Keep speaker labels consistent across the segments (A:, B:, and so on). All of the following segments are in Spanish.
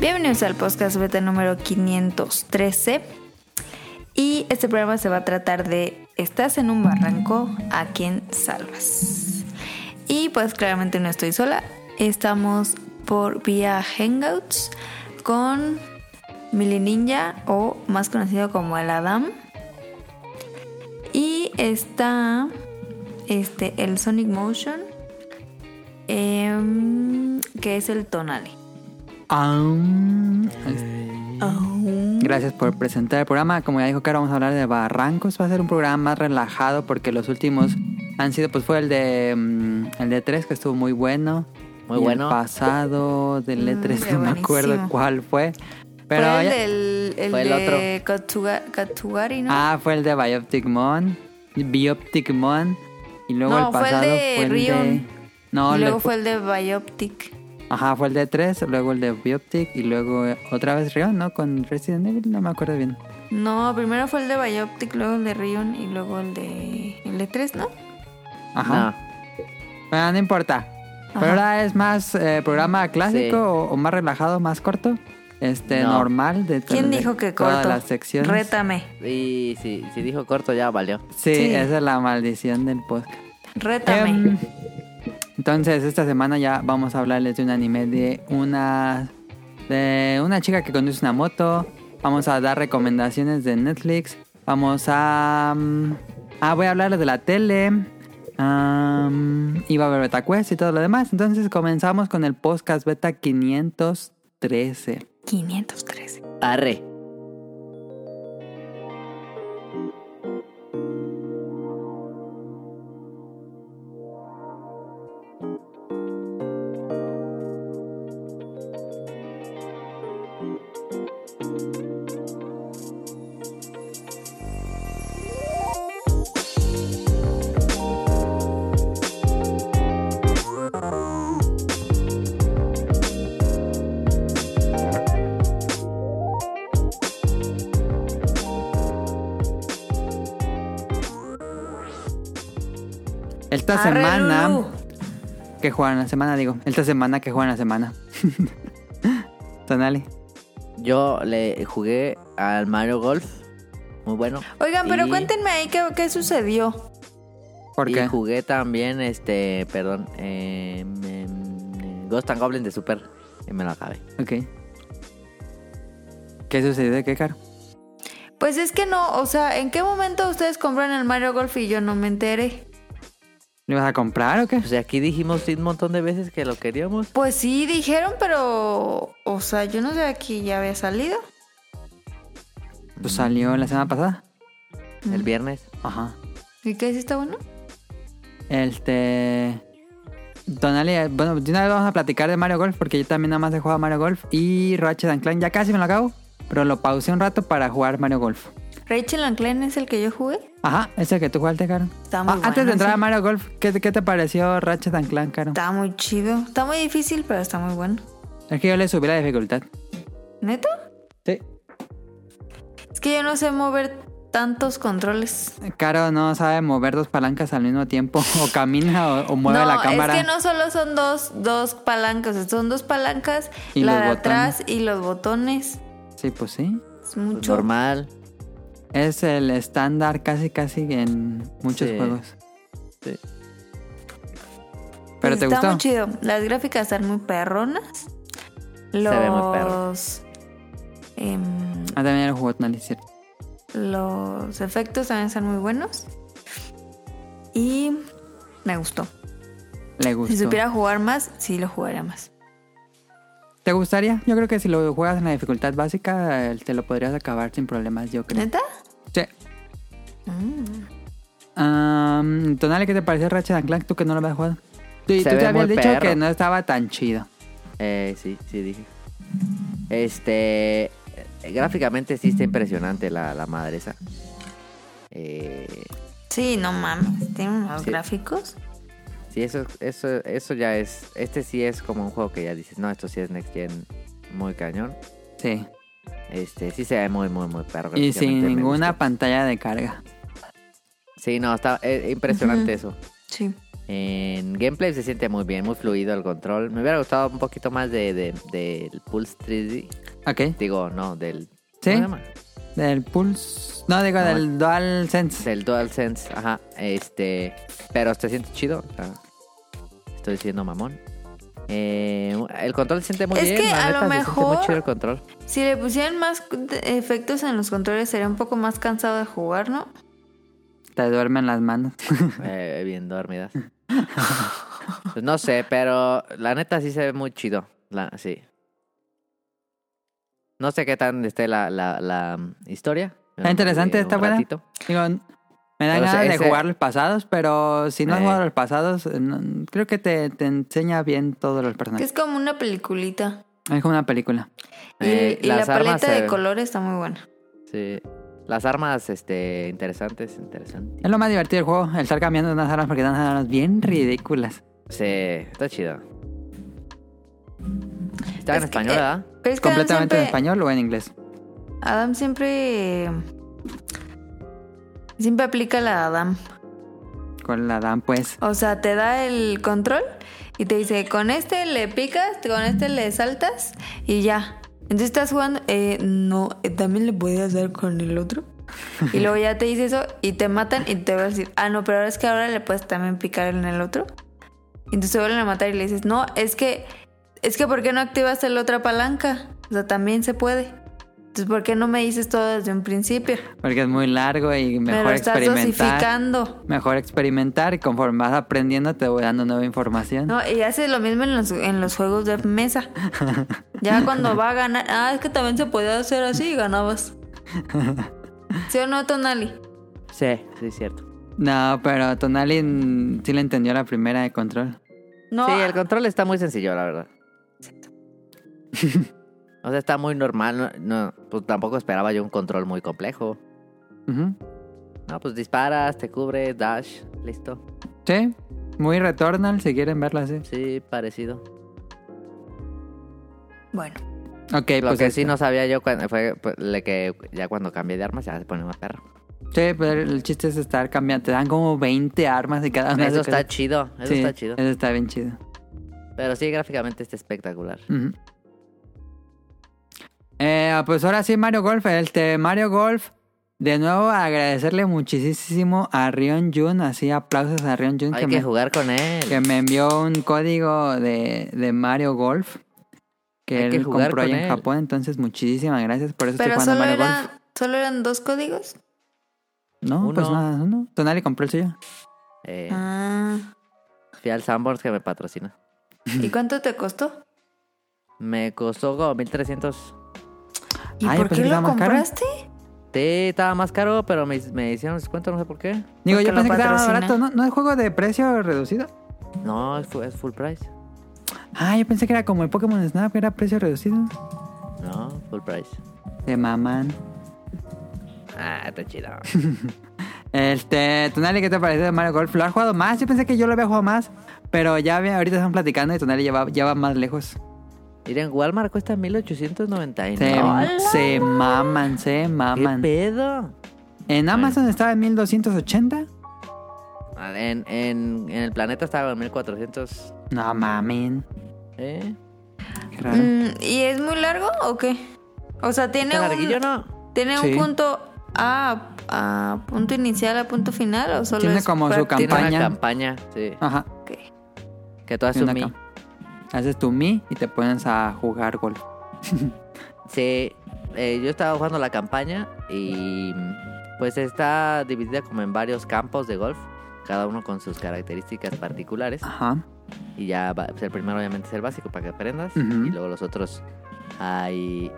A: Bienvenidos al podcast beta número 513. Y este programa se va a tratar de ¿Estás en un barranco? ¿A quién salvas? Y pues claramente no estoy sola. Estamos por vía Hangouts con Mili Ninja o más conocido como el Adam. Y está este, el Sonic Motion, em, que es el Tonali.
B: Aún. Gracias por presentar el programa. Como ya dijo Caro, vamos a hablar de barrancos. Va a ser un programa más relajado porque los últimos han sido, pues fue el de mm, el de 3 que estuvo muy bueno.
C: Muy
B: Y
C: bueno.
B: El pasado del
A: Mm,
B: E3
A: qué
B: no me
A: buenísimo.
B: acuerdo cuál fue. Pero
A: fue el
B: ya-
A: del el
C: fue el
A: de Katsuga- Katsugari, ¿no?
B: ah, fue el de Bioptic Mon, Bioptic Mon y luego
A: No,
B: el
A: fue el
B: pasado
A: de
B: fue el de
A: Rion.
B: No,
A: Y
B: le-
A: luego fue el de Bioptic.
B: ajá, fue el de 3, luego el de Bioptic y luego eh, otra vez Rion, ¿no? Con Resident Evil, no me acuerdo bien.
A: No, primero fue el de Bioptic, luego el de Rion y luego el de el de 3, ¿no?
B: Ajá. Bueno, no importa. Pero ahora es más eh, programa clásico
C: Sí.
B: o, o más relajado, más corto. Este,
C: No.
B: normal. De,
A: ¿Quién
B: de
A: dijo que
B: todas
A: corto?
B: las secciones.
A: Rétame,
C: No. Y si, si dijo corto ya valió.
B: Sí,
A: Sí.
B: esa es la maldición del podcast.
A: rétame.
B: Em, entonces, esta semana ya vamos a hablarles de un anime de una, de una chica que conduce una moto. Vamos a dar recomendaciones de Netflix. Vamos a... mm, ah, voy a hablarles de la tele. Am, y va a haber Beta Quest y todo lo demás. Entonces, comenzamos con el podcast Beta 513.
A: 513.
C: Arre.
B: Esta
A: Arre,
B: semana...
A: Lulu.
B: Que juegan la semana, digo. Esta semana que juegan la semana. Tonali.
C: Yo le jugué al Mario Golf. Muy bueno.
A: Oigan, pero
C: Y-
A: cuéntenme ahí qué, qué sucedió.
B: ¿Por
C: y
B: qué?
C: jugué también este, perdón, eh, em, Ghost and Goblin de Super. Y me lo acabé.
B: Ok. ¿Qué sucedió? ¿Qué, Caro?
A: Pues es que no, o sea, ¿en qué momento ustedes compran el Mario Golf y yo no me enteré?
B: ¿Lo ibas a comprar o qué?
C: Pues aquí dijimos sí, un montón de veces que lo queríamos.
A: Pues sí, dijeron, pero, o sea, yo no sé aquí ya había salido.
B: Pues salió la semana pasada.
C: El viernes.
B: Ajá.
A: ¿Y qué? ¿Sí está bueno?
B: Este. Donali, eh, bueno, de una vez vamos a platicar de Mario Golf porque yo también nada más he jugado a Mario Golf y Ratchet and Clank. Ya casi me lo acabo, pero lo pausé un rato para jugar Mario Golf.
A: Rachel and Clank es el que yo jugué.
B: Ajá, es el que tú jugaste, Caro.
A: Está muy
B: Ah, Antes
A: bueno,
B: de entrar
A: sí.
B: a Mario Golf, ¿qué, te- qué te pareció Ratchet and Clank, Caro?
A: Está muy chido. Está muy difícil, pero está muy bueno.
B: Es que yo le subí la dificultad.
A: ¿Neta?
B: Sí.
A: Es que yo no sé mover tantos controles.
B: Caro no sabe mover dos palancas al mismo tiempo. O camina o, o mueve
A: no,
B: la cámara.
A: es que no solo son dos, dos palancas, son dos palancas,
B: Y
A: la
B: los
A: de
B: botones.
A: atrás y los botones.
B: Sí, pues sí.
A: Es
C: Pues
A: mucho.
C: normal.
B: Es el estándar casi casi en muchos
C: Sí.
B: juegos.
C: Sí.
B: ¿Pero te
A: está
B: gustó?
A: muy chido. Las gráficas están muy perronas. Los.
C: ve muy perro.
A: em,
B: Ah, también el juego no es cierto.
A: los efectos también están muy buenos. Y me gustó.
B: Le gustó.
A: Si supiera jugar más, sí lo jugaría más.
B: ¿Te gustaría? Yo creo que si lo juegas en la dificultad básica, eh, te lo podrías acabar sin problemas, yo creo.
A: ¿Neta? Mm.
B: Sí. Am, Tonale, ¿qué te pareció Ratchet and Clank? Tú que no lo habías jugado. Tú,
C: Se
B: tú te
C: ve
B: habías
C: muy
B: dicho
C: perro.
B: que no estaba tan chido.
C: Eh, sí, sí dije. Este. eh, Gráficamente sí está impresionante la, la madre esa. Eh,
A: Sí, no mames. Tiene unos
C: Sí.
A: gráficos.
C: sí, eso, eso, eso ya es. Este sí es como un juego que ya dices, no, esto sí es Next Gen muy cañón.
B: Sí.
C: Este, sí se ve muy, muy, muy perro.
B: Y sin
C: gráficamente, me
B: ninguna
C: gustó.
B: pantalla de carga.
C: Sí, no, está eh, impresionante eso.
A: Sí.
C: En gameplay se siente muy bien, muy fluido el control. Me hubiera gustado un poquito más de, de- del Pulse 3D.
B: Ok.
C: Digo, no, del...
B: ¿Sí?
C: ¿cómo se llama?
B: Del Pulse. No, digo,
C: No.
B: del Dual Sense.
C: Del DualSense, ajá. Este... Pero se siente chido. o sea, estoy diciendo mamón. Eh, el control se siente muy
A: Es
C: bien.
A: que
C: la
A: a
C: neta,
A: lo
C: se siente muy
A: mejor-
C: chido el control.
A: Si le pusieran más efectos en los controles, sería un poco más cansado de jugar, ¿no?
B: Te duermen las manos.
C: Eh, bien dormidas. Pues no sé, pero la neta sí se ve muy chido. La, sí. No sé qué tan esté la, la, la mm, historia.
B: Está interesante,
C: Un
B: está buena.
C: ratito.
B: Digo, me dan
C: Pero
B: ganas
C: ese-
B: de
C: ese-
B: jugar los pasados, pero si no has
C: Eh.
B: jugado los pasados, no- creo que te, te enseña bien todos los
C: Ah.
A: Que
B: personajes.
A: es como una peliculita.
B: Es como una película.
A: Y,
C: Eh,
A: y la
C: las armas
A: paleta
C: se-
A: de colores está muy buena.
C: Sí. Las armas, este, interesantes, interesantes.
B: Es lo más divertido del juego, el estar cambiando de unas armas porque dan armas
A: Mm.
B: bien ridículas.
C: Sí, está chido. Está
A: Es
C: en
A: que,
C: español,
A: eh,
C: ¿verdad?
A: Pero es que Adam
B: ¿Completamente
A: siempre,
B: en español o en inglés?
A: Adam siempre. eh, Siempre aplica la Adam.
B: Con la Dan, pues.
A: O sea, te da el control y te dice: con este le picas, con este le saltas y ya. Entonces estás jugando, eh, no, eh, también le podías dar con el otro. Y luego ya te dice eso y te matan y te vas a decir, ah, no, pero ahora es que ahora le puedes también picar en el otro. Y entonces te vuelven a matar y le dices, no, es que, es que ¿por qué no activaste la otra palanca? O sea, también se puede. Entonces, ¿por qué no me dices todo desde un principio?
B: Porque es muy largo y
A: Me
B: mejor
A: lo estás
B: experimentar.
A: dosificando.
B: Mejor experimentar y conforme vas aprendiendo te voy dando nueva información.
A: No, y haces lo mismo en los, en los juegos de mesa. Ya cuando va a ganar, ah, es que también se podía hacer así y ganabas. ¿Sí o no, Tonali?
C: Sí, sí, es cierto.
B: No, pero Tonali mm, sí le entendió la primera de control.
A: No, ah.
C: Sí, el control está muy sencillo, la verdad. o sea, está muy normal. No, no, pues tampoco esperaba yo un control muy complejo.
B: Ujú.
C: No, pues disparas, te cubres, dash, listo.
B: Sí, muy Returnal si quieren verla así.
C: Sí, parecido.
A: bueno.
B: Ok,
C: Lo
B: pues
C: que
B: este.
C: sí no sabía yo cuan- fue pues, le que ya cuando cambié de armas ya se pone más perro.
B: Sí, pero el chiste es estar cambiando. Te dan como 20 armas y cada una.
C: Eso
B: de esas
C: está chido,
B: cosas. Ah,
C: eso
B: Sí, Eh.
C: está chido.
B: Eso está bien chido.
C: Pero sí, gráficamente está espectacular.
B: Ujú. Eh, pues ahora sí, Mario Golf. Este Mario Golf. De nuevo, agradecerle muchísimo a Rion Jun. Así, aplausos a Rion Jun.
C: Hay que
B: me,
C: jugar con él.
B: que me envió un código de, de Mario Golf. Que
C: Hay que
B: él
C: jugar
B: compró
C: con
B: allá en
C: él.
B: Japón. Entonces, muchísimas gracias. Por eso
A: Pero
B: estoy jugando
A: solo,
B: Mario
A: era-
B: Golf.
A: solo eran dos códigos.
B: No, pues
C: uno.
B: nada, uno. Tonali compró el suyo.
C: Eh,
A: Ah.
C: fui al Sanborns que me patrocina.
A: ¿Y cuánto te costó?
C: Me costó como 1300.
A: ¿Y
B: Ay,
A: por
B: pues
A: qué
B: está
A: lo
B: más caro.
A: compraste?
C: Sí, estaba más caro, pero me, me hicieron descuento, no sé por qué.
B: Digo, yo
A: Porque
B: pensé
A: lo
B: que estaba más
A: patrocina.
B: barato. ¿No, ¿No es juego de precio reducido?
C: No, es fu- es full price.
B: Ah, yo pensé que era como el Pokémon Snap, que era precio reducido.
C: No, full price.
B: De mamán.
C: Ah, está chido.
B: Este, Tonali, ¿qué te parece de Mario Golf? ¿Lo has jugado más? Yo pensé que yo lo había jugado más, pero ya ve- ahorita están platicando y Tonali ya va, ya va más lejos.
C: Mira, en Walmart cuesta 1899.
B: Se, se maman, se
C: ¿Qué
B: maman.
C: pedo?
B: En Amazon estaba en 1280.
C: Ah, En, en, en el planeta estaba en 1400.
B: No mamen.
C: ¿Eh?
B: Qué raro.
A: Mm, ¿Y es muy largo o qué? O sea, tiene
C: ¿Está larguillo,
A: un,
C: no?
A: tiene
B: Sí.
A: un punto A, a punto inicial a punto final o solo
B: Tiene
A: es
B: como su
A: práctico?
C: Tiene
B: Campaña.
C: una campaña, sí.
B: Ajá.
A: Ok.
C: Que tú haces
B: tiene
C: un mi.
B: acá. Haces tu mi y te pones a jugar golf.
C: Sí. eh, yo estaba jugando la campaña y pues está dividida como en varios campos de golf, cada uno con sus características particulares.
B: Ajá.
C: Y ya va- pues, el primero obviamente es el básico para que aprendas.
B: Ujú.
C: Y luego los otros hay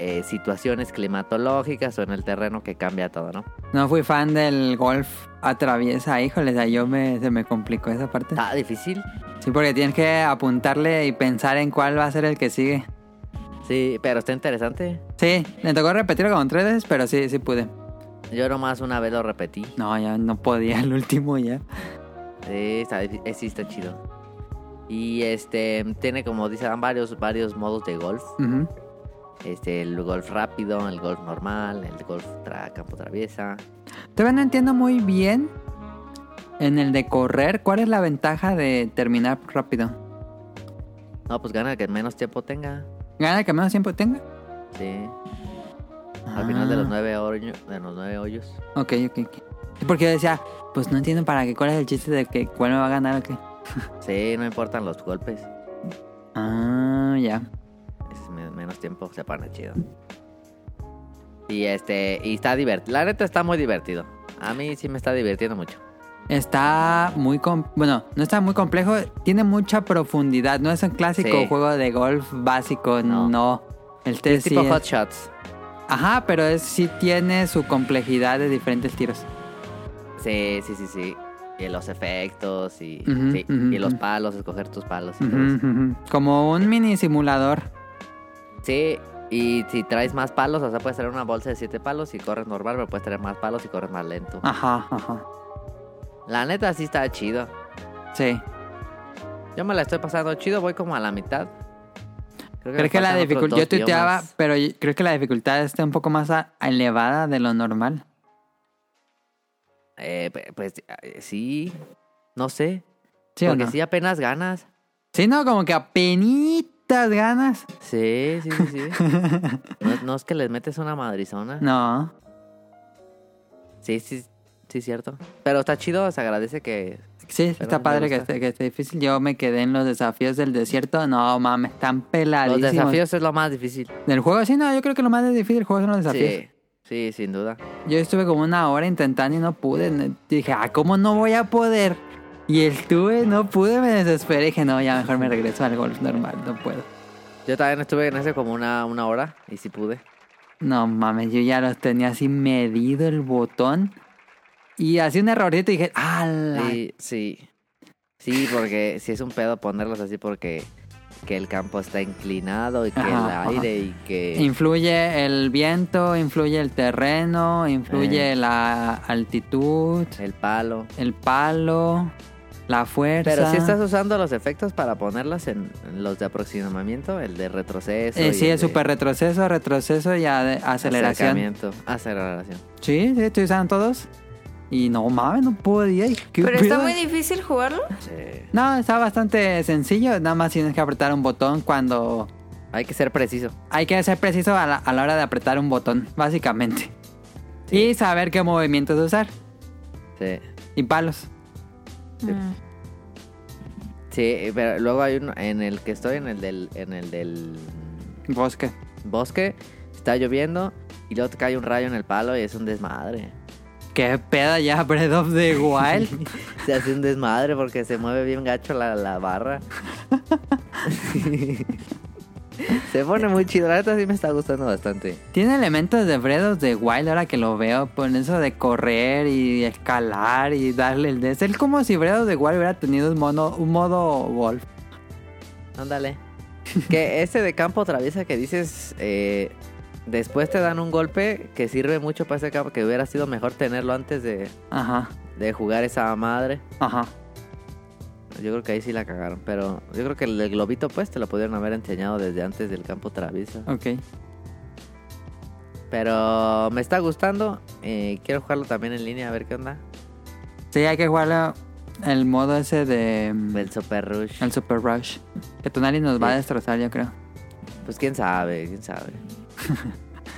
C: eh, situaciones climatológicas o en el terreno que cambia todo, ¿no?
B: No fui fan del golf atraviesa, híjoles, ahí yo me, se me complicó esa parte.
C: Está difícil.
B: Sí, porque tienes que apuntarle y pensar en cuál va a ser el que sigue.
C: Sí, pero está interesante.
B: Sí, me tocó repetirlo como tres veces, pero sí, sí pude.
C: Yo nomás una vez lo repetí.
B: No, ya no podía el último ya.
C: Sí, está, difí- eh, sí, está chido. Y este tiene como dicen varios, varios modos de golf.
B: Ujú.
C: Este, el golf rápido, el golf normal, el golf tra campo traviesa.
B: Todavía no entiendo muy bien En el de correr, ¿cuál es la ventaja de terminar rápido?
C: No, pues gana el que menos tiempo tenga.
B: ¿Gana el que menos tiempo tenga?
C: Sí. Al final de los
B: Ah.
C: nueve hoyos. De los nueve hoyos.
B: Ok, ok, ok. Sí, Porque yo decía, pues no entiendo para qué, cuál es el chiste de que cuál me va a ganar o qué.
C: Sí, no importan los golpes.
B: Ah, ya.
C: Es me- menos tiempo se pone chido. Y este, y está divertido. La neta está muy divertido. A mí sí me está divirtiendo mucho.
B: Está muy... com- bueno, no está muy complejo, tiene mucha profundidad. No es un clásico
C: Sí.
B: juego de golf básico, no.
C: No.
B: El test
C: es tipo
B: sí
C: hot
B: es-
C: shots.
B: Ajá, pero es, sí tiene su complejidad de diferentes tiros.
C: Sí, sí, sí, sí. Y los efectos y,
B: Ujú,
C: sí,
B: ujú,
C: y los
B: ujú.
C: palos, escoger tus palos. y
B: Ujú,
C: todo eso.
B: ujú. Como un mini simulador.
C: Sí, y si traes más palos, o sea, puedes traer una bolsa de siete palos y corres normal, pero puedes traer más palos y corres más lento.
B: Ajá, ajá.
C: La neta sí está chido.
B: Sí.
C: Yo me la estoy pasando chido, voy como a la mitad. Creo me
B: Creo que la
C: faltan otros
B: dificultad...
C: dos
B: Yo tuiteaba,
C: biomas.
B: pero yo- creo que la dificultad está un poco más a- elevada de lo normal.
C: Eh, pe- pues eh, sí, no sé.
B: ¿Sí o
C: porque
B: no?
C: sí apenas ganas.
B: Sí, no, como que apenitas ganas.
C: Sí, sí, sí, sí. no, es- no es que les metes una madrizona.
B: No.
C: Sí, sí, sí, cierto. Pero está chido, se agradece que...
B: Sí,
C: Pero
B: está
C: me
B: padre que
C: gusta.
B: esté, que esté difícil. Yo me quedé en los desafíos del desierto. No, mames, están
C: Los
B: peladísimos.
C: desafíos es lo más difícil.
B: Del juego, sí, no, yo creo que lo más difícil del juego son los desafíos.
C: Sí, sí, sin duda.
B: Yo estuve como una hora intentando y no pude. Ne- Dije, ah, ¿cómo no voy a poder? Y estuve, no pude, me desesperé. Dije, no, ya mejor me regreso al golf normal, no puedo.
C: Yo también estuve en ese como una, una hora y sí pude.
B: No mames, yo ya los tenía así medido el botón. Y así un errorcito y dije, ah, la
C: Sí, sí. Sí, porque sí es un pedo ponerlos así porque que el campo está inclinado y que
B: Ajá, ajá.
C: el aire y que...
B: Influye el viento, influye el terreno,
C: Eh.
B: influye la altitud,
C: El palo.
B: el palo, la fuerza.
C: Pero si estás usando los efectos para ponerlas en en los de aproximamiento, el de retroceso.
B: Eh,
C: y
B: sí, el
C: de
B: super retroceso, retroceso y ade- aceleración.
C: acercamiento. Aceleración.
B: Sí, sí, estoy usando todos. Y no mames, no podía. y qué
A: Pero está
B: pedo.
A: muy difícil jugarlo.
C: Sí.
B: No, está bastante sencillo. Nada más tienes que apretar un botón cuando.
C: Hay que ser preciso.
B: Hay que ser preciso a la, a la hora de apretar un botón, básicamente. Y saber qué movimientos usar.
C: Sí.
B: Y palos.
A: Mm.
C: Sí, eh, pero luego hay uno en el que estoy, en el del, en el del
B: Bosque.
C: bosque, está lloviendo y luego te cae un rayo en el palo y es un desmadre.
B: Qué peda ya, Breath of the Wild.
C: Se hace un desmadre porque se mueve bien gacho la, la barra. se pone muy chido. La neta sí me está gustando bastante.
B: Tiene elementos de Breath of the Wild ahora que lo veo, por eso de correr y escalar y darle el des. Es como si Breath of the Wild hubiera tenido un, mono, un modo Wolf.
C: Ándale. Que ese de campo traviesa que dices, eh, después te dan un golpe que sirve mucho para ese campo, que hubiera sido mejor tenerlo antes de,
B: Ajá,
C: de jugar esa madre.
B: ajá.
C: Yo creo que ahí sí la cagaron, pero yo creo que el del globito pues te lo pudieron haber enseñado desde antes del campo traviesa.
B: Ok.
C: Pero me está gustando, eh, quiero jugarlo también en línea a ver qué onda.
B: Sí, hay que jugarlo el modo ese de. mm,
C: El Super Rush.
B: El Super Rush. Que Tonali nos va a
C: Sí.
B: destrozar, yo creo.
C: Pues quién sabe, quién sabe.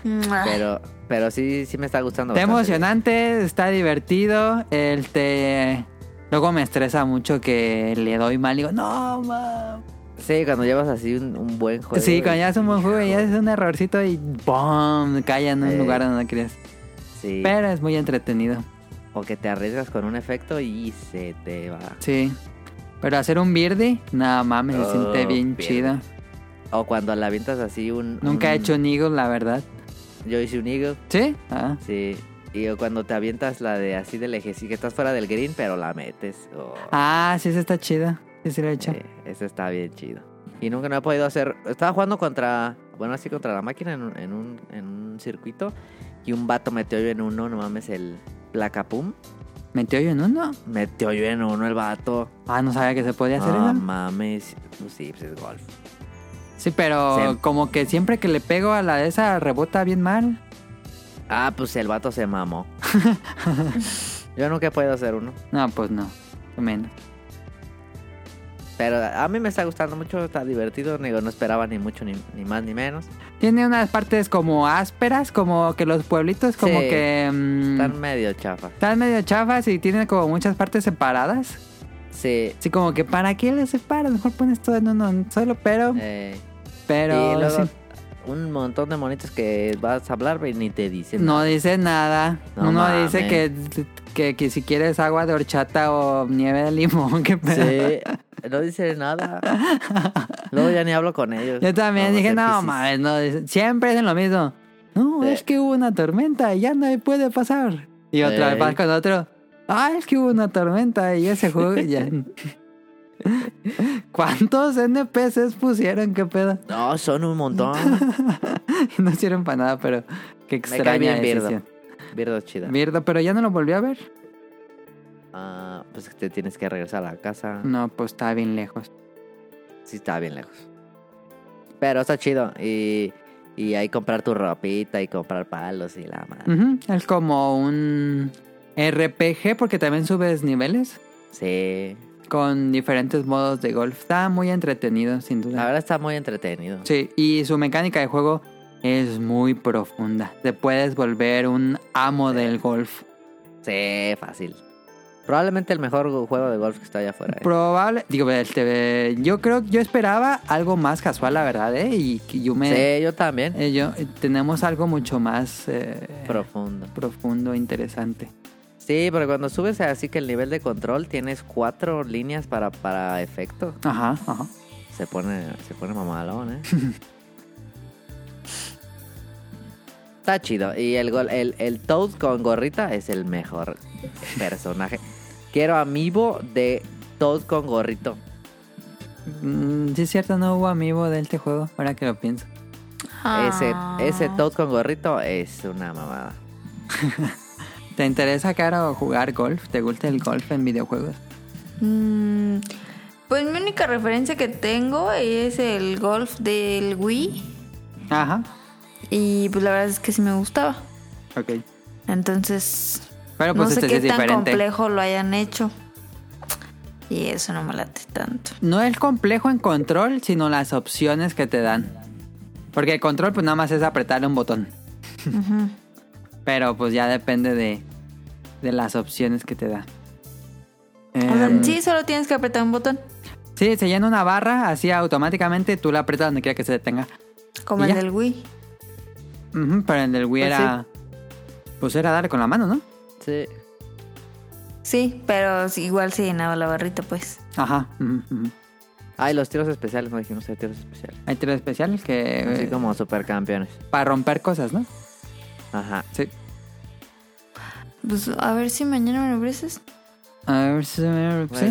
A: Mua.
C: Pero, pero sí, sí me está gustando.
B: Está
C: bastante.
B: emocionante, está divertido. El te. Luego me estresa mucho que le doy mal. Digo, no, mames.
C: Sí, cuando llevas así un, un buen juego.
B: Pues sí, cuando
C: y-
B: ya es un buen juego, ya
C: hijo.
B: es un errorcito y ¡bom! Calla en un
C: Eh.
B: lugar donde no querías.
C: Sí.
B: Pero es muy entretenido,
C: O que te arriesgas con un efecto y se te va.
B: sí. Pero hacer un birdie, nada mames, se
C: Oh,
B: siente bien
C: birdie.
B: chido.
C: O cuando la avientas así un...
B: Nunca he
C: un-
B: hecho un eagle, la verdad.
C: Yo hice un eagle,
B: ¿Sí? Ah,
C: sí. Y o cuando te avientas la de así del eje, sí que estás fuera del green, pero la metes. Oh,
B: ah sí, esa está chida. Sí, sí, lo he hecho.
C: eh, ese está bien chido. Y nunca no he podido hacer... Estaba jugando contra... Bueno, así contra la máquina en un, en un, en un circuito. Y un vato metió yo en uno, no mames, el placapum.
B: ¿Metió yo en uno?
C: Metió yo en uno el vato.
B: Ah, no sabía que se podía hacer
C: No
B: eso.
C: mames. Pues sí, pues es golf.
B: Sí, pero
C: Sí.
B: como que siempre que le pego a la de esa rebota bien mal.
C: Ah, pues el vato se mamó. Yo nunca he podido hacer uno.
B: No, pues no. Menos.
C: Pero a mí me está gustando mucho, está divertido. Digo, no esperaba ni mucho, ni, ni más, ni menos.
B: Tiene unas partes como ásperas, como que los pueblitos como
C: Sí.
B: que... mm,
C: Están medio chafa.
B: están medio chafas y tienen como muchas partes separadas.
C: Sí.
B: Así como que, ¿para qué les separas? Mejor pones todo en uno solo, pero...
C: eh,
B: Pero...
C: y luego
B: sí.
C: un montón de monitos que vas a hablar y ni te dicen.
B: No dice nada.
C: No
B: Uno
C: mames.
B: dice que, que, que si quieres agua de horchata o nieve de limón, que pedo.
C: Sí, no dice nada. Luego ya ni hablo con ellos.
B: Yo también
C: Vamos a
B: dije,
C: ser
B: no
C: piscis".
B: mames, no, dice- siempre dicen lo mismo. No,
C: Sí.
B: es que hubo una tormenta y ya no puede pasar. Y otra vez
C: Ey.
B: vas con otro. Ah, es que hubo una tormenta y ese juego ya. ¿Cuántos NPCs pusieron? ¿Qué pedo?
C: No, son un montón.
B: No sirven para nada, pero qué
C: cae
B: extraña
C: bien Birdo.
B: decisión.
C: Birdo chida.
B: Birdo, pero ya no lo volvió a ver.
C: Ah, pues que te tienes que regresar a la casa.
B: No, pues está bien lejos.
C: Sí, está bien lejos. Pero está chido. Y, y ahí comprar tu ropita y comprar palos y la madre.
B: Ujú, Es como un RPG porque también subes niveles.
C: Sí.
B: con diferentes modos de golf. Está muy entretenido, sin duda.
C: La verdad está muy entretenido.
B: Sí, y su mecánica de juego es muy profunda. Te puedes volver un amo del golf.
C: Sí, fácil. Probablemente el mejor gu- juego de golf que está allá afuera. ¿eh?
B: Probable, digo, este, yo creo, yo esperaba algo más casual, la verdad, ¿eh? Y que yo me,
C: Sí, yo también.
B: eh, yo- tenemos algo mucho más eh,
C: Profundo.
B: profundo, interesante.
C: Sí, pero cuando subes así que el nivel de control tienes cuatro líneas para, para efecto.
B: Ajá, ajá.
C: Se pone, se pone mamalón, ¿eh? Está chido. Y el, gol, el, el Toad con gorrita es el mejor personaje. Quiero amiibo de Toad con gorrito.
B: Mm, sí es cierto, no hubo amigo de este juego, ahora que lo pienso.
C: Ese, ese
B: Ah.
C: Toad con gorrito es una mamada.
B: ¿Te interesa, Caro, jugar golf? ¿Te gusta el golf en videojuegos?
A: Mm, pues mi única referencia que tengo es el golf del Wii.
B: Ajá,
A: Y pues la verdad es que sí me gustaba.
B: ok.
A: Entonces,
B: Pero pues
A: no sé
B: este sí
A: qué
B: es
A: tan
B: diferente.
A: complejo lo hayan hecho. Y eso no me late tanto.
B: No es complejo en control, sino las opciones que te dan. Porque el control pues nada más es apretarle un botón.
A: Ujú.
B: Pero pues ya depende de, de las opciones que te da.
A: O sea,
B: Em,
A: sí, solo tienes que apretar un botón.
B: sí, se llena una barra, así automáticamente tú la aprietas donde quiera que se detenga.
A: Como
B: ¿Y
A: el
B: ya?
A: del Wii.
B: Ujú, pero en el Wii
C: Pues
B: era... Pues era darle con la mano, ¿no?
C: Sí.
A: Sí, pero sí, igual se llenaba la barrita, pues.
B: Ajá. ujú, ujú.
C: Ay, los tiros especiales, no dijimos hay tiros especiales.
B: Hay tres especiales que...
C: Así
B: eh,
C: como supercampeones.
B: Para romper cosas, ¿no?
C: Ajá.
B: Sí.
A: Pues a ver si mañana me lo ofreces.
B: A ver si... sí, a ver, bueno.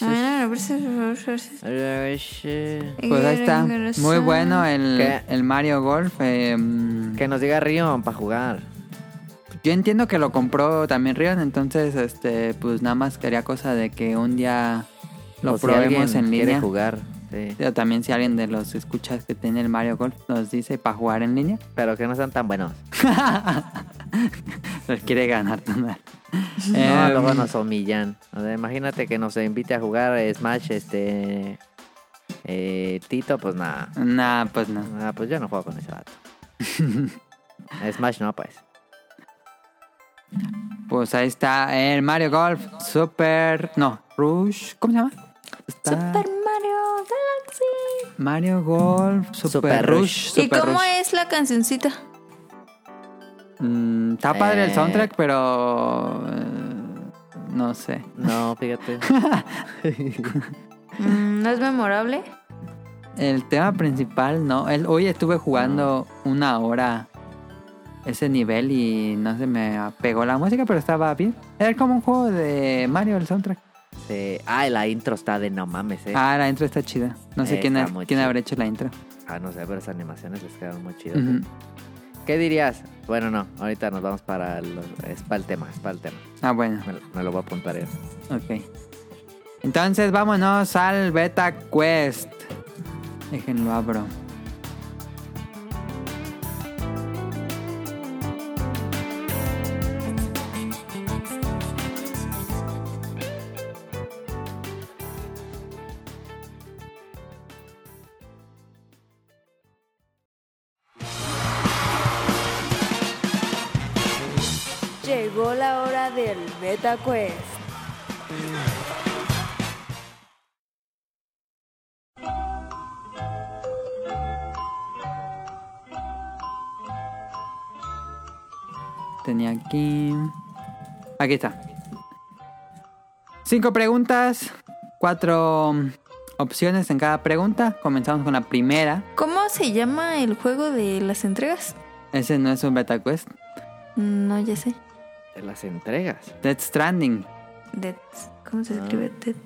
A: Mañana me lo ofreces, me lo ofreces.
B: Pues ahí está. Muy bueno el,
C: ¿Qué?
B: el Mario Golf. eh, mm,
C: Que nos diga Rion para jugar.
B: yo entiendo que lo compró también Rion, entonces este pues nada más quería cosa de que un día lo
C: O si
B: probemos
C: alguien
B: en
C: quiere
B: línea.
C: jugar. Sí.
B: Pero también si alguien de los escuchas que tiene el Mario Golf nos dice para jugar en línea,
C: Pero que no sean tan buenos.
B: nos quiere ganar. ¿no?
C: No,
B: Em,
C: luego nos humillan. O sea, imagínate que nos invite a jugar Smash, este. eh, Tito, pues nada.
B: nah, pues no.
C: Ah, pues yo no juego con ese vato. Smash no, pues.
B: Pues ahí está el Mario Golf Super... No, Rush... ¿Cómo se llama? Está
A: Super Mario Galaxy.
B: Mario Golf Super,
C: Super
B: Rush.
C: Rush.
A: ¿Y
B: Super
A: cómo
B: Rush.
A: es la cancioncita?
B: Mm, está padre el
C: Eh.
B: soundtrack, pero. eh, No sé.
C: No, fíjate.
A: Mm, ¿No es memorable?
B: El tema principal, no. El- hoy estuve jugando una hora ese nivel y no se me apegó la música, pero estaba bien. Era como un juego de Mario el soundtrack.
C: Sí. Ah, la intro está de no mames, eh. Ah,
B: Ah, la intro está chida. No sé
C: Eh,
B: quién,
C: está
B: ha-
C: muy
B: quién
C: chida.
B: habrá hecho la intro.
C: Ah, no sé, pero esas animaciones les quedan muy chidas. eh.
B: Ujú.
C: ¿Qué dirías? Bueno, no, ahorita nos vamos para los- es para el tema, es para el tema.
B: Ah, bueno.
C: Me, lo- me lo voy a apuntar yo.
B: Ok. Entonces vámonos al Beta Quest. Déjenlo abro.
D: Llegó la hora del Meta Quest.
B: Tenía aquí. Aquí está. Cinco preguntas, cuatro mm, opciones en cada pregunta. Comenzamos con la primera.
A: ¿Cómo se llama el juego de las entregas? Mm,
B: Ese no es un beta quest.
A: No, ya sé.
C: De las entregas.
B: Dead Stranding.
A: Dead. ¿Cómo se escribe?
B: Ah.
A: Dead.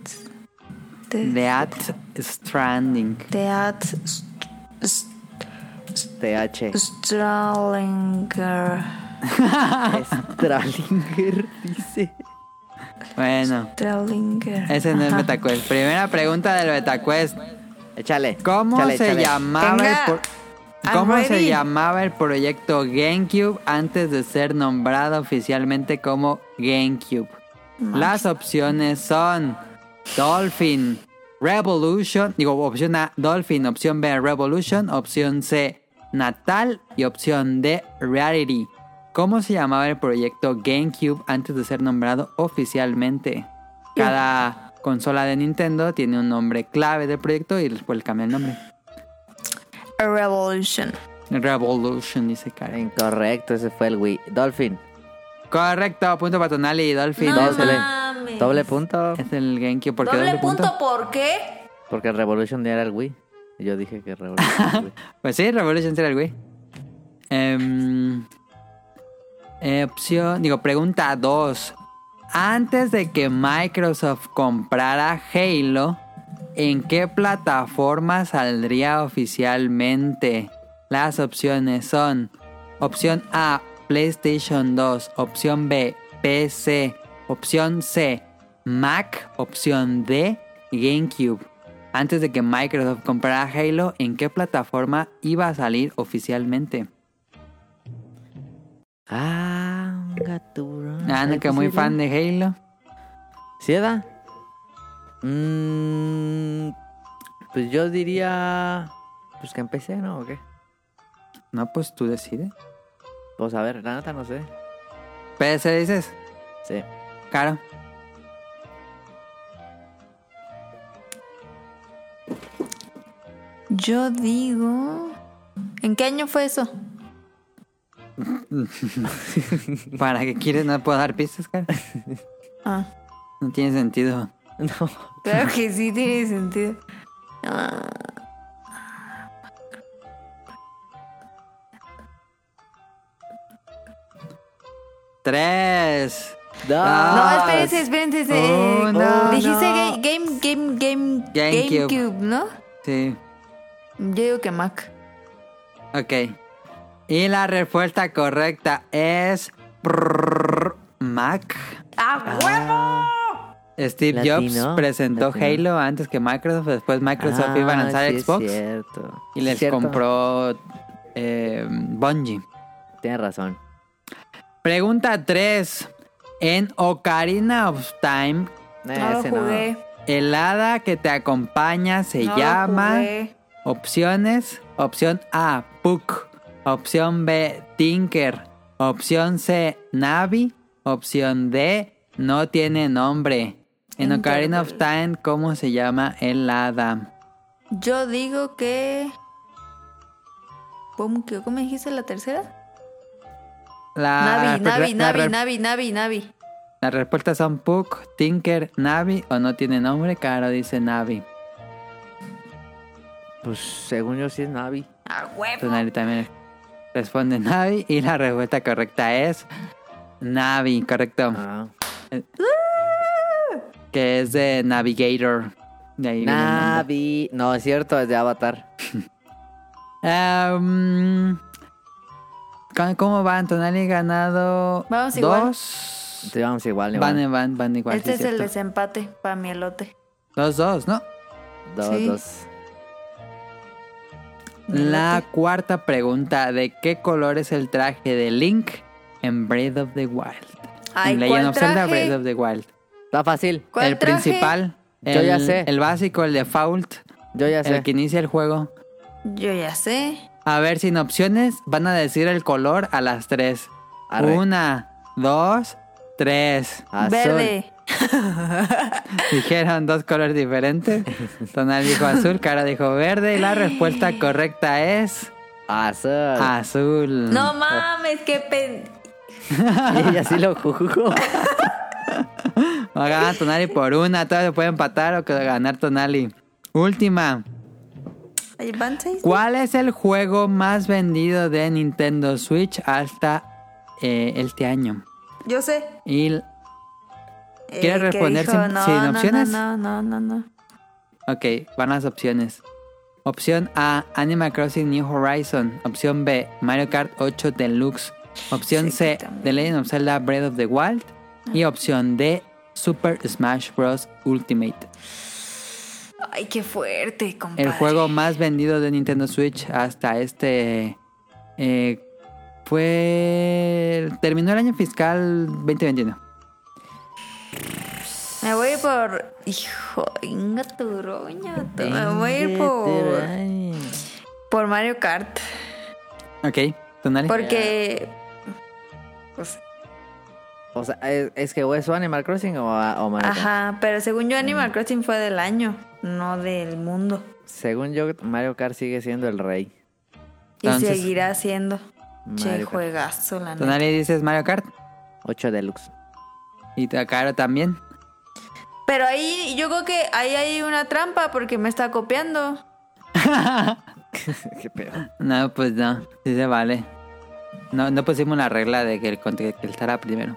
A: Dead.
B: Dead Stranding.
A: Dead S- S-
C: TH.
A: Stralinger.
B: Pues,
C: Stralinger dice.
B: Bueno,
A: Stralinger.
B: ese no es
A: Ajá.
B: beta quest. Primera pregunta del beta quest.
C: Échale.
B: ¿Cómo
C: échale,
B: se
C: échale.
B: llamaba
A: Venga,
B: el pro-
A: I'm
B: ¿Cómo se
A: ready.
B: llamaba el proyecto GameCube antes de ser nombrado oficialmente como GameCube? Las opciones son Dolphin, Revolution, digo opción A Dolphin, opción B Revolution, opción C Natal y opción D Rarity. ¿Cómo se llamaba el proyecto GameCube antes de ser nombrado oficialmente? Cada consola de Nintendo tiene un nombre clave del proyecto y después le cambia el nombre.
A: A Revolution.
B: Revolution, dice Karen.
C: Incorrecto, ese fue el Wii. Dolphin.
B: Correcto, punto para Tonali y Dolphin.
A: No
C: doble.
A: mames.
C: Doble punto.
B: Es el GameCube. ¿Por qué
A: Doble,
B: doble
A: punto,
B: punto?
A: ¿por qué?
C: Porque Revolution ya era el Wii. Y Yo dije que Revolution era el Wii.
B: Pues sí, Revolution será el güey. Em, eh, opción, digo, pregunta 2. Antes de que Microsoft comprara Halo, ¿en qué plataforma saldría oficialmente? Las opciones son opción A, PlayStation 2, opción B, PC, opción C, Mac, opción D, GameCube. Antes de que Microsoft comprara Halo, ¿en qué plataforma iba a salir oficialmente?
C: Ah, un gaturón.
B: Ah, no, que muy fan de Halo.
C: ¿Sí era? Mm, pues yo diría. Pues que empecé, ¿no? ¿O qué?
B: No, pues tú decides.
C: Pues a ver, la neta no sé.
B: PC dices,
C: Sí.
B: caro.
A: Yo digo. ¿En qué año fue eso?
B: ¿Para qué quieres? No puedo dar pistas, cara.
A: Ah,
B: No tiene sentido.
C: No.
A: claro que sí tiene sentido. Ah,
B: Tres.
A: no,
B: Ah,
A: espérense, espérense. eh,
B: uno.
A: dijiste ga- game, game, game,
B: GameCube.
A: GameCube, ¿no?
B: Sí.
A: Yo digo que Mac.
B: Ok. Y la respuesta correcta es... prrr, Mac.
A: ¡Ah, huevo!
B: Steve Jobs
C: Latino,
B: presentó
C: latino.
B: Halo antes que Microsoft. Después Microsoft iba a
C: Ah,
B: lanzar
C: sí es
B: Xbox.
C: cierto.
B: Y les
C: Cierto.
B: compró eh, Bungie.
C: Tienes razón.
B: Pregunta 3. En Ocarina of Time,
A: No lo
C: Ese
A: jugué.
B: el hada que te acompaña se
A: no lo
B: llama.
A: jugué.
B: Opciones. Opción A, Puck. Opción B, Tinker. Opción C, Navi. Opción D, no tiene nombre. En
A: Tinkerbell.
B: Ocarina of Time, ¿cómo se llama el hada?
A: Yo digo que. ¿Cómo, que- ¿Cómo dijiste la tercera?
B: La- Ah, pues
A: Navi, Navi,
B: la-
A: Navi,
B: la-
A: Navi, Navi, Navi.
B: Las respuestas son Puck, Tinker, Navi o no tiene nombre. Caro dice Navi.
C: Pues según yo sí es Navi.
A: ¡Ah, huevo!
B: Tonali también responde Navi y la respuesta correcta es Navi, correcto.
C: Ah.
B: Que es de Navigator. De ahí viene el nombre.
C: Navi. No, es cierto, es de Avatar.
B: Ah, mm, ¿cómo- ¿Cómo van? Tonali ganado
A: Vamos igual.
B: dos.
C: Te vamos igual, ni
B: Van,
C: modo.
B: van, van igual.
A: Este
B: sí,
A: es el
B: cierto.
A: desempate para mi elote.
B: Dos, dos, ¿no?
C: Dos,
A: sí.
C: dos.
B: La cuarta pregunta: ¿de qué color es el traje de Link en Breath of the Wild?
A: Ay,
B: en
A: ¿cuál
B: Legend of Zelda,
A: traje?
B: Breath of the Wild.
C: Está fácil.
A: ¿Cuál
B: el
A: traje?
B: principal, el,
C: Yo ya sé.
B: el básico, el default,
C: Yo ya sé.
B: el que inicia el juego.
A: Yo ya sé.
B: A ver, sin opciones, van a decir el color a las tres.
C: Arre.
B: Una, dos, tres. Ah,
C: Azul.
A: Verde.
B: Dijeron dos colores diferentes. Tonal dijo azul, Cara dijo verde. Y la respuesta correcta es
C: Azul.
B: Ah. azul.
A: No mames, qué pen...
C: Y ella sí lo jugó.
B: Va a ganar Tonali por una. Todavía puede empatar o que- ganar Tonali. Última.
A: Ay, ¿Van seis?
B: ¿Cuál es el juego más vendido de Nintendo Switch hasta eh, este año?
A: Yo sé.
B: Y l-
A: Eh,
B: ¿Quieres
A: que
B: responder sin- sin
A: no,
B: opciones?
A: No, no, no, no.
B: Ok, van las opciones. Opción A, Animal Crossing New Horizon. Opción B, Mario Kart 8 Deluxe. Opción
A: Sí,
B: C,
A: también.
B: The Legend of Zelda Breath of the Wild. Y opción D, Super Smash Bros. Ultimate.
A: no. Ay, qué fuerte, compadre.
B: El juego más vendido de Nintendo Switch hasta este... eh, fue... Terminó el año fiscal 2021.
A: Me voy a ir por... Hijo, inga tu roña, tú. Me voy a ir por... Por Mario Kart.
B: Ok, Tonali.
A: Porque... Pues,
C: O sea, ¿es, es que o es o Animal Crossing o, a- o Mario Kart?
A: ajá, pero según yo Animal Crossing fue del año, no del mundo.
C: Según yo, Mario Kart sigue siendo el rey.
A: Y
B: Entonces-
A: seguirá siendo. Che,
C: Mario Kart.
A: juegazo, la neta.
B: Tonali dices Mario Kart.
C: 8 Deluxe.
B: Y Takaro también.
A: Pero ahí yo creo que ahí hay una trampa porque me está copiando.
C: Qué pedo.
B: No, pues no, sí se vale. No, no pusimos la regla de que el contestará primero.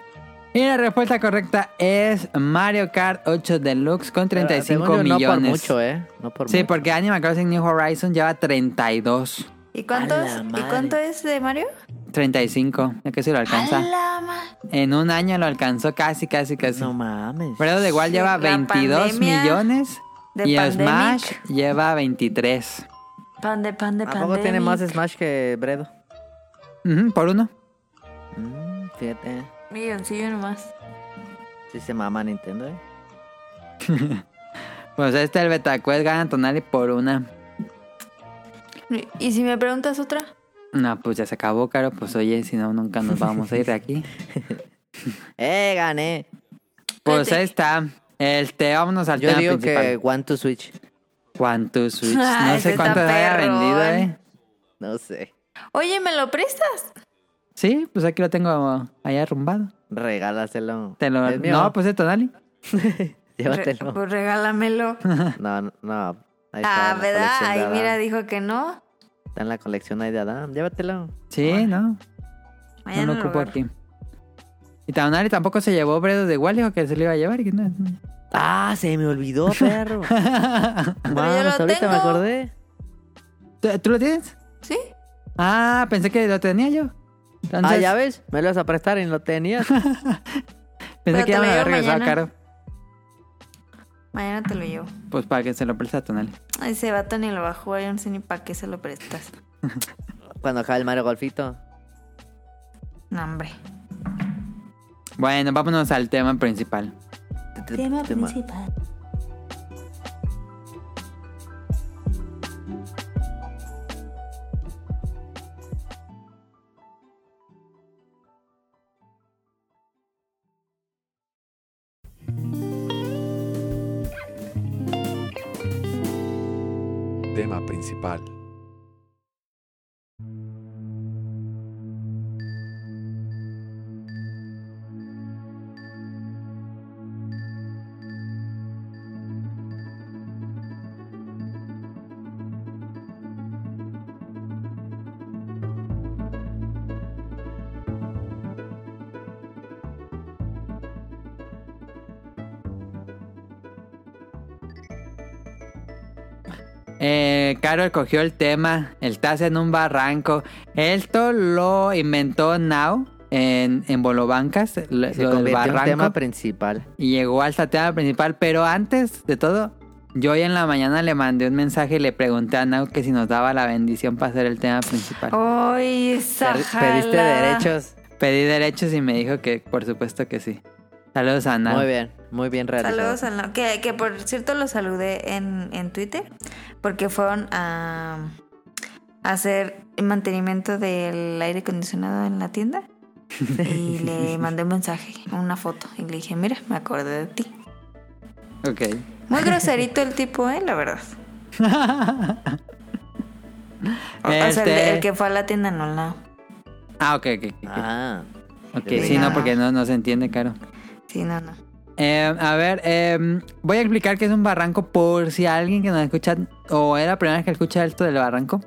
B: Y la respuesta correcta es Mario Kart 8 Deluxe con 35
C: Según yo,
B: millones.
C: No por mucho, ¿eh? No por
B: Sí,
C: mucho.
B: porque Animal Crossing New Horizon lleva 32.
A: ¿Y cuánto,
C: la
A: es, ¿y
C: madre.
A: cuánto es de Mario?
B: 35, ya que se lo
A: A
B: alcanza.
A: la ma-
B: En un año lo alcanzó casi, casi, casi.
C: No mames.
B: Pero de igual
A: Sí,
B: lleva
A: la
B: 22
A: pandemia
B: millones.
A: de
B: Y
A: pandemic.
B: Smash lleva 23.
A: Pan de pan de
C: ¿A
A: pan
C: poco
A: de
C: tiene
A: mi-
C: más Smash que Bredo?
B: Ujú, por uno.
C: Mm, fíjate.
A: Milloncillo nomás.
C: Sí se mama Nintendo, ¿eh?
B: Pues este, el Betacuest gana Tonali por una.
A: ¿Y si me preguntas otra?
B: No, pues ya se acabó, Caro. Pues oye, si no, nunca nos vamos a ir de aquí.
C: ¡Eh, gané!
B: Pues
A: Vete.
B: ahí está. Este, vámonos al
C: Yo
B: tema
C: digo
B: principal.
C: que One to Switch.
B: ¿Cuántos Switch?
A: Ah,
B: No
A: ese
B: sé
A: está
B: cuántos haya
A: perrón.
B: vendido, ¿eh?
C: No sé.
A: Oye, ¿me lo prestas?
B: Sí, pues aquí lo tengo ahí arrumbado.
C: Regálaselo.
B: Te lo...
C: Es mío.
B: No, pues es Tonali.
A: Re-
C: Llévatelo.
A: pues regálamelo.
C: No, no, no. Ahí
A: Ah,
C: está en la
A: ¿verdad?
C: colección de
A: Ahí
C: Adam.
A: mira, dijo que no.
C: Está en la colección ahí de Adam. Llévatelo.
B: Sí, ¿no? No
A: Mañana
B: lo ocupo
A: agarro.
B: aquí. Y Tonali tampoco se llevó Bredo de Wally o que se lo iba a llevar. y que no-
C: Ah, se me olvidó, perro.
A: yo lo
C: Vamos, ahorita
A: tengo.
C: me acordé. Ah,
B: ¿Tú- ¿Tú lo tienes?
A: ¿Sí?
B: Ah, pensé que lo tenía yo. Entonces,
C: ah, ya ves, me lo vas a prestar y no tenías.
B: pensé
A: Pero
B: que
A: te
B: ya
A: lo
B: me lo había
A: llevo
B: regresado,
A: mañana.
B: Caro.
A: Mañana te lo llevo.
B: Pues para que se lo preste a Tonali.
A: Ay, Ese vato ni lo va a jugar, yo no sé ni para qué se lo prestas.
C: Cuando acaba el Mario Golfito.
A: No, hombre.
B: Bueno, vámonos al tema principal.
C: Tema principal.
E: Tema principal.
B: Eh, Caro escogió el tema, el taza en un barranco. Esto lo inventó Now en, en Bolobancas, lo,
C: Se
B: lo del
C: convirtió en
B: barranco.
C: tema principal.
B: y llegó hasta el tema principal, pero antes de todo, yo hoy en la mañana le mandé un mensaje y le pregunté a Now que si nos daba la bendición para hacer el tema principal.
A: Oh. Ay, esa
C: Per- Pediste
A: jala.
C: derechos.
B: Pedí derechos y me dijo que por supuesto que sí. Saludos a Now.
C: Muy bien, muy bien realizado.
A: Saludos a la- que, que por cierto los saludé en, en Twitter porque fueron a, a hacer mantenimiento del aire acondicionado en la tienda. Y le mandé un mensaje, una foto. Y le dije, mira, me acordé de ti.
B: Ok.
A: Muy groserito el tipo, ¿eh? La verdad. O, o sea, el-
B: Este-
A: el, que fue a la tienda no la.
B: Ah, ok, ok. Ok,
C: Ah,
B: Ok,
C: Yo
B: sí,
A: dije,
B: no,
A: ah.
B: porque no, no se entiende, Caro.
A: Sí, no, no.
B: Eh, a ver, eh, voy a explicar qué es un barranco por si alguien que nos escucha o era la primera vez que escucha esto del barranco.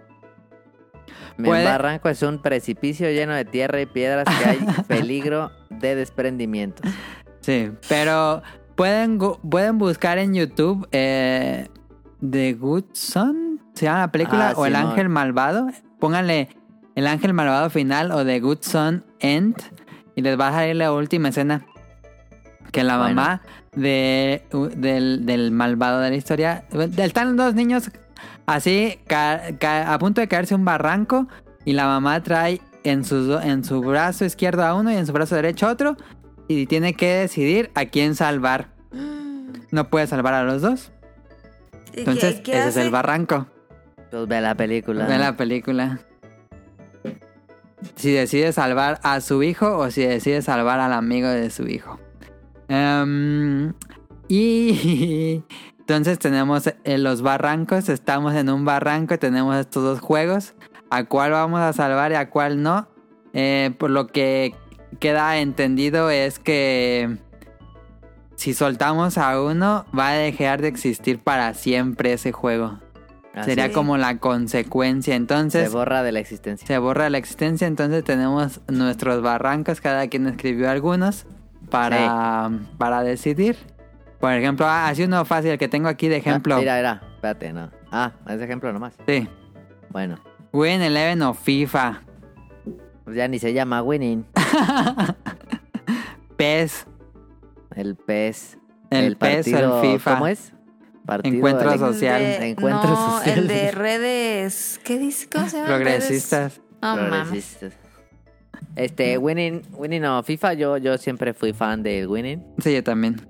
C: un
B: Puede-
C: barranco es un precipicio lleno de tierra y piedras que hay peligro de desprendimiento.
B: Sí, pero pueden, gu- pueden buscar en YouTube eh, The Good Son, se llama la película,
C: Ah,
B: o El
C: Simón.
B: Ángel Malvado. Pónganle El Ángel Malvado Final o The Good Son End y les va a salir la última escena. Que la
C: Bueno.
B: mamá de, u- del, del malvado de la historia... Están los dos niños así ca- ca- a punto de caerse un barranco y la mamá trae en su, do- en su brazo izquierdo a uno y en su brazo derecho a otro y tiene que decidir a quién salvar. No puede salvar a los dos. Entonces, ese es el barranco
C: Pues ve la película.
B: de la película. Si decide salvar a su hijo o si decide salvar al amigo de su hijo. Em, y entonces tenemos eh, los barrancos, estamos en un barranco y tenemos estos dos juegos. A cuál vamos a salvar y a cuál no. Eh, por lo que queda entendido es que si soltamos a uno va a dejar de existir para siempre ese juego.
C: Así
B: Sería
C: es.
B: como la consecuencia. Entonces,
C: Se borra de la existencia.
B: se borra la existencia. Entonces, tenemos nuestros barrancos. Cada quien escribió algunos para, para decidir. Por ejemplo, ah, así uno fácil el que tengo aquí de ejemplo.
C: Ah, mira, mira, espérate, no. Ah, ese ejemplo nomás.
B: Sí.
C: Bueno,
B: Win Eleven o FIFA.
C: pues ya ni se llama Winning.
B: PES.
C: El pez.
B: El, PES o el FIFA.
C: ¿Cómo es? Partido
B: Encuentro
C: ele-
B: social.
A: de-
C: Encuentro
A: no,
C: social.
A: el de redes. ¿Qué dice? ¿Cómo se llama?
B: Ah, Progresistas.
A: No mames.
C: progresistas. Este, Winning, Winning o FIFA, yo, yo siempre fui fan del Winning.
B: Sí, yo también.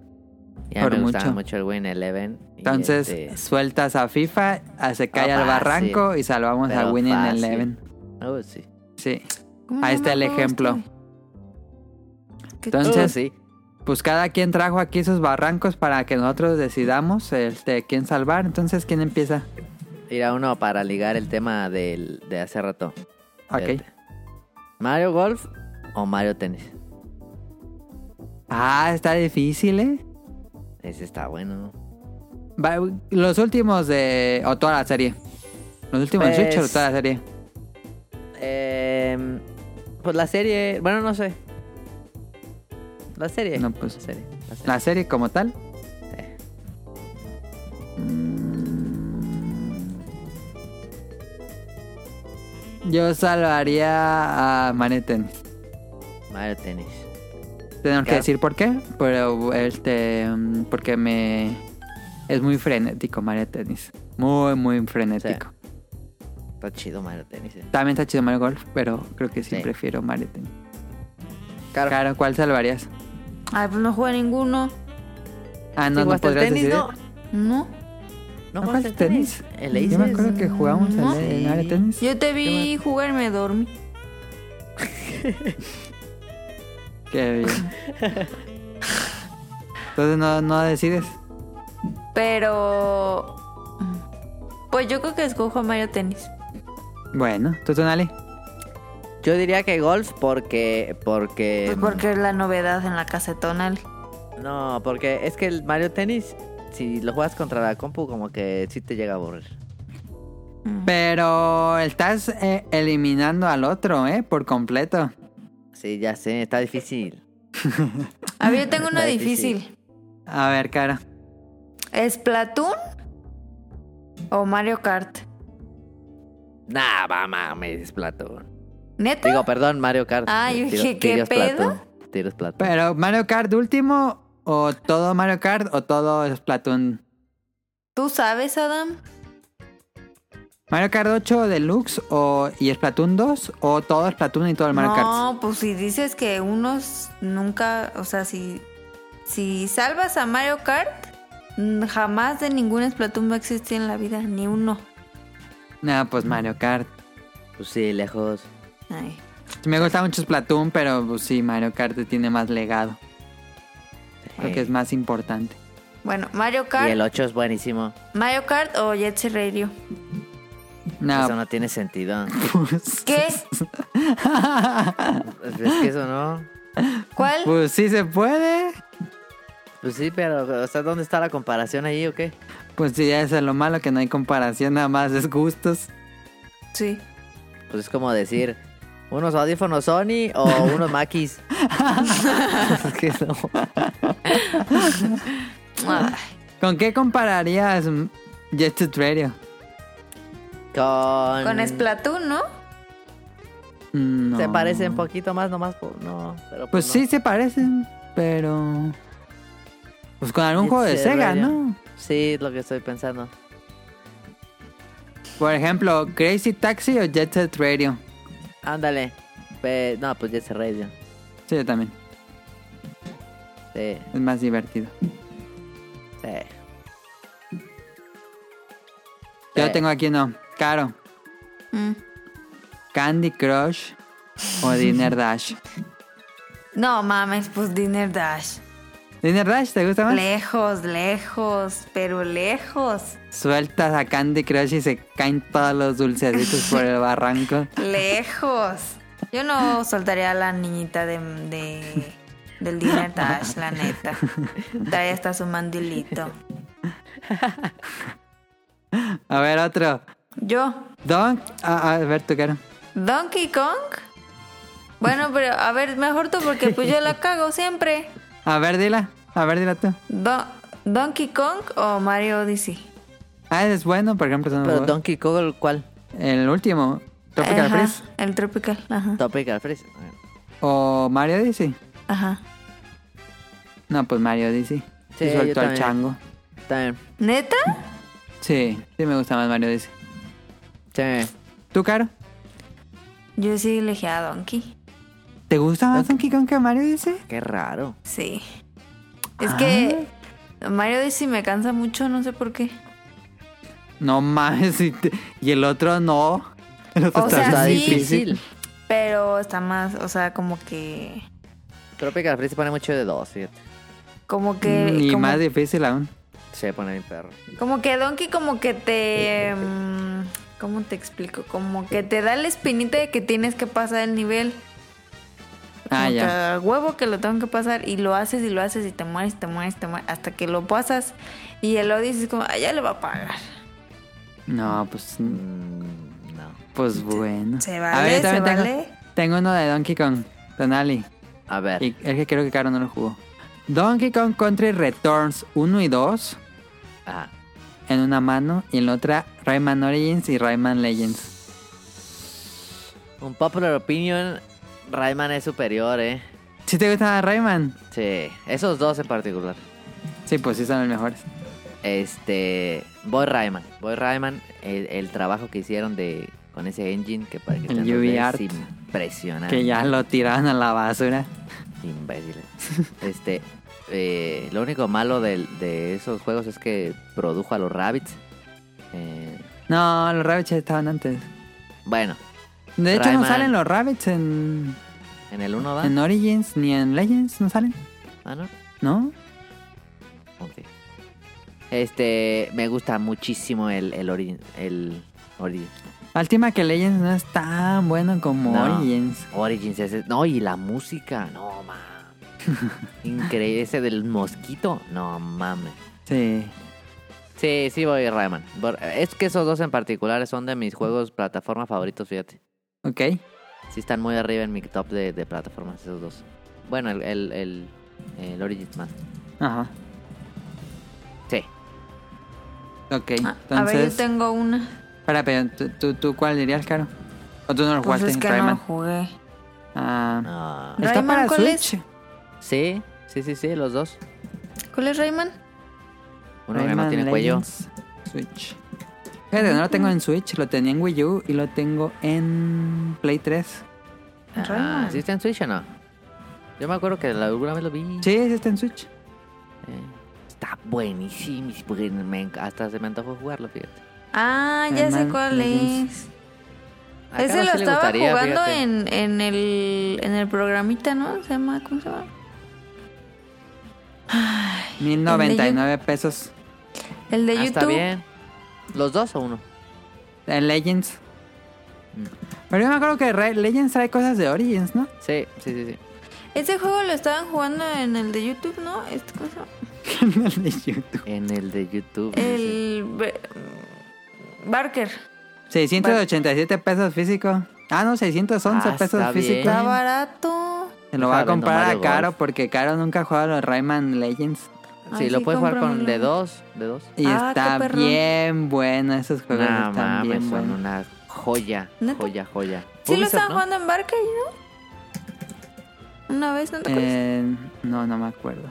C: Y a mí
B: Por
C: me gustaba
B: mucho.
C: mucho el Winning Eleven. y
B: Entonces,
C: este,
B: sueltas a FIFA, a- se cae
C: Ah,
B: al barranco y salvamos a
C: Pero
B: Win
C: fácil.
B: Eleven.
C: oh, sí.
B: Sí.
A: ¿Cómo
B: Ahí
A: se
B: está
A: llama
B: el ejemplo.
A: este? ¿Qué-
B: Entonces-
C: Oh, sí.
B: pues cada quien trajo aquí sus barrancos para que nosotros decidamos este, quién salvar. Entonces, ¿quién empieza?
C: Ir a uno para ligar el tema del, de hace rato.
B: Ok.
C: Fíjate. ¿Mario Golf o Mario Tennis?
B: Ah, está difícil, ¿eh?
C: Ese está bueno.
B: Va- los últimos de... o toda la serie. Los últimos de Switch o
C: Pues-
B: toda la serie.
C: Eh, pues la serie, bueno, no sé. La serie.
B: No, pues-
C: La serie. la serie.
B: La serie como tal. Yo salvaría a Maneten.
C: Mario Tennis.
B: Tenemos que
C: Ya.
B: decir por qué, pero este mm, porque me es muy frenético Mario Tennis. Muy muy frenético.
C: Está chido Mario Tennis. eh.
B: También está chido Mario Golf, pero creo que sí,
C: Sí.
B: prefiero Mario Tennis.
C: Claro.
B: Claro, ¿cuál salvarías?
A: Ay, pues no juega ninguno.
B: Ah, no, no
C: ¿Jugaste al
B: podrías
C: tenis,
B: decir.
C: no?
A: No.
C: ¿No
B: ¿No
C: jugaste al tenis? ¿El
B: Yo me
C: Aces?
B: acuerdo que jugamos
A: No.
B: al al Mario Tennis.
A: Yo te vi jugar y me dormí.
B: Qué bien. Entonces no, no decides.
A: Pero. Pues yo creo que escojo a Mario Tenis.
B: Bueno, tú Tonali.
C: Yo diría que golf porque. Porque.
B: Eh,
A: Pues porque es la novedad en la casa de Tonal.
C: No, porque es que el Mario Tennis, si lo juegas contra la compu, como que sí te llega a aburrir.
B: Pero estás eh, eliminando al otro, ¿eh? Por completo.
C: Sí, ya sé, está difícil.
A: A ver, yo tengo uno
C: Está
A: difícil.
B: A ver, cara.
A: ¿Es Platoon o Mario Kart?
C: Nah, va, mames, Splatoon.
A: ¿Neta?
C: Digo, perdón, Mario Kart.
A: Ah, yo
C: Tiro-
A: dije, ¿qué
C: tiro
A: pedo?
C: Splatoon, Tiro Splatoon.
B: Pero Mario Kart último o todo Mario Kart o todo Splatoon.
A: ¿Tú sabes, Adam?
B: Mario Kart 8 Deluxe o y Splatoon 2 o todo Splatoon y todo el Mario Kart.
A: no, pues si dices que unos nunca, o sea, si, si salvas a Mario Kart, mm, jamás de ningún Splatoon va a existir en la vida, ni uno.
B: Nah, pues Mario Kart.
C: Pues sí, lejos.
A: Ay.
B: Sí, Me gusta mucho Splatoon, pero pues, sí, Mario Kart tiene más legado. Creo que es más importante.
A: Bueno, Mario
C: Y
A: Kart,
C: el 8 es buenísimo.
A: Mario Kart o Jet Set Radio.
B: No,
C: Pues Eso no tiene sentido.
B: pues,
A: ¿Qué?
C: es que eso no.
A: ¿Cuál?
B: pues sí se puede.
C: Pues sí, pero o sea, ¿dónde está la comparación ahí o qué?
B: Pues sí, eso es lo malo, que no hay comparación, nada más es gustos.
A: Sí.
C: Pues es como decir, unos audífonos Sony o unos Makis. Es que no.
A: Ah,
B: ¿Con qué compararías mm, Jet Set Radio?
C: Con...
A: Con Splatoon, ¿no?
B: Mm, No.
C: Se parece un poquito más nomás. pues, No, pero
B: Pues
C: no.
B: sí se parecen, pero... Pues con algún
C: Jet
B: juego de
C: Set
B: Sega,
C: Radio.
B: ¿no?
C: Sí, es lo que estoy pensando.
B: Por ejemplo, Crazy Taxi o Jet Set Radio.
C: Ándale. Pe- No, pues Jet Set Radio.
B: Sí, yo también.
C: Sí,
B: Es más divertido. Ah,
C: sí.
B: Yo
C: Sí.
B: tengo aquí no. Caro.
A: Mm.
B: Candy Crush o Dinner Dash.
A: No mames, pues Dinner Dash.
B: ¿Dinner Dash te gusta más?
A: Lejos, lejos, pero lejos.
B: Sueltas a Candy Crush y se caen todos los dulcecitos por el barranco.
A: Lejos. Yo no soltaría a la niñita de, de- del Dinner Dash, la neta. Trae hasta su mandilito.
B: A ver, otro.
A: Yo,
B: Don. A, a ver, tú, Caro.
A: Donkey Kong. Bueno, pero a ver, mejor tú porque pues yo la cago siempre.
B: A ver, dila. A ver, dila tú.
A: Do- Donkey Kong o Mario Odyssey.
B: Ah, ese es bueno, por ejemplo. son
C: Pero
B: juegos-
C: Donkey Kong, ¿cuál?
B: El último. Tropical
A: Ajá,
B: Freeze.
A: El Tropical, ajá.
C: Topical Freeze.
B: O Mario Odyssey.
A: Ajá.
B: No, pues Mario Odyssey.
C: Sí,
B: Sí,
C: yo
B: suelto al
C: también.
B: chango.
C: También.
A: ¿Neta?
B: Sí, sí me gusta más Mario Odyssey.
C: Sí.
B: ¿Tú, Caro?
A: Yo sí elegí a Donkey.
B: ¿Te gusta más Donkey Kong que Mario Odyssey?
C: Qué raro.
A: Sí.
B: Ah.
A: Es que Mario Odyssey me cansa mucho, no sé por qué.
B: No mames, y, te- y el otro no. El otro
A: O sea,
C: Está
A: sí.
C: difícil.
A: Pero está más, o sea, como que.
C: Tropical Freeze se pone mucho de dos, fíjate.
A: Como que.
B: Y
A: como,
B: más difícil aún.
C: Se pone bien perro.
A: como que Donkey, como que te. mm, ¿Cómo te explico? Como que te da la espinita de que tienes que pasar el nivel.
B: Ah,
A: Como
B: ya.
A: que a huevo que lo tengo que pasar y lo haces y lo haces y te mueres, te mueres, te mueres, hasta que lo pasas. Y el Odyssey es como, ah, ya le va a pagar.
B: No, pues,
C: Mm, no.
B: pues bueno.
A: Se
B: A
A: vale,
B: ver, yo
A: se
B: también tengo,
A: vale.
B: tengo uno de Donkey Kong, Tonali.
C: A ver.
B: Y es que creo que Caro no lo jugó. Donkey Kong Country Returns 1 y 2
C: Ajá.
B: en una mano y en la otra Rayman Origins y Rayman Legends.
C: Un popular opinion, Rayman es superior, ¿eh?
B: ¿Sí te gusta Rayman?
C: Sí. Esos dos en particular.
B: Sí, pues sí son los mejores.
C: Este. Boy Rayman. Boy Rayman, el, el trabajo que hicieron de con ese engine que para que
B: El
C: tanto es
B: UV-Art.
A: Ah.
C: impresionante.
B: Que ya lo tiraron a la basura.
C: Imbéciles. Este. eh, lo único malo del- de esos juegos es que produjo a los Rabbits. Eh,
B: No, los rabbits estaban antes.
C: bueno,
B: De hecho, no
C: Rayman.
B: salen los rabbits en,
C: en el 1 va.
B: en Origins ni en Legends, no salen.
C: Ah, no.
B: ¿No?
C: Ok. Este, me gusta muchísimo el, el Origin. El Origin.
B: Última que Legends no es tan bueno como
C: No.
B: Origins.
C: Origins ese. No, y la música. No, mames. Increíble. Ese del mosquito. No, mames.
B: Sí.
C: Sí, sí voy Rayman. Por- Es que esos dos en particular son de mis juegos plataforma favoritos, fíjate.
B: Ok.
C: Sí están muy arriba en mi top de, de plataformas esos dos. Bueno, el, el, el, el Origins más.
B: Ajá.
C: Sí.
B: Ok.
A: Ah,
B: Entonces.
A: A ver, yo tengo una.
B: Espera, pero ¿tú, tú, tú cuál dirías, Caro? ¿O tú no lo
A: Pues
B: jugaste
A: es que
B: en
A: no
B: Rayman?
A: lo jugué.
B: Ah.
C: Ah,
A: No.
B: ¿Está
A: ¿Rayman
B: para
A: cuál es?
B: Switch?
C: sí, sí, sí, sí, los dos.
A: ¿Cuál es Rayman?
C: Uno que no
B: Rayman
C: tiene
B: Legends, Switch. Fíjate, no lo tengo en Switch, lo tenía en Wii U y lo tengo en Play 3.
C: cuello. Ah,
A: Rayman.
C: ¿Sí está en Switch o no? Yo me acuerdo que la- alguna vez lo vi.
B: Sí, sí está en Switch.
C: Eh, está buenísimo. pues, porque me enc- hasta se me antojó jugarlo, fíjate.
A: Ah, ya sé
B: Rayman
A: cuál
B: Legends.
A: es.
C: A
A: Ese
C: Caro
A: lo
C: sí le
A: estaba
C: gustaría,
A: jugando
C: fíjate.
A: en, en, el, en el programita, ¿no? Se llama, ¿cómo se llama?
B: 1099 pesos.
A: El de
C: Ah, Está
A: YouTube.
C: bien. ¿Los dos o uno?
B: En Eh, Legends.
C: Mm.
B: Pero yo me acuerdo que Re- Legends trae cosas de Origins, ¿no?
C: Sí, sí, sí, sí.
A: Ese juego lo estaban jugando en el de YouTube, ¿no? Este, ¿cómo se llama?
B: En el de YouTube.
C: En el de YouTube. sí,
A: El... Be- Barker.
B: 687 pesos físico. Ah, no, 611
C: Ah,
B: pesos
C: está bien.
B: físico.
A: Está barato.
B: Se lo va a
C: Saben
B: comprar
C: nomás
B: a
C: de
B: Caro
C: golf.
B: porque Caro nunca juega los Rayman Legends.
C: sí. Sí,
A: Ay,
C: lo
A: sí,
C: puedes jugar con
A: cómpramelo.
C: de dos, de dos.
B: Y
A: Ah, qué
B: está
A: perrón.
B: bien bueno, esos
C: No
B: juegos están
C: mames,
B: bien
C: son
B: buenos.
C: una joya,
A: ¿Neta?
C: joya, joya.
A: Sí lo
C: Ubisoft,
A: estaban
C: ¿no?
A: jugando en Barker, ¿no? Una vez, ¿no te acuerdas?
B: Eh, no, no me acuerdo.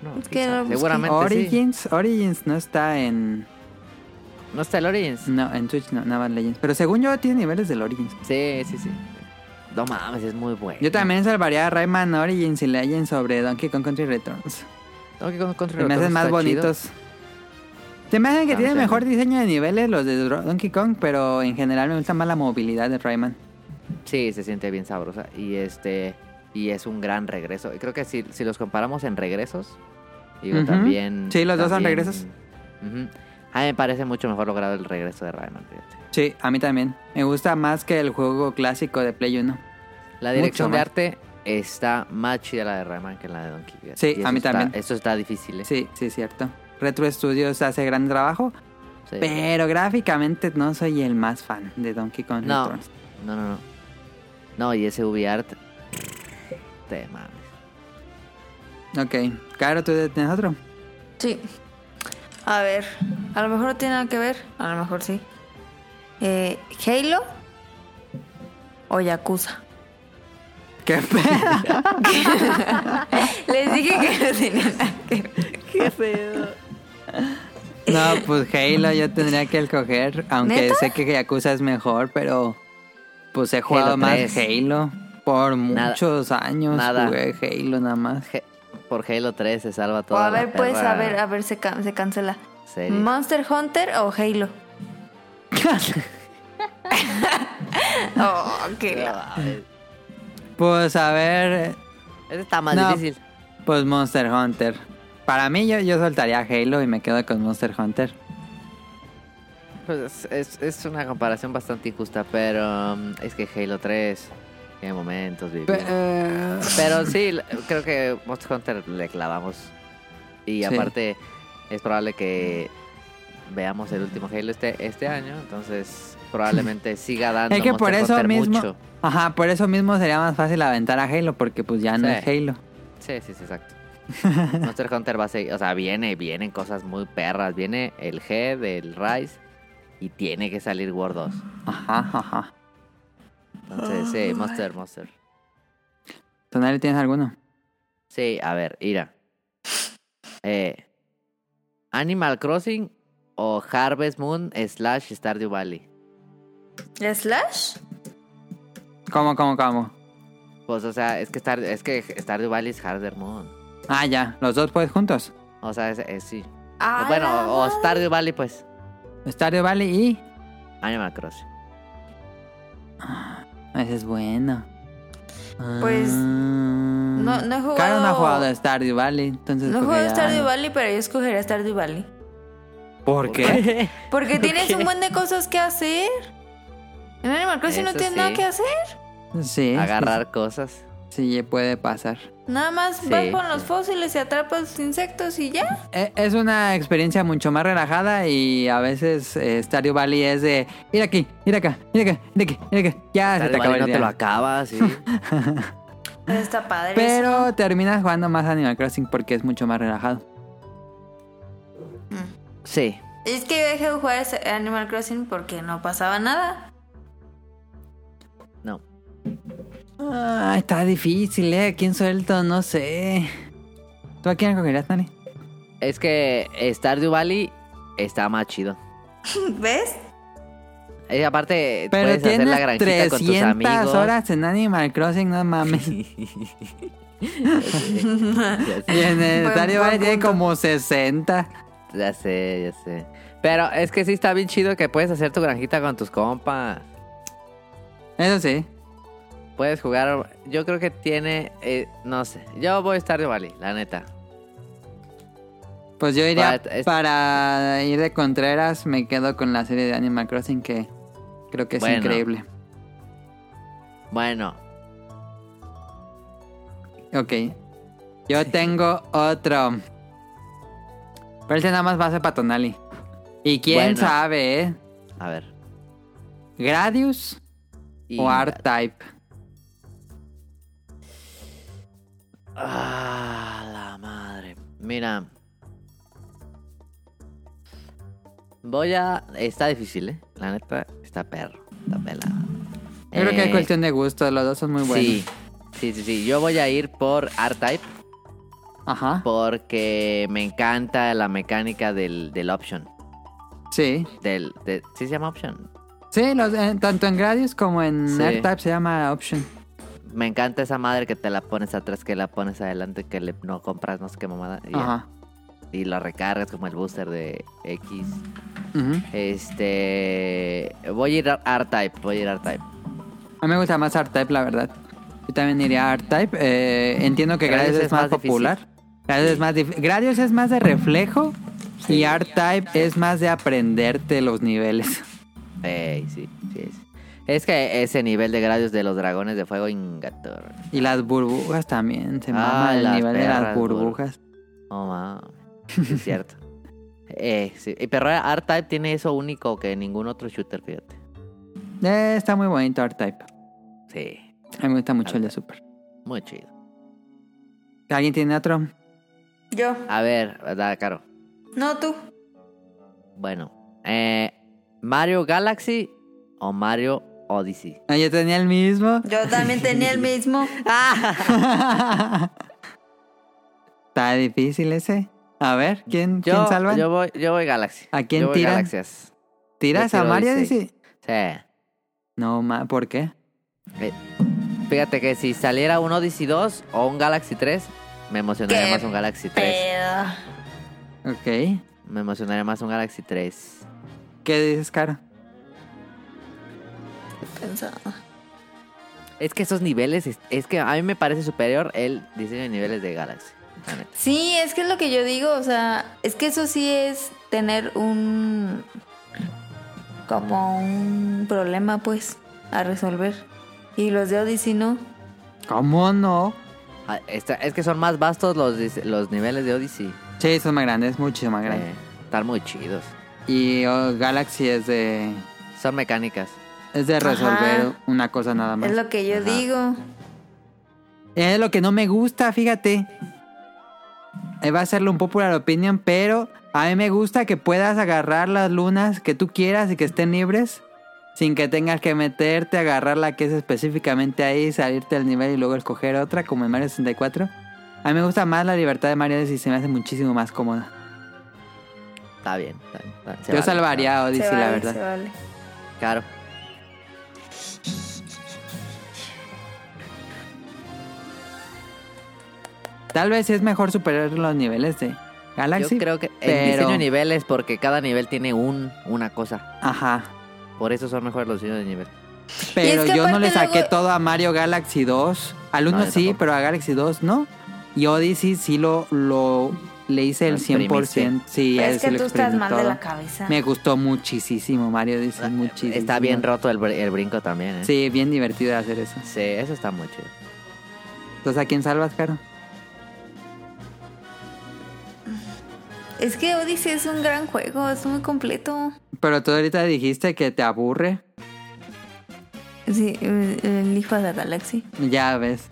C: No,
A: Es que
C: quizá,
A: lo busqué.
C: seguramente sí.
B: Origins, Origins no está en
C: ¿No está el Origins?
B: no, en Twitch, no, nada más Legends. Pero según yo tiene niveles del Origins.
C: Sí, sí, sí. No mames, es muy bueno.
B: Yo también salvaría a Rayman Origins y Legends sobre Donkey Kong Country Returns.
C: Donkey Kong Country
B: Se me hacen
C: Returns
B: más
C: está chido.
B: bonitos. Se me hacen que
C: Ah,
B: tienen
C: sí.
B: mejor diseño de niveles los de Dro- Donkey Kong, pero en general me gusta más la movilidad de Rayman.
C: Sí, se siente bien sabrosa. Y este. Y es un gran regreso. Y creo que si, si los comparamos en regresos. Digo,
B: Ujú.
C: también.
B: Sí, los dos son
C: también-
B: regresos.
C: Ujú. A mí me parece mucho mejor logrado el regreso de Rayman. fíjate.
B: Sí, a mí también. Me gusta más que el juego clásico de Play 1.
C: La dirección
B: Mucho
C: de
B: más.
C: arte está más chida la de Rayman que la de Donkey. fíjate.
B: Sí,
C: Y eso
B: a mí
C: está-
B: también.
C: Eso está difícil, ¿eh?
B: Sí, sí, cierto. Retro Studios hace gran trabajo,
C: Sí.
B: pero gráficamente no soy el más fan de Donkey Kong
C: No.
B: Returns.
C: No, no, no. No, y ese UbiArt. Te mames.
B: Ok, claro, tú tienes otro.
A: Sí. A ver, a lo mejor no tiene nada que ver, a lo mejor sí. Eh, ¿Halo o Yakuza?
B: ¿Qué pedo?
A: Les dije que no tenía nada que ver.
C: Qué pedo.
B: No, pues Halo yo tendría que escoger, aunque
A: ¿Neta?
B: sé que Yakuza es mejor, pero pues he jugado
C: Halo
B: más
C: 3.
B: Halo. Por
C: Nada.
B: muchos años
C: Nada.
B: jugué Halo nada más.
C: Por Halo 3 se salva
A: O
C: todo.
A: a ver, pues, a ver, a ver, se, can- se cancela.
C: Serie.
A: ¿Monster Hunter o Halo? Oh, qué la-
B: pues a ver,
C: Ese está más
B: No.
C: difícil.
B: pues Monster Hunter. Para mí yo, yo soltaría Halo y me quedo con Monster Hunter.
C: Pues es, es- es una comparación bastante injusta, pero um, es que Halo 3 tiene momentos vividos. eh, Pero sí, l- creo que Monster Hunter le clavamos.
B: Sí.
C: Y aparte, es probable que veamos el último Halo este, este año, entonces probablemente siga dando
B: Es que por
C: Monster
B: eso
C: Hunter
B: mismo,
C: mucho.
B: ajá, por eso mismo sería más fácil aventar a Halo porque pues ya no
C: Sí.
B: es Halo.
C: Sí, sí, sí, exacto. Monster Hunter va a seguir, o sea, viene, vienen cosas muy perras. Viene el G del Rise y tiene que salir War 2.
B: Ajá, ajá.
C: Entonces,
B: Oh,
C: sí, Monster, Monster.
B: Tonali, ¿tienes alguno?
C: Sí, a ver, mira. Eh, Animal Crossing o Harvest Moon slash Stardew Valley.
A: ¿Slash?
B: ¿Cómo, cómo, cómo?
C: Pues, o sea, es que, Star, es que Stardew Valley es Harvest Moon.
B: Ah, ya, los dos pues juntos.
C: O sea, es, es- sí.
A: Ah,
C: O bueno,
A: la
C: o
A: madre.
C: Stardew Valley, pues.
B: Stardew Valley y...
C: Animal Crossing.
B: Ese es bueno.
A: Pues,
B: no,
A: no he jugado-
B: Caro no ha jugado a Stardew Valley, entonces...
A: No
B: pues,
A: juego
B: ya-
A: Stardew Valley, pero yo escogería Stardew Valley.
B: ¿Por qué?
A: Porque tienes un buen de cosas que hacer. En Animal Crossing no
C: Eso
A: tienes
C: sí.
A: nada que hacer.
B: sí.
C: Agarrar cosas.
B: Sí, puede pasar.
A: Nada más
C: Sí,
A: vas con los
C: sí.
A: fósiles y atrapas los insectos y ya.
B: E- Es una experiencia mucho más relajada y a veces eh, Stardew Valley es de... Ir aquí, ir acá, ir acá, ir aquí, ir acá. Ya se te
C: Stardew
B: acabó
C: Valley
B: el
C: no
B: día.
C: te lo acabas, sí.
A: Pero está padre. eso.
B: Pero terminas jugando más Animal Crossing porque es mucho más relajado.
C: sí.
A: Es que yo dejé de jugar ese Animal Crossing porque no pasaba nada.
C: No.
B: Ah, está difícil, ¿eh? ¿Quién suelto? No sé. ¿Tú a quién cogerías, Nani?
C: Es que Stardew Valley está más chido.
A: ¿Ves?
C: Eh, aparte,
B: Pero
C: puedes hacer la
B: tienes
C: granjita con tus
B: 300
C: amigos.
B: horas en Animal Crossing, no mames. Y
C: ya, sé,
B: en el
A: Buen-
B: Stardew Valley
A: buen
B: tiene
A: punto.
B: como 60.
C: ya sé, ya sé. Pero es que sí está bien chido que puedes hacer tu granjita con tus compas.
B: Eso sí.
C: Puedes jugar. Yo creo que tiene. eh, no sé. Yo voy a estar de Bali, la neta.
B: Pues yo iría
C: But es-
B: para ir de Contreras, me quedo con la serie de Animal Crossing que creo que es
C: Bueno.
B: increíble.
C: Bueno,
B: Ok. Yo tengo otro. Pero este nada más va a ser para Tonali. Y quién
C: Bueno.
B: sabe, ¿eh?
C: a ver.
B: Gradius
C: Y-
B: o R-Type.
C: Ah, la madre. Mira. Voy a. Está difícil, ¿eh? La neta, está perro. Está pelado.
B: Yo creo que es
C: Eh,
B: cuestión de gusto, los dos son muy buenos.
C: Sí. Sí, sí, sí. Yo voy a ir por R-Type
B: Ajá.
C: porque me encanta la mecánica del, del option.
B: Sí.
C: Del, de- ¿Sí se llama option?
B: Sí, los- eh, tanto en Gradius como en
C: Sí.
B: R-Type se llama Option.
C: Me encanta esa madre que te la pones atrás, que la pones adelante, que le, no compras no sé qué mamada. Y, ya.
B: Ajá.
C: y la recargas como el booster de X.
B: Ujú.
C: Este. Voy a ir a R-Type. Voy a ir a R-Type.
B: A mí me gusta más R-Type, la verdad. Yo también iría a R-Type. Eh, entiendo que Gradius, es, más,
C: difícil.
B: popular. Gradius, es más dif- Gradius es más de reflejo y R-Type es más de aprenderte los niveles.
C: Ey, sí, sí es. Es que ese nivel de Gradius de los dragones de fuego, ingator.
B: Y las burbujas también. Se
C: Ah,
B: mama el
C: las
B: nivel de las
C: perras
B: burbujas.
C: Oh, ma. Sí, es cierto. Eh, sí. Y Pero R-Type tiene eso único que ningún otro shooter, fíjate.
B: Eh, está muy bonito R-Type.
C: Sí,
B: A mí me gusta mucho el de Super.
C: muy chido.
B: ¿Alguien tiene otro?
A: Yo.
C: A ver, ¿verdad, Caro?
A: No, tú.
C: Bueno, eh, ¿Mario Galaxy o Mario Odyssey?
B: Ah, Yo tenía el mismo.
A: Yo también tenía el mismo.
B: Está difícil ese. A ver, ¿quién,
C: Yo,
B: ¿quién salva?
C: Yo voy, yo voy Galaxy.
B: ¿A quién
C: yo voy
B: tiran?
C: Galaxias.
B: ¿Tiras
C: yo
B: a
C: tiro
B: Mario?
C: Odyssey.
B: Dice?
C: Sí.
B: No, ma, ¿por qué?
C: Eh, Fíjate que si saliera un Odyssey 2 o un Galaxy 3, me emocionaría
A: Qué
C: más un Galaxy
B: Pues.
C: 3.
A: Pero...
B: Ok.
C: Me emocionaría más un Galaxy 3.
B: ¿Qué dices, Caro?
C: Es que esos niveles, es, es que a mí me parece superior el diseño de niveles de Galaxy. la neta.
A: Sí, es que es lo que yo digo, o sea, es que eso sí es tener un... como un problema, pues, a resolver. Y los de Odyssey no.
B: ¿Cómo no?
C: Ah, esta- es que son más vastos los, dis- los niveles de Odyssey.
B: Sí, son más grandes, mucho más
C: Eh,
B: grandes.
C: están muy chidos.
B: Y oh, Galaxy es de.
C: Son mecánicas.
B: Es de resolver una cosa nada más.
A: Es lo que yo
C: Ajá.
A: digo.
B: Es lo que no me gusta, fíjate. Eh, Va a serle un popular opinion, pero a mí me gusta que puedas agarrar las lunas que tú quieras y que estén libres. Sin que tengas que meterte, agarrar la que es específicamente ahí, salirte del nivel y luego escoger otra, como en Mario 64. A mí me gusta más la libertad de Mario y se me hace muchísimo más cómoda.
C: Está bien. está bien, está bien. Se
B: Yo
C: vale,
B: salvaría a Odyssey,
A: se vale,
B: la
A: se
B: verdad.
A: vale.
C: está bien. Claro.
B: Tal vez sí es mejor superar los niveles de Galaxy.
C: Yo creo que el
B: pero-
C: diseño de niveles, porque cada nivel tiene un, una cosa.
B: Ajá.
C: Por eso son mejores los diseños de nivel.
B: Pero
A: Y es que
B: yo no le
A: aparte
B: saqué
A: luego-
B: todo a Mario Galaxy 2. Al 1
C: No, yo
B: sí,
C: tampoco.
B: pero a Galaxy 2 no. Y Odyssey sí lo, lo le hice
C: Lo
B: el 100%. Sí,
A: Pero
B: a
A: es
B: ese
A: que
B: lo
A: tú estás
B: exprimí
A: mal de
B: todo.
A: la cabeza.
B: Me gustó muchísimo Mario Odyssey, muchísimo.
C: Está bien roto el, br- el brinco también, ¿eh?
B: Sí, bien divertido hacer eso.
C: Sí, eso está muy chido.
B: Entonces, ¿a quién salvas, Caro?
A: Es que Odyssey es un gran juego, es muy completo.
B: Pero tú ahorita dijiste que te aburre.
A: Sí, eh, elijo a la Galaxy.
B: Ya ves.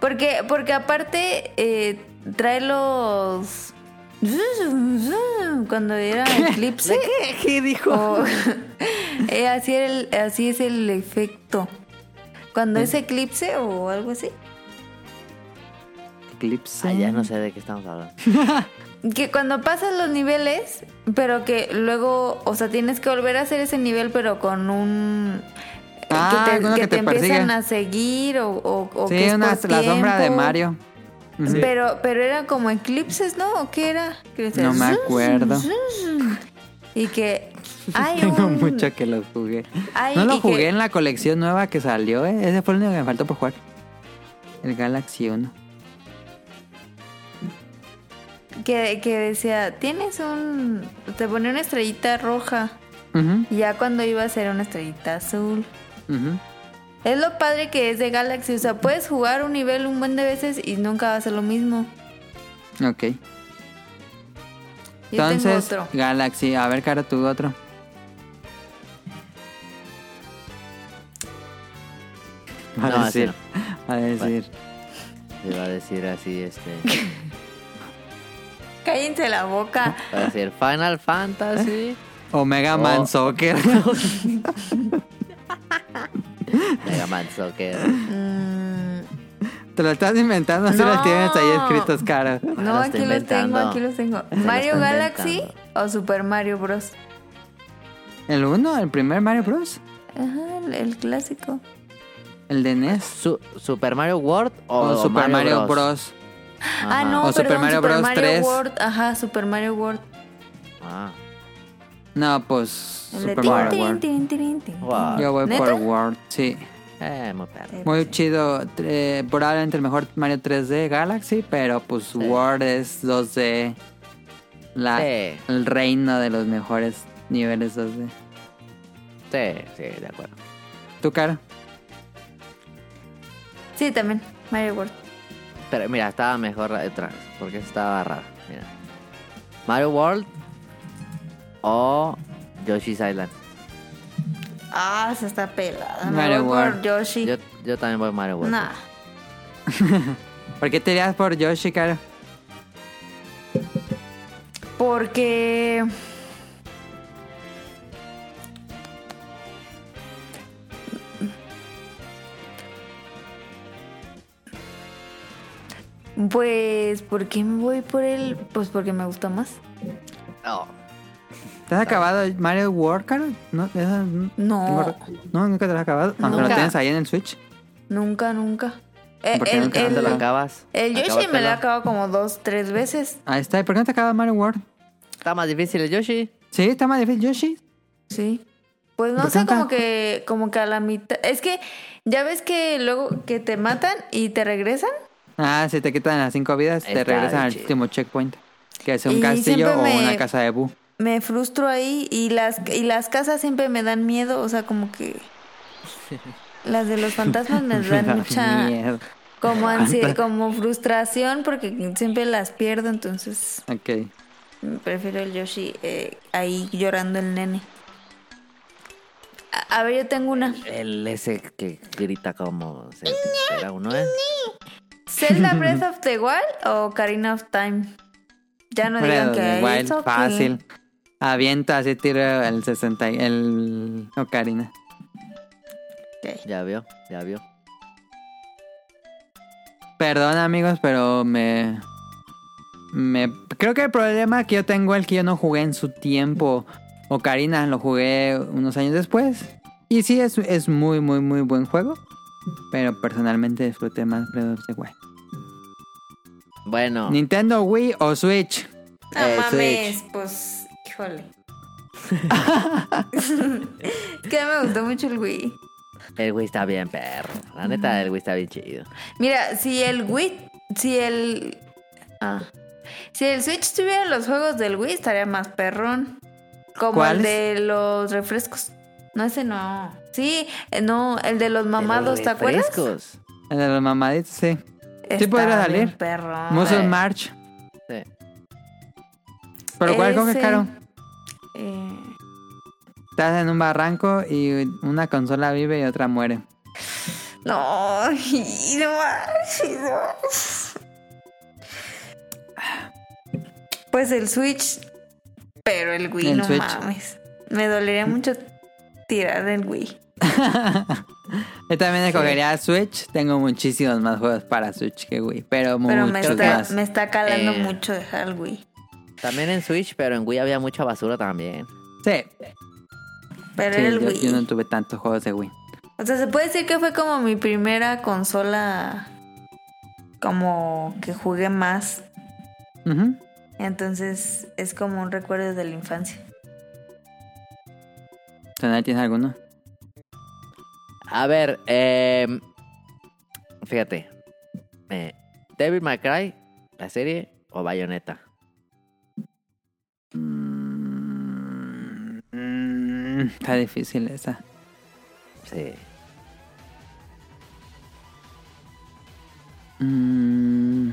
A: Porque, porque aparte eh, trae los... Cuando era Eclipse.
B: ¿Qué dijo?
A: o- eh, así, era el- así es el efecto. Cuando es eclipse o algo así.
B: Eclipse.
C: Ah, ya no sé de qué estamos hablando.
A: Que cuando pasas los niveles, pero que luego, o sea, tienes que volver a hacer ese nivel, pero con un... eh,
B: Ah, alguno que te
A: empiezan
B: persigue.
A: a seguir o, o, o que
B: Sí,
A: es
B: una-
A: por
B: la sombra de
A: tiempo.
B: Mario. Ujú.
A: Pero, pero era como eclipses, ¿no? ¿O qué era? Que decía,
B: No me
A: "Zum,
B: acuerdo.
A: zum, zum". Y que Hay
B: Tengo
A: un-
B: mucho que los jugué.
A: Ay,
B: no
A: y
B: lo
A: que-
B: jugué en la colección nueva que salió, ¿eh? Ese fue el único que me faltó por jugar. El Galaxy 1.
A: Que, que decía, tienes un... Te ponía una estrellita roja.
B: Ujú,
A: Y ya cuando iba a ser una estrellita azul.
B: ujú.
A: Es lo padre que es de Galaxy. O sea, puedes jugar un nivel un buen de veces y nunca va a ser lo mismo.
B: Ok.
A: Yo
B: Entonces,
A: tengo otro.
B: Galaxy. A ver, cara, tú otro. Va a
C: No, ese
B: decir. Va a decir.
C: Le va a decir así, este.
A: Cállense la boca.
C: Va a decir Final Fantasy.
B: Omega
C: Oh.
B: Man Soccer.
C: Mega Man Soccer.
A: Mm,
B: Te lo estás inventando, si
A: No.
B: los tienes ahí escritos, cara.
A: no,
C: lo
A: aquí
C: estoy
A: los tengo,
C: inventando.
A: aquí los tengo.
C: Se lo
A: ¿Mario
C: estoy
A: Galaxy
C: inventando.
A: o Super Mario Bros?
B: ¿El 1? ¿El primer Mario Bros?
A: Ajá, el, el clásico.
B: ¿El de NES?
C: Su- Super Mario World o,
B: ¿O, Super Mario, Bros?
A: Ah,
C: Ajá.
A: no,
B: O
A: perdón,
B: Super
A: Super
B: Mario
A: Mario,
B: Bros. 3.
A: World. Ajá, Super Mario World.
C: Ah,
B: No, pues
A: El de
B: Super
A: tin,
B: Mario
A: tin,
B: World.
A: tin, tin, tin,
C: Wow.
A: tin.
B: Yo voy por
A: ¿Neta?
B: World, sí.
C: eh, muy perro.
A: Eh,
B: Muy chido. eh, probablemente el mejor Mario 3D Galaxy, pero pues World es 2D. La,
C: Sí.
B: El reino de los mejores niveles 2D.
C: Sí, sí, de acuerdo.
B: ¿Tú, cara?
A: Sí, también. Mario World.
C: Pero mira, estaba mejor detrás, porque estaba raro. Mira. Mario World o Yoshi's Island.
A: Ah, se está pelada. Me
B: Mario
A: voy por
B: World.
A: Yoshi.
C: Yo, yo también voy Mario World.
A: Nah.
B: ¿Por qué te irías por Yoshi, cara?
A: Porque. Pues, ¿por qué me voy por él? Pues porque me gusta más.
C: No.
B: ¿Te has acabado Mario World, cara? No, esa-
A: No.
B: no, nunca te lo has acabado. Aunque lo
A: Nunca.
B: tienes ahí en el Switch.
A: Nunca, nunca. Eh,
B: ¿Por qué
A: el,
B: nunca?
A: el-
C: ¿Cuándo lo acabas?
A: el Yoshi me lo he
C: Acábatelo.
A: acabado como dos, tres veces.
B: Ahí está. ¿Y por qué no te acabas Mario World?
C: Está más difícil el Yoshi.
B: Sí, está más difícil Yoshi.
A: Sí. Pues
B: ¿Por
A: no
B: qué
A: sé,
B: nunca?
A: como que, como que a la mitad. Es que ya ves que luego que te matan y te regresan.
B: Ah, si te quitan las cinco vidas, te
C: Está
B: regresan al
C: chido.
B: último checkpoint. Que es un
A: Y
B: castillo
A: siempre
B: o
A: me-
B: una casa de Boo.
A: me frustro ahí y las y las casas siempre me dan miedo, o sea, como que las de los fantasmas me
B: Me
A: dan
B: da
A: mucha
B: miedo.
A: como ansi- como frustración porque siempre las pierdo, entonces
B: Ok.
A: prefiero el Yoshi eh, ahí llorando el nene. A, a ver, yo tengo una.
C: El ese que grita como se espera uno, ¿eh?
A: Zelda Breath of the Wild o Karina of Time. Ya no digan que
B: Breath of the
A: "Ay,
B: Wild,
A: it's okay".
B: fácil. Avienta así tiro el 60 y- el Ocarina.
C: Ya vio, ya vio.
B: Perdón amigos, pero me me creo que el problema que yo tengo es que yo no jugué en su tiempo Ocarina, lo jugué unos años después. Y sí es, es muy muy muy buen juego, pero personalmente disfruté más Breath of the Wild.
C: Bueno,
B: Nintendo Wii o Switch.
A: No
C: Eh,
A: mames,
C: Switch.
A: pues, híjole. Es que me gustó mucho el Wii.
C: el Wii está bien, perro. La neta, el Wii está bien chido.
A: Mira, si el Wii, si el ah, si el Switch tuviera los juegos del Wii estaría más perrón. Como el
B: ¿Cuáles?
A: de los refrescos. No ese no. Sí, eh, no, el de los mamados,
C: De
A: ¿te
C: los
A: acuerdas?
C: refrescos.
B: El de los mamaditos, sí. Sí podría
A: Estaba
B: salir.
A: bien Perrón.
B: Muscle
C: eh.
B: March.
C: Sí.
B: Pero ¿cuál
A: Ese,
B: con caro?
A: eh,
B: Estás en un barranco y una consola vive y otra muere.
A: no, y no manches, no. Pues el Switch, pero el Wii,
B: El
A: no
B: Switch.
A: mames. Me dolería mucho tirar el Wii.
B: Yo también escogería Switch. Tengo muchísimos más juegos para Switch que Wii, pero,
A: Pero
B: muchos
A: me está,
B: más.
A: me está calando
C: Eh.
A: mucho dejar el Wii.
C: También en Switch, pero en Wii había mucha basura también.
B: Sí,
A: Pero
B: sí,
A: era el
B: yo,
A: Wii.
B: yo no tuve tantos juegos de Wii.
A: O sea, se puede decir que fue como mi primera consola como que jugué más.
B: Ujú.
A: Entonces es como un recuerdo de la infancia.
B: Tonal, ¿tienes alguno?
C: A ver, eh, fíjate. Eh, Devil May Cry, la serie o Bayonetta.
B: Mm, está difícil esa.
C: Sí.
B: Mm.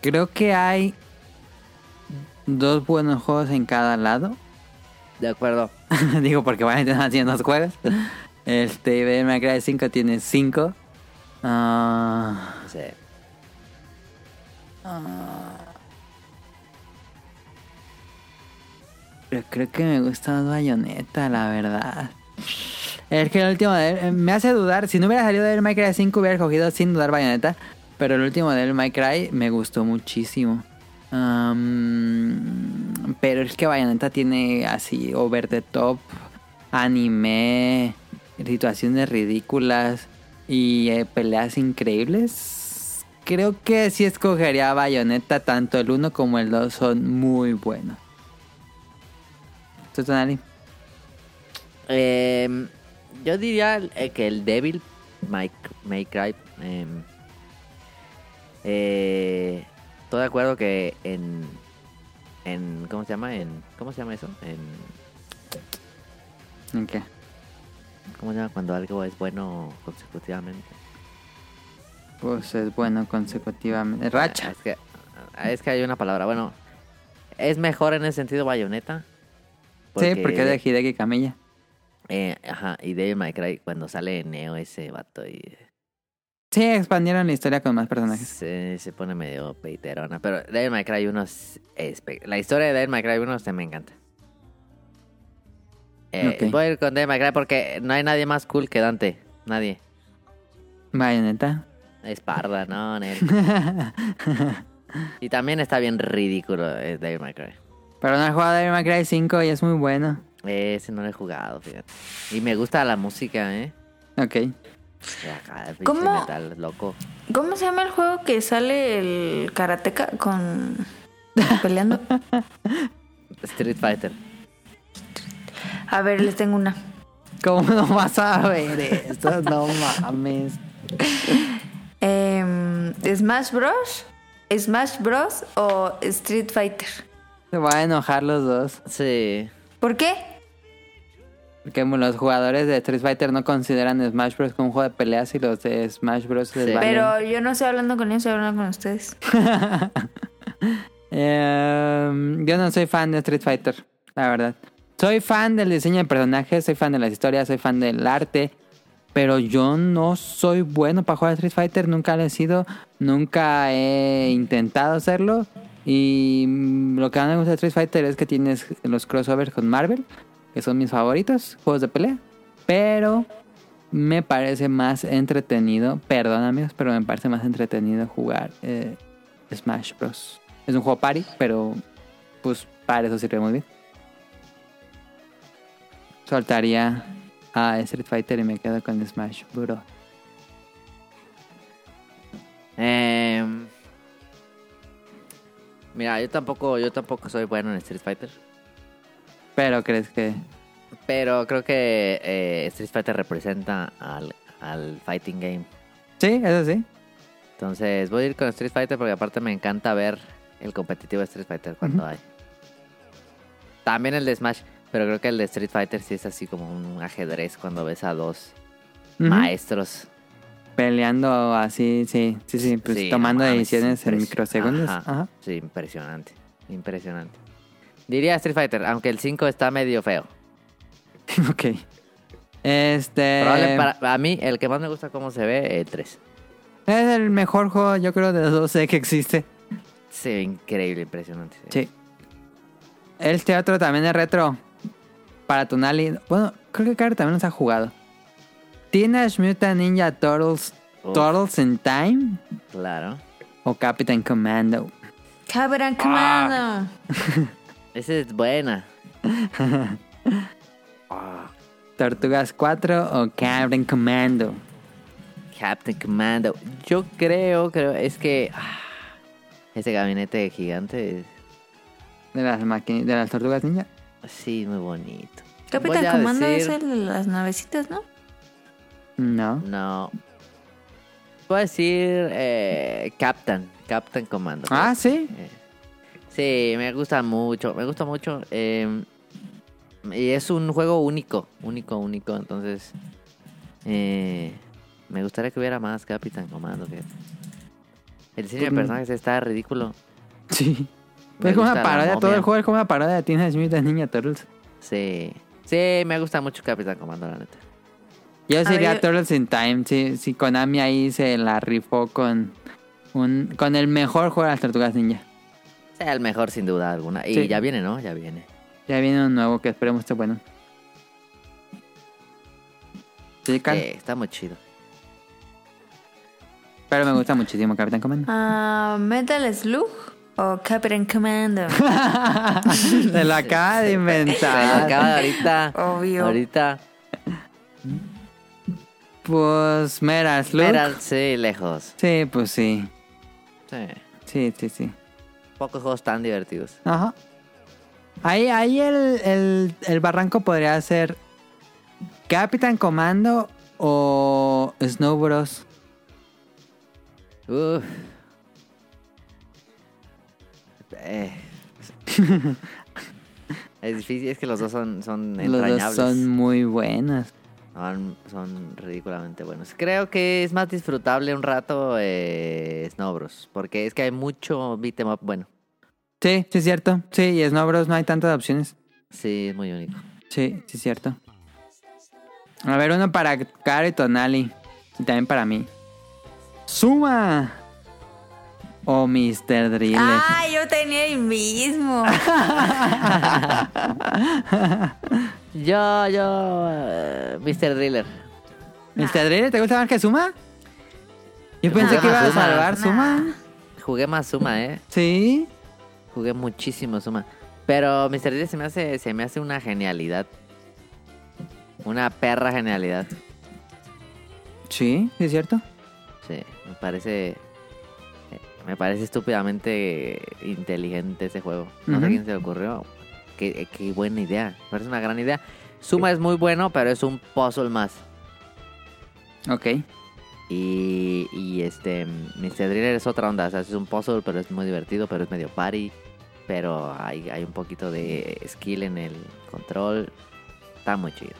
B: creo que hay dos buenos juegos en cada lado.
C: De acuerdo.
B: Digo, porque van a haciendo dos juegos. Este, Devil May Cry 5 tiene Ah, 5.
C: Sí.
B: Pero creo que me gusta más Bayonetta, la verdad. Es que el último de eh, me hace dudar. Si no hubiera salido del Cry 5, hubiera escogido sin dudar Bayonetta. Pero el último del Cry me gustó muchísimo. Am, pero es que Bayonetta tiene así over the top, anime, situaciones ridículas y eh, peleas increíbles. Creo que sí escogería Bayonetta, tanto el 1 como el 2 son muy buenos. ¿Tú, Tonali?
C: Eh, yo diría eh, que el Devil May, May Cry. eh, eh, estoy de acuerdo que en, en. ¿Cómo se llama? En, ¿Cómo se llama eso? En,
B: ¿En qué?
C: ¿Cómo se llama cuando algo es bueno consecutivamente?
B: Pues es bueno consecutivamente. Racha.
C: Es que, ah, es que hay una palabra. Bueno, es mejor en ese sentido Bayonetta.
B: sí, porque es de Hideki Camilla.
C: eh, ajá, y Devil May Cry cuando sale Neo ese vato y
B: Sí, expandieron la historia con más personajes.
C: se, se pone medio peiterona. Pero Devil May Cry 1 es espe- La historia de Devil May Cry 1 se me encanta. Eh,
B: Ok.
C: Voy a ir con Devil May Cry porque no hay nadie más cool que Dante. Nadie.
B: Bayonetta.
C: Es parda, no, Nel. y también está bien ridículo eh, Devil May Cry.
B: Pero no he jugado Devil May Cry 5 y es muy bueno.
C: Ese no lo he jugado, fíjate. Y me gusta la música, ¿eh?
B: Ok.
C: De acá, el pinche
A: ¿Cómo?
C: metal loco.
A: ¿Cómo se llama el juego que sale el karateca con peleando?
C: Street Fighter.
A: A ver, les tengo una.
B: ¿Cómo no vas a ver esto? No mames.
A: Em, Smash Bros. Smash Bros. o Street Fighter.
B: Se van a enojar los dos.
C: Sí.
A: ¿Por qué?
B: Porque los jugadores de Street Fighter no consideran Smash Bros. como un juego de peleas y los de Smash Bros. les
C: Sí.
B: valen.
A: Pero yo no estoy hablando con ellos, estoy hablando con ustedes.
B: Em, yo no soy fan de Street Fighter, la verdad. Soy fan del diseño de personajes, soy fan de las historias, soy fan del arte. Pero yo no soy bueno para jugar a Street Fighter, nunca lo he sido, nunca he intentado hacerlo. Y mm, lo que más me gusta de Street Fighter es que tienes los crossovers con Marvel, que son mis favoritos, juegos de pelea. Pero me parece más entretenido, perdón amigos, pero me parece más entretenido jugar eh, Smash Bros. Es un juego party, pero pues para eso sirve muy bien. Soltaría a Street Fighter y me quedo con Smash Bros.
C: Em, mira, yo tampoco, yo tampoco soy bueno en Street Fighter.
B: Pero crees que...
C: Pero creo que eh, Street Fighter representa al, al fighting game.
B: Sí, eso sí.
C: Entonces voy a ir con Street Fighter porque aparte me encanta ver el competitivo de Street Fighter cuando hay. También el de Smash, pero creo que el de Street Fighter sí es así como un ajedrez cuando ves a dos
B: Ujú.
C: maestros.
B: Peleando así, sí, sí, sí, pues
C: Sí,
B: tomando
C: no mames,
B: decisiones en
C: impresi-
B: microsegundos.
C: Ajá.
B: Ajá.
C: Sí, impresionante. Impresionante. Diría Street Fighter, aunque el 5 está medio feo.
B: Ok. Este...
C: Probable para, a mí, el que más me gusta cómo se ve, el 3.
B: Es el mejor juego, yo creo, de los 12 que existe.
C: Se ve increíble, impresionante.
B: Sí. El teatro también es retro. Para Tonali. Bueno, creo que Caro también nos ha jugado. Teenage Mutant Ninja Turtles.
C: Uf.
B: Turtles in Time.
C: Claro.
B: O Captain Commando.
C: Ah,
A: Cabran Commando.
C: Esa es buena.
B: Tortugas 4 o Captain Commando.
C: Captain Commando. Yo creo, creo, es que. ah, ese gabinete gigante. es-
B: De las maqui- de las tortugas ninja.
C: Sí, muy bonito. Voy
A: Capitán
C: a
A: Comando
C: decir-
A: es el de las navecitas, ¿no?
B: No.
C: No. Voy a decir eh, Captain, Captain Commando.
B: Ah, sí.
C: Eh, Sí, me gusta mucho, me gusta mucho. eh, y es un juego único, único, único. Entonces, eh, me gustaría que hubiera más Capitán Comando. fíjate. El diseño de
B: Mm.
C: personajes está ridículo.
B: Sí.
C: Me
B: es como
C: gusta
B: una
C: la
B: parodia, todo
C: momia.
B: el juego es como una parodia de Tina Smith de Niña Turtles.
C: Sí, sí, me gusta mucho Capitán Comando, la neta.
B: Yo
A: ver,
B: sería
A: yo-
B: Turtles in Time, si, si Konami ahí se la rifó con un con el mejor juego de las tortugas ninja.
C: Sea el mejor sin duda alguna. Y
B: Sí.
C: ya viene, ¿no? Ya viene.
B: Ya viene un nuevo que esperemos esté bueno. Sí, Carl,
C: Sí, está muy chido.
B: pero me gusta muchísimo Capitán Comando.
A: Ah, Metal Slug o Capitán Commando.
B: se lo acaba de
C: Se lo
B: inventar.
C: acaba de ahorita.
A: Obvio.
C: Ahorita.
B: Pues Meras Slug.
C: Era, sí, lejos.
B: Sí, pues sí.
C: Sí.
B: Sí, sí, sí.
C: Pocos juegos tan divertidos.
B: Ajá. Ahí, ahí el, el- el barranco podría ser Capitán Comando o Snow Bros.
C: Uf. Eh. es difícil, es que los dos son, son
B: Los dos
C: entrañables.
B: son muy buenos.
C: son... son ridículamente buenos. Creo que es más disfrutable un rato eh, Snow Bros. Porque es que hay mucho beat 'em up. Bueno,
B: Sí, sí es cierto. Sí, y Snow Bros no hay tantas opciones.
C: sí, es muy único.
B: Sí, sí es cierto. A ver, uno para Caro y Tonali. Y también para mí. ¡Suma! O Mr. Driller.
A: Ah, yo tenía el mismo.
C: Yo, yo, eh, Mr. Driller.
B: ¿Mr. Driller te gusta más que Suma? Yo
C: Me
B: pensé
C: gusta
B: que iba
C: más
B: a
C: Suma.
B: salvar
A: Nah.
B: Suma.
C: Jugué más Suma, ¿eh?
B: Sí.
C: Jugué muchísimo Suma. Pero Mr. Driller se me hace, se me hace una genialidad. Una perra genialidad.
B: Sí, sí es cierto.
C: Sí, me parece. Me parece estúpidamente inteligente ese juego. No sé
B: Ujú.
C: quién se le ocurrió. Qué, qué buena idea. Me parece una gran idea. Suma es muy bueno, pero es un puzzle más.
B: Ok.
C: Y, y este. Mr. Driller es otra onda. O sea, es un puzzle, pero es muy divertido, pero es medio party. Pero hay, hay un poquito de skill en el control. Está muy chido.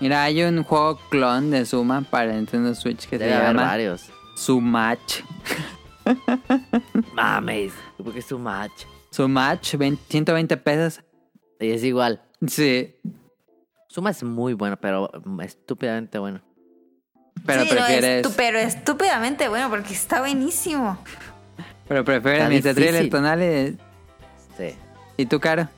B: Mira, hay un juego clon de Suma para Nintendo Switch que
C: Debe
B: se
C: haber
B: llama
C: varios.
B: Sumach.
C: Mames, porque es su match.
B: Sumach, 20 120 pesos.
C: Y es igual.
B: Sí,
C: Suma es muy bueno, pero estúpidamente bueno.
B: pero
A: Sí, no,
B: prefieres.
A: estu- pero estúpidamente bueno, porque está buenísimo.
B: pero prefieres
C: Está
B: Mr. Thriller
C: difícil.
B: Tonali
C: Sí.
B: y tú, Caro.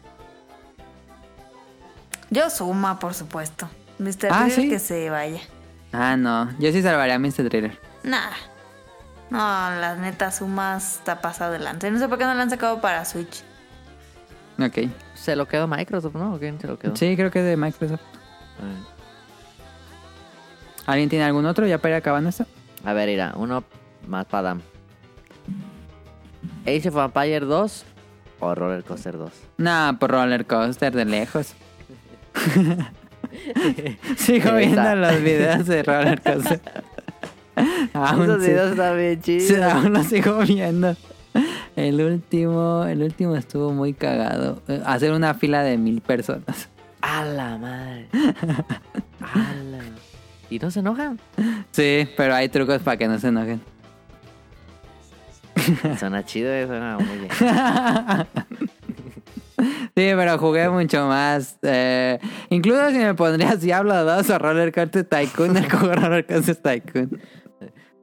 A: Yo suma, por supuesto. Mr.
B: Ah,
A: Driller
B: ¿sí?
A: que se vaya.
B: Ah, no. Yo sí salvaría a Mr. Thriller.
A: Nada. No, la neta suma está pasado delante. No sé por qué no la han sacado para Switch.
B: Ok.
C: Se lo quedó Microsoft, ¿no? ¿O quién se lo quedó?
B: Sí, creo que es de Microsoft.
C: Ah.
B: ¿Alguien tiene algún otro ya para ir acabando esto?
C: A ver, irá. Uno más para Adam. Age of Empire 2 o Roller Coaster 2.
B: No, por roller coaster de lejos. Sigo
C: Ahí
B: viendo
C: está.
B: los videos de roller coaster. Aún
C: Esos
B: sí.
C: videos están bien
B: Sí,
C: chidos.
B: aún lo sigo viendo. El último, el último estuvo muy cagado. Eh, Hacer una fila de mil personas.
C: A la madre. A la... ¿Y no se enojan?
B: Sí, pero hay trucos para que no se enojen.
C: Suena chido eso, suena muy bien.
B: Sí, pero jugué mucho más. eh, incluso si me pondrías Diablo 2 o Roller Coaster Tycoon, el juego Roller Coaster Tycoon.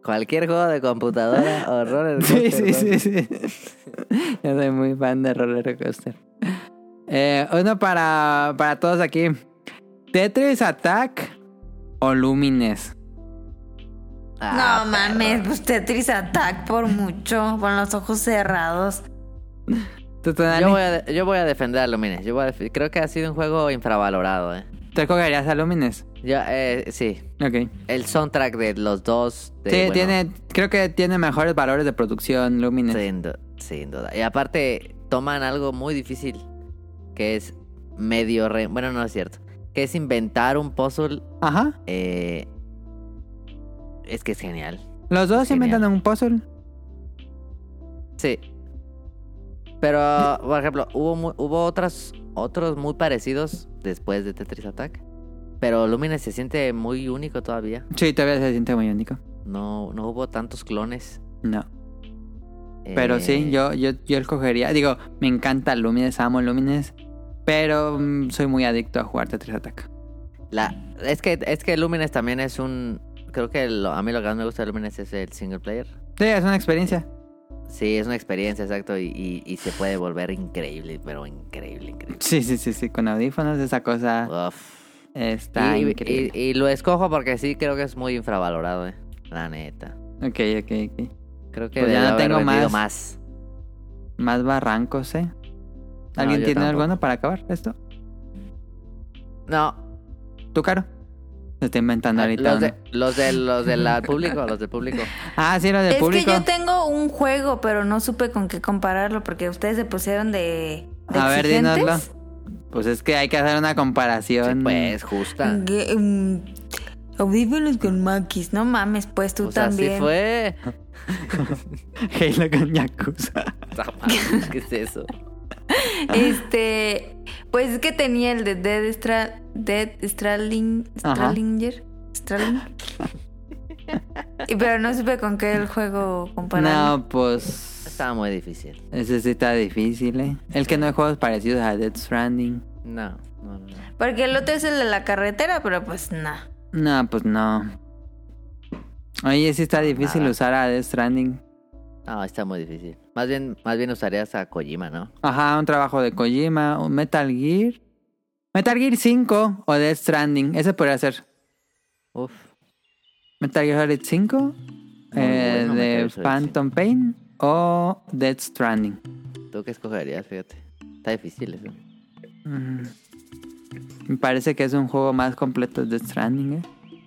C: Cualquier juego de computadora o Roller
B: Sí,
C: Coaster
B: sí,
C: 2.
B: sí, sí. Yo soy muy fan de Roller Coaster. Eh, uno para, para todos aquí. Tetris Attack o Lumines.
C: Ah,
A: no
C: perro.
A: mames, pues Tetris Attack por mucho, con los ojos cerrados.
B: ¿Tú, Tonali?
C: Yo voy, a, de- yo voy a defender a Lumines. Yo voy a def- creo que ha sido un juego infravalorado, eh.
B: ¿Te cogerías a Lumines?
C: Yo, eh, sí.
B: Ok.
C: El soundtrack de los dos. de-
B: Sí,
C: bueno,
B: tiene, creo que tiene mejores valores de producción Lumines.
C: Sin, du- sin duda. Y aparte, toman algo muy difícil, que es medio re... Bueno, no es cierto. Que es inventar un puzzle.
B: Ajá.
C: eh, Es que es genial.
B: Los dos
C: Genial.
B: inventan un puzzle.
C: Sí. Pero, por ejemplo, hubo, mu- hubo otras, otros muy parecidos después de Tetris Attack. Pero Lumines se siente muy único todavía.
B: Sí, todavía se siente muy único.
C: No, no hubo tantos clones.
B: No. Pero
C: Eh,
B: sí, yo, yo, yo escogería. Digo, me encanta Lumines, amo Lumines. Pero mm, soy muy adicto a jugar Tetris Attack.
C: La, es que es que Lumines también es un... Creo que lo- a mí lo que más me gusta de Lumines es el single player.
B: Sí, es una experiencia.
C: Sí, es una experiencia, exacto. Y, y- y se puede volver increíble, pero increíble, increíble.
B: Sí, sí, sí, sí. Con audífonos, esa cosa
C: Uf.
B: está
C: Y- y-
B: increíble.
C: y- y lo escojo porque sí creo que es muy infravalorado, eh. La neta.
B: Ok, ok, ok.
C: Creo que
B: Pues ya
C: ya
B: no tengo
C: tengo más.
B: más.
C: más.
B: Más barrancos, ¿eh?
C: No,
B: ¿Alguien
C: yo
B: tiene
C: tampoco.
B: alguno para acabar esto?
C: No.
B: ¿Tú, Caro? Se está inventando ahorita.
C: Ah, Los, de,
B: uno.
C: los, de, los del la- público, los del público.
B: Ah, sí, lo del
A: es
B: público.
A: que yo tengo un juego, pero no supe con qué compararlo porque ustedes se pusieron de, de
B: A ver,
A: exigentes.
B: dínoslo. Pues es que hay que hacer una
C: Sí,
B: comparación.
C: pues, justa.
A: Gue- mm, Audífonos con maquis, no mames, pues tú
C: Pues
A: también.
C: así fue.
B: Halo con Yakuza.
C: No mames, ¿Qué es eso?
A: Este, pues es que tenía el de Dead, Stra Dead Straling
B: Ajá.
A: Stralinger. Straling. Y- Pero no supe con qué el juego compararlo.
B: No, pues.
C: Estaba muy difícil.
B: Ese sí está difícil, ¿eh? El que no hay juegos parecidos a Dead Stranding.
C: No, no, no, no.
A: Porque el otro es el de la carretera, pero pues no.
B: No, pues no. Oye, sí está difícil
C: nada.
B: usar a Death Stranding.
C: No, está muy difícil. Más bien, más bien usarías a Kojima, ¿no?
B: Ajá, un trabajo de Kojima, un Metal Gear. Metal Gear 5 o Death Stranding. Ese podría ser.
C: Uf.
B: Metal Gear Solid 5, eh,
C: Muy bueno, Metal
B: de
C: Gear Solid
B: Phantom Pain o Death Stranding.
C: ¿Tú qué escogerías? Fíjate. Está difícil eso.
B: Mm. Me parece que es un juego más completo Death Stranding, ¿eh?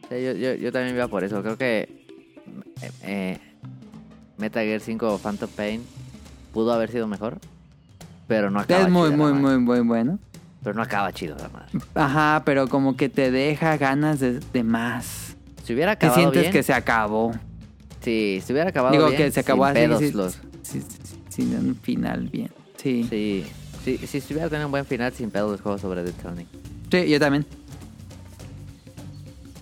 C: Sí, yo, yo, yo también iba por eso. Creo que eh, eh, Metal Gear 5 o Phantom Pain pudo haber sido mejor, pero no acaba
B: Es muy,
C: chido
B: muy,
C: la madre.
B: muy, muy bueno.
C: Pero no acaba chido la madre.
B: Ajá, pero como que te deja ganas de, de más.
C: Si hubiera
B: Que
C: acabado
B: sientes
C: bien,
B: que se acabó.
C: sí, si hubiera acabado
B: Digo
C: bien,
B: que se acabó
C: sin
B: así.
C: pedos
B: sí,
C: los-
B: sí, sí, sin un final bien. Sí. sí.
C: sí, sí, sí, si hubiera tenido un buen final sin pedos el juego sobre The Tonic.
B: yo también.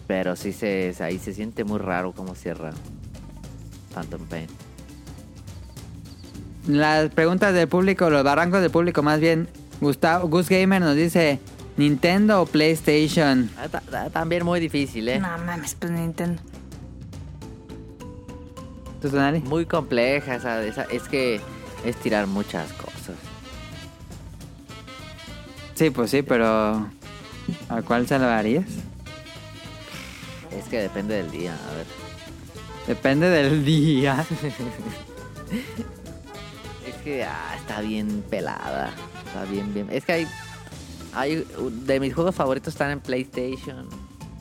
C: Pero sí se, se- ahí se siente muy raro cómo cierra Phantom Pain.
B: Las preguntas del público, los barrancos del público, más bien. Gustavo, Gus Gamer nos dice: ¿Nintendo o PlayStation?
C: Ah, ta- ta- También muy difícil, ¿eh?
A: No mames, pues Nintendo.
B: ¿Tú, Tonali?
C: Muy compleja esa, esa- es que es tirar muchas cosas.
B: Sí, pues sí, pero. ¿A cuál se lo harías?
C: Es que depende del día, a ver.
B: Depende del día.
C: Es que ah, está bien pelada. Está bien, bien. Es que hay. hay de mis juegos favoritos están en PlayStation.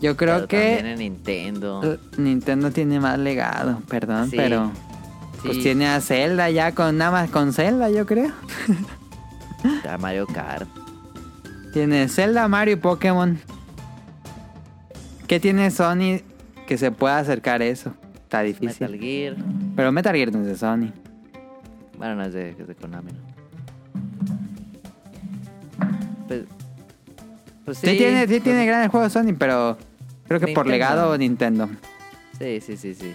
B: Yo creo
C: pero
B: que.
C: También en Nintendo.
B: Eh, Nintendo tiene más legado, perdón,
C: Sí,
B: pero pues
C: sí.
B: tiene a Zelda ya con nada más con Zelda, yo creo.
C: a Mario Kart.
B: Tiene Zelda, Mario y Pokémon. ¿Qué tiene Sony que se pueda acercar a eso? Está difícil.
C: Metal Gear.
B: Pero Metal Gear no es de Sony.
C: Bueno, no es de, es de Konami, ¿no? Pues. pues
B: Sí, tiene, sí
C: pues-
B: tiene grandes juegos Sony, pero creo que por
C: Nintendo.
B: legado Nintendo.
C: pues, Sí, sí, sí, sí.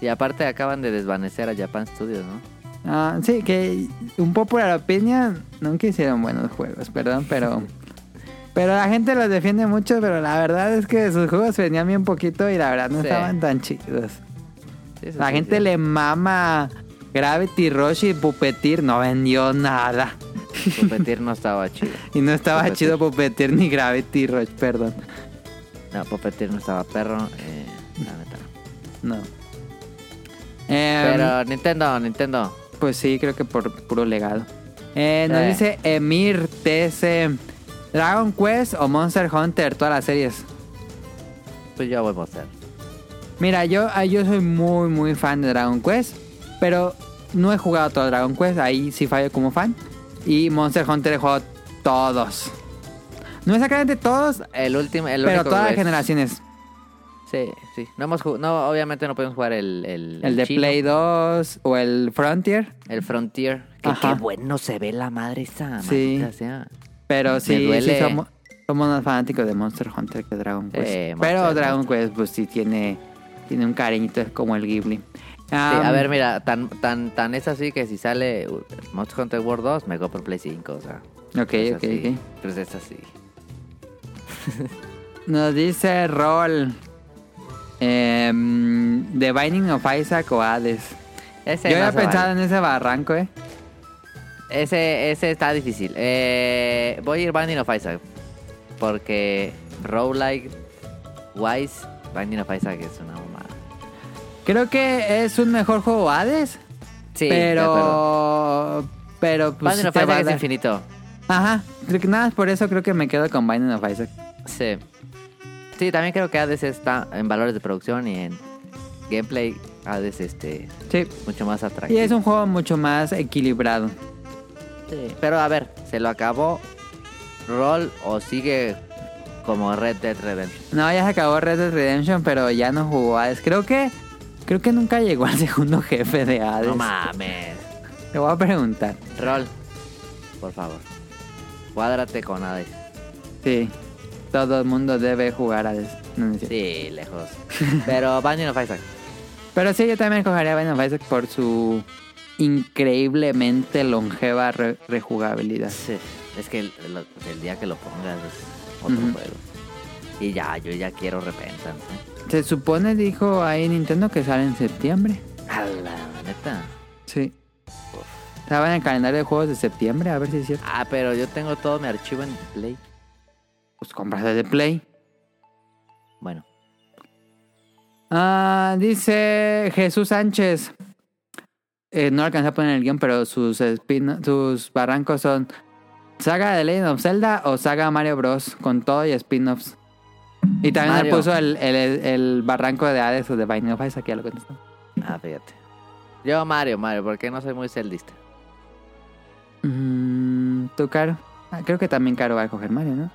C: Y aparte acaban de desvanecer a Japan Studios, ¿no?
B: Ah, sí, que un popular opinion nunca hicieron buenos juegos, perdón, pero. Pero la gente los defiende mucho, pero la verdad es que sus juegos venían bien poquito y la verdad no
C: Sí.
B: estaban tan chidos.
C: Sí, eso
B: La
C: sí,
B: gente
C: sí.
B: le mama Gravity Rush y Puppeteer, no vendió nada.
C: Puppeteer no estaba chido.
B: Y no estaba
C: Puppeteer.
B: chido Puppeteer ni Gravity Rush, perdón.
C: No, Puppeteer no estaba perro. Eh, la neta.
B: No. Em,
C: Pero Nintendo, Nintendo.
B: Pues sí, creo que por puro legado. Eh, Nos
C: Sí.
B: dice Emir TC. Dragon Quest o Monster Hunter, todas las series.
C: Pues yo voy a mostrar.
B: Mira, yo, ah, yo soy muy, muy fan de Dragon Quest, pero no he jugado todo Dragon Quest, ahí sí fallo como fan. Y Monster Hunter he jugado Todos. No exactamente todos,
C: El último, el
B: pero
C: único
B: todas las
C: es-
B: generaciones.
C: Sí, sí. No hemos jug- no, obviamente no podemos jugar el... El,
B: El de
C: chino,
B: Play 2 o el Frontier.
C: El Frontier. Que
B: Ajá.
C: qué bueno se ve la madre esa,
B: Sí.
C: maldita sea.
B: Pero sí, sí
C: duele.
B: somos, somos más fanáticos de Monster Hunter que Dragon Quest.
C: Eh,
B: pero
C: Monster
B: Dragon Quest, pues sí tiene, tiene un cariñito, es como el Ghibli.
C: Sí,
B: Am,
C: a ver, mira, tan, tan, tan es así que si sale uh, Monster Hunter World 2, me compro el Play 5, o sea.
B: Ok,
C: es
B: ok,
C: así.
B: ok.
C: Pues es así.
B: Nos dice Roll. em, The Binding of Isaac o Hades.
C: Ese
B: Yo
C: no
B: había
C: se vale.
B: pensado en ese barranco, ¿eh?
C: Ese, ese está difícil. Eh, voy a ir Binding of Isaac. Porque Rowlike Wise, Binding of Isaac es una mamada.
B: Creo que es un mejor juego Hades,
C: Sí, de acuerdo.
B: pero... Pero pues
C: Binding
B: sí
C: of
B: te va
C: Isaac
B: a
C: es
B: dar-
C: infinito.
B: Ajá, creo que nada, más por eso creo que me quedo con Binding of Isaac.
C: Sí. Sí, también creo que Hades está en valores de producción y en gameplay. Hades este
B: Sí.
C: mucho más
B: Y
C: atractivo.
B: es un juego mucho más equilibrado.
C: Sí, Pero a ver, ¿se lo acabó Roll o sigue como Red Dead Redemption?
B: No, ya se acabó Red Dead Redemption, pero ya no jugó Hades. Creo que... Creo que nunca llegó al segundo jefe de Hades.
C: No mames.
B: Te voy a preguntar.
C: Roll, por favor. Cuádrate con Hades.
B: Sí. Todo el mundo debe jugar Hades. No, no es cierto.
C: Sí, lejos. Pero Binding of Isaac.
B: Pero sí, yo también cogería Binding of Isaac por su increíblemente longeva re- rejugabilidad.
C: Sí, Es que el, lo- el día que lo pongas es otro
B: Ujú.
C: juego. Y ya, yo ya quiero Repentance. ¿eh?
B: Se supone, dijo ahí Nintendo, que sale en septiembre.
C: A la neta.
B: Sí. Estaba en el calendario de juegos de septiembre, a ver si es cierto.
C: Ah, pero yo tengo todo mi archivo en Play.
B: Pues compras de Play.
C: Bueno,
B: Ah, dice Jesús Sánchez. Eh, no alcancé a poner el guión, pero sus, espino- sus barrancos son Saga de Legend of Zelda o Saga Mario Bros. con todo y spin-offs. Y también le
C: Mario.
B: puso el, el- el barranco de Hades o de Binding of Isaac, ya lo contestó.
C: ah, fíjate. Yo Mario, Mario, porque no soy muy celdista.
B: Mm, ¿Tú, Caro? Ah, creo que también Caro va a coger Mario, ¿no?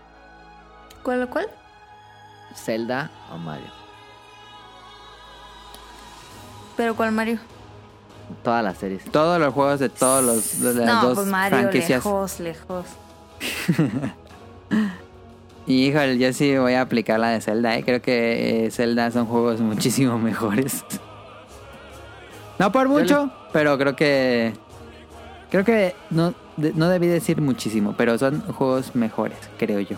A: ¿Cuál, cuál?
C: ¿Zelda o Mario?
A: ¿Pero cuál Mario?
C: Todas las series.
B: Todos los juegos de todos los de las
A: no,
B: dos
A: pues Mario,
B: franquicias.
A: lejos, lejos.
B: Y híjole, yo sí voy a aplicar la de Zelda, ¿eh? Creo que eh, Zelda son juegos muchísimo mejores. No por mucho, pero creo que... Creo que no, de- no debí decir muchísimo, pero son juegos mejores, creo yo.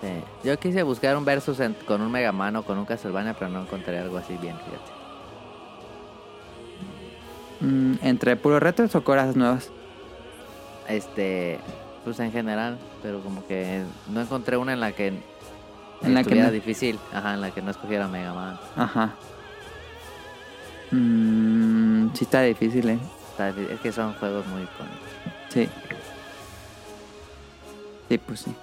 C: Sí. Yo quise buscar un versus en- con un Mega Man o con un Castlevania, pero no encontré algo así bien, fíjate.
B: Mm, ¿Entre puros retos o cosas nuevas?
C: Este, pues en general, pero como que no encontré una en la que
B: En la que
C: estuviera
B: no.
C: difícil, ajá, en la que no escogiera Mega Man.
B: Ajá. Mm, sí está difícil, ¿eh?
C: Está difícil. Es que son juegos muy icónicos.
B: Sí. Sí, pues sí.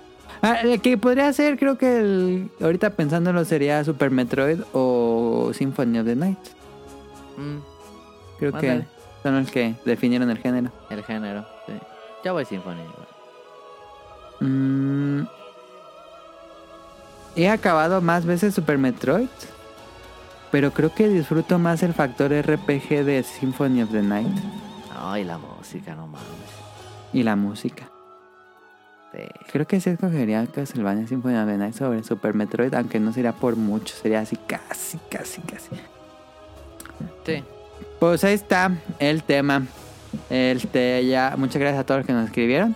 B: Ah, el que podría ser, creo que el, ahorita pensándolo sería Super Metroid o Symphony of the Night.
C: Mm,
B: Creo
C: Ándale.
B: que son los que definieron el género.
C: el género, sí. Yo voy Symphony igual.
B: Mm. he acabado más veces Super Metroid, pero creo que disfruto más el factor RPG de Symphony of the Night
C: Ay, la música, no mames.
B: y la música.
C: Sí.
B: Creo que sí escogería Castlevania Symphony of the Night sobre Super Metroid, aunque no sería por mucho, sería así casi, casi, casi.
C: Sí.
B: Pues ahí está el tema. Este, ya, muchas gracias a todos los que nos escribieron.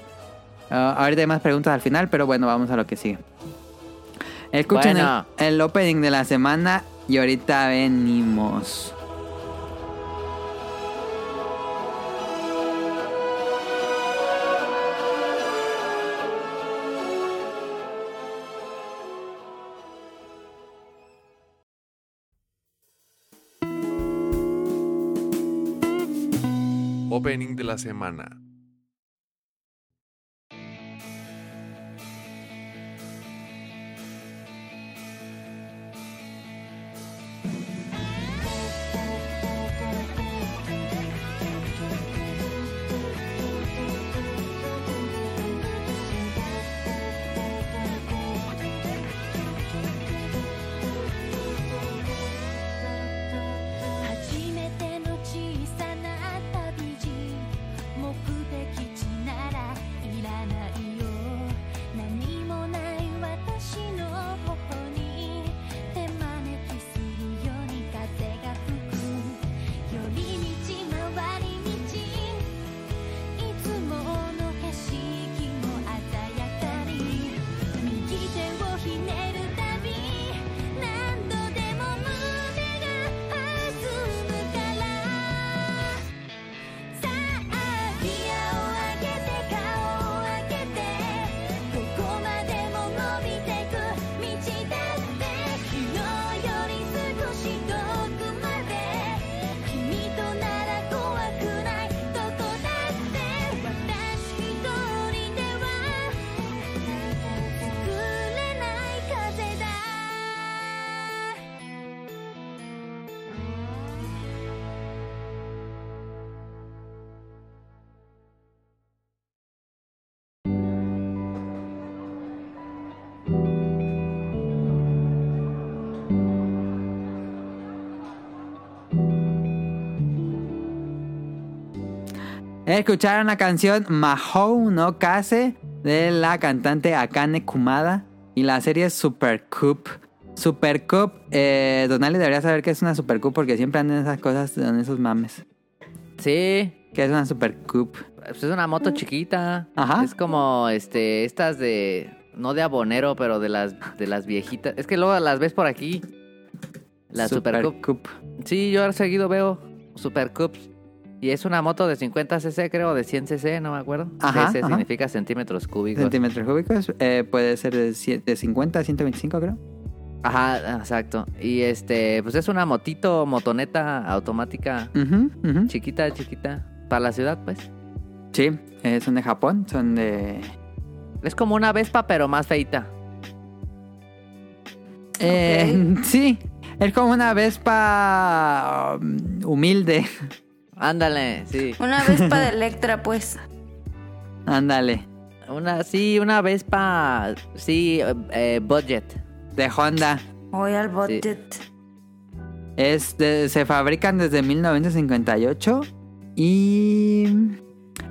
B: Ah, ahorita hay más preguntas al final, pero bueno, vamos a lo que sigue. Escuchen
C: Bueno.
B: el, el opening de la semana y ahorita venimos.
E: Opening de la semana.
B: Escucharon la canción Mahou no Kase de la cantante Akane Kumada y la serie Super Cup. Super Cup, eh, Donali debería saber que es una Super Cup porque siempre andan esas cosas, en esos mames.
C: Sí,
B: Que es una Super Cup.
C: pues es una moto chiquita.
B: Ajá.
C: Es como este, estas de. No de abonero, pero de las, de las viejitas. Es que luego las ves por aquí. La Super Cup. Sí, yo seguido veo Super Cups. Y es una moto de 50 cc, creo, de 100 cc, no me acuerdo.
B: Ajá,
C: cc
B: ajá.
C: significa centímetros cúbicos.
B: Centímetros cúbicos. eh, puede ser de, cien- de 50 a 125, creo.
C: Ajá, exacto. Y este, pues es una motito, motoneta automática,
B: Ujú, ujú.
C: chiquita, chiquita, para la ciudad, pues.
B: Sí, eh, son de Japón, son de...
C: Es como una Vespa, pero más feita.
B: Eh, Sí, es como una Vespa um, humilde.
C: Ándale, sí.
A: Una Vespa de Electra, pues.
B: Ándale.
C: Una, sí, una Vespa, sí, eh, eh, budget.
B: De Honda.
A: Voy al budget.
B: Es de- se fabrican desde 1958 y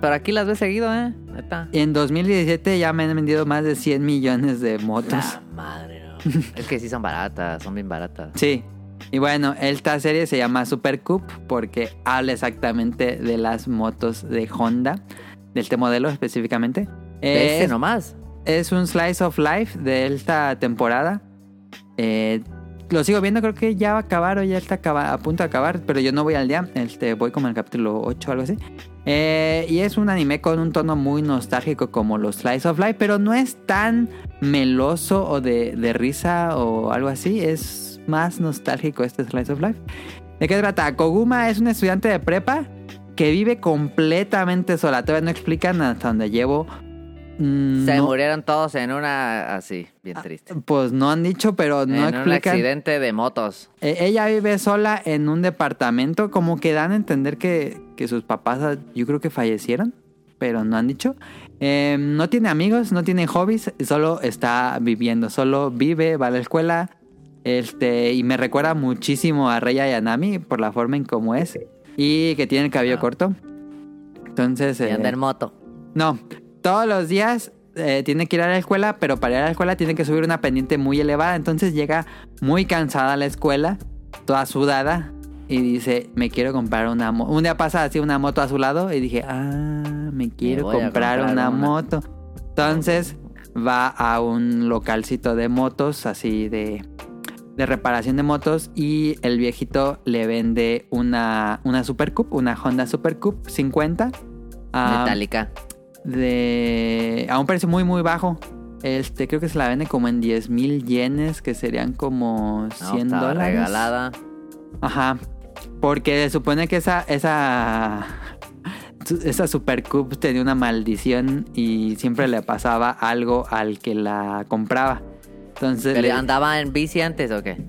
C: Pero aquí las ves seguido, ¿eh? Neta.
B: en 2017 ya me han vendido más de 100 millones de motos.
C: La madre, no. es que sí son baratas, son bien baratas.
B: Sí. Y bueno, esta serie se llama Super Cup porque habla exactamente de las motos de Honda, de este modelo específicamente.
C: Este
B: Es-
C: nomás.
B: es un slice of life de esta temporada. Eh, lo sigo viendo, creo que ya va a acabar o ya está acaba- a punto de acabar, pero yo no voy al día, este, voy como al capítulo 8 o algo así. Eh, y es un anime con un tono muy nostálgico como los slice of life, pero no es tan meloso o de, de risa o algo así, es más nostálgico este slice of life. ¿De qué trata? Koguma es un estudiante de prepa que vive completamente sola, todavía no explican hasta dónde llevo. Mm,
C: Se
B: no-
C: murieron todos en una así, bien triste.
B: pues no han dicho, pero no
C: en un
B: explican.
C: accidente de motos.
B: Eh, ella vive sola en un departamento, como que dan a entender que, que sus papás ah, yo creo que fallecieron, pero no han dicho. Eh, no tiene amigos, no tiene hobbies, solo está viviendo, solo vive, va a la escuela. Este, y me recuerda muchísimo a Reya Yanami por la forma en cómo es y que tiene el cabello
C: Ah.
B: corto. Entonces,
C: Y
B: eh,
C: anda en moto.
B: no, todos los días eh, tiene que ir a la escuela, pero para ir a la escuela tiene que subir una pendiente muy elevada. Entonces llega muy cansada a la escuela, toda sudada, y dice, me quiero comprar una moto. Un día pasa así una moto a su lado y dije, ah, me quiero
C: voy a
B: comprar,
C: comprar
B: una,
C: una".
B: moto. Entonces va a un localcito de motos, así de, de reparación de motos, y el viejito le vende una, una Super Cup, una Honda Super Cup 50. a-
C: metálica.
B: de a un precio muy muy bajo. Este creo que se la vende como en 10 mil yenes, que serían como 100
C: No, estaba
B: dólares.
C: regalada.
B: Ajá. Porque se supone que esa esa esa Super Cup tenía una maldición y siempre le pasaba algo al que la compraba. Entonces
C: Pero
B: le-
C: andaba en bici antes o qué?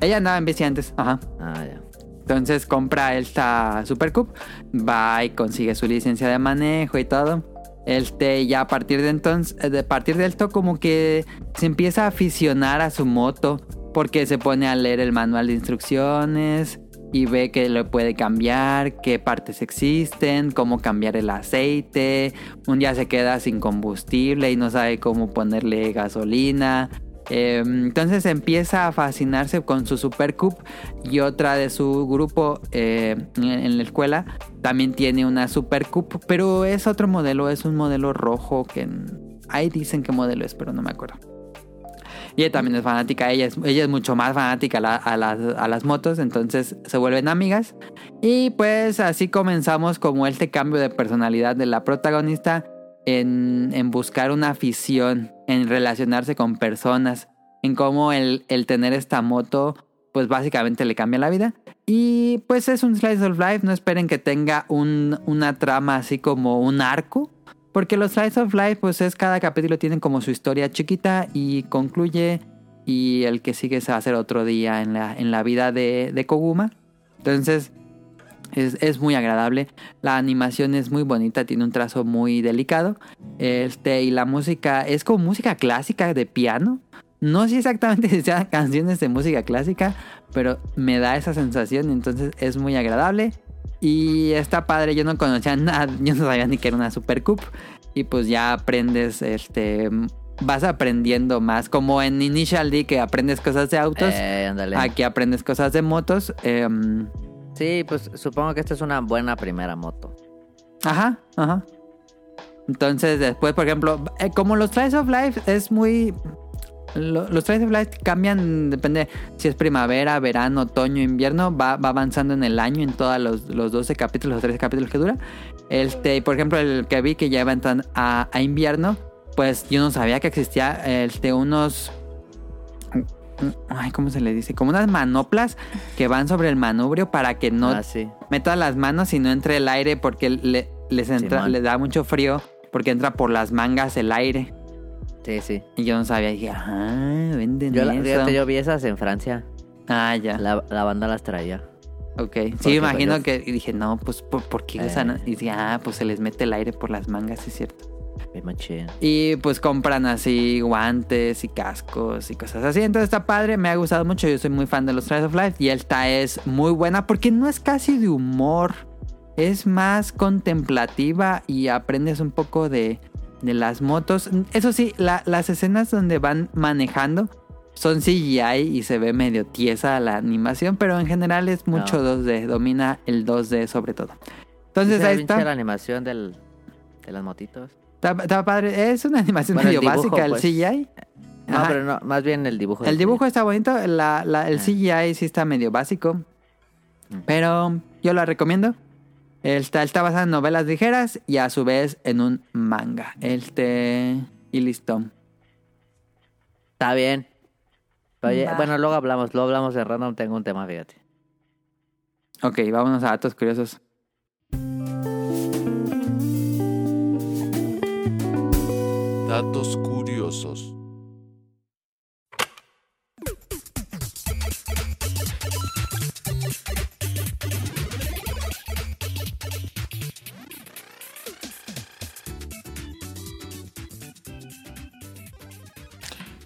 B: ella andaba en bici antes, ajá.
C: Ah, ya.
B: Entonces compra esta Super Cup, va y consigue su licencia de manejo y todo. Este, ya a partir de entonces, eh, de a partir de esto, como que se empieza a aficionar a su moto, porque se pone a leer el manual de instrucciones y ve que lo puede cambiar, qué partes existen, cómo cambiar el aceite. Un día se queda sin combustible y no sabe cómo ponerle gasolina. Eh, entonces empieza a fascinarse con su Super Cup y otra de su grupo eh, en- en la escuela también tiene una Super Cup, pero es otro modelo, es un modelo rojo que n- ahí dicen qué modelo es, pero no me acuerdo. Y ella también es fanática, ella es, ella es mucho más fanática a, la- a las, a las motos, entonces se vuelven amigas. Y pues así comenzamos como este cambio de personalidad de la protagonista en, en buscar una afición, en relacionarse con personas, en cómo el, el tener esta moto pues básicamente le cambia la vida. Y pues es un slice of life, no esperen que tenga un, una trama así como un arco. Porque los slice of life, pues es cada capítulo tiene como su historia chiquita y concluye. Y el que sigue se va a hacer otro día en la, en la vida de, de Koguma. Entonces es, es muy agradable. La animación es muy bonita, tiene un trazo muy delicado. Este, y la música es como música clásica de piano. No sé exactamente si sean canciones de música clásica, pero me da esa sensación, entonces es muy agradable. Y está padre, yo no conocía nada, yo no sabía ni que era una Super Cup. Y pues ya aprendes, este, vas aprendiendo más. Como en Initial D que aprendes cosas de autos,
C: Eh, ándale.
B: aquí aprendes cosas de motos. em,
C: Sí, pues supongo que esta es una buena primera moto.
B: Ajá, ajá. Entonces, después, por ejemplo, eh, como los Trials of Life es muy. lo- los Trials of Life cambian, depende si es primavera, verano, otoño, invierno, va, va avanzando en el año, en todos los, los 12 capítulos, los 13 capítulos que dura. Este, y por ejemplo, el que vi que ya va entran- a, a invierno, pues yo no sabía que existía este, unos. Ay, ¿cómo se le dice? Como unas manoplas que van sobre el manubrio para que no
C: Ah, sí.
B: meta las manos y no entre el aire porque le, les entra,
C: Simón.
B: les da mucho frío porque entra por las mangas el aire.
C: Sí, sí.
B: Y yo no sabía, dije, ah, venden
C: Yo, la-
B: eso.
C: fíjate, yo vi esas en Francia.
B: Ah, ya.
C: La, la banda las traía.
B: Ok. Sí,
C: Porque,
B: imagino
C: pues,
B: que
C: yo-
B: y dije, no, pues, ¿por, por qué
C: Eh.
B: usan? Y dije, ah, pues se les mete el aire por las mangas, sí es cierto.
C: Bien machín.
B: Y pues compran así guantes y cascos y cosas así. Entonces está padre, me ha gustado mucho. Yo soy muy fan de los Trials of Life y esta es muy buena porque no es casi de humor. Es más contemplativa y aprendes un poco de, de las motos. Eso sí, la- las escenas donde van manejando son CGI y se ve medio tiesa la animación, pero en general es mucho 2D. Domina el 2D sobre todo. Entonces
C: Sí,
B: ahí
C: pinche
B: está.
C: la animación del, de las motitos.
B: Está, está padre. Es una animación
C: Bueno, el
B: medio
C: dibujo,
B: básica,
C: pues.
B: el CGI.
C: No,
B: Ajá.
C: pero no, más bien el dibujo.
B: El dibujo está bonito, la- la- el
C: Ah.
B: CGI sí está medio básico.
C: Mm.
B: Pero yo la recomiendo. Está, está basada en novelas ligeras y a su vez en un manga. Este. Y listo.
C: Está bien. Oye,
A: Va.
C: bueno, luego hablamos, luego hablamos de random, tengo un tema, fíjate.
B: Ok, vámonos a datos curiosos.
E: Datos curiosos.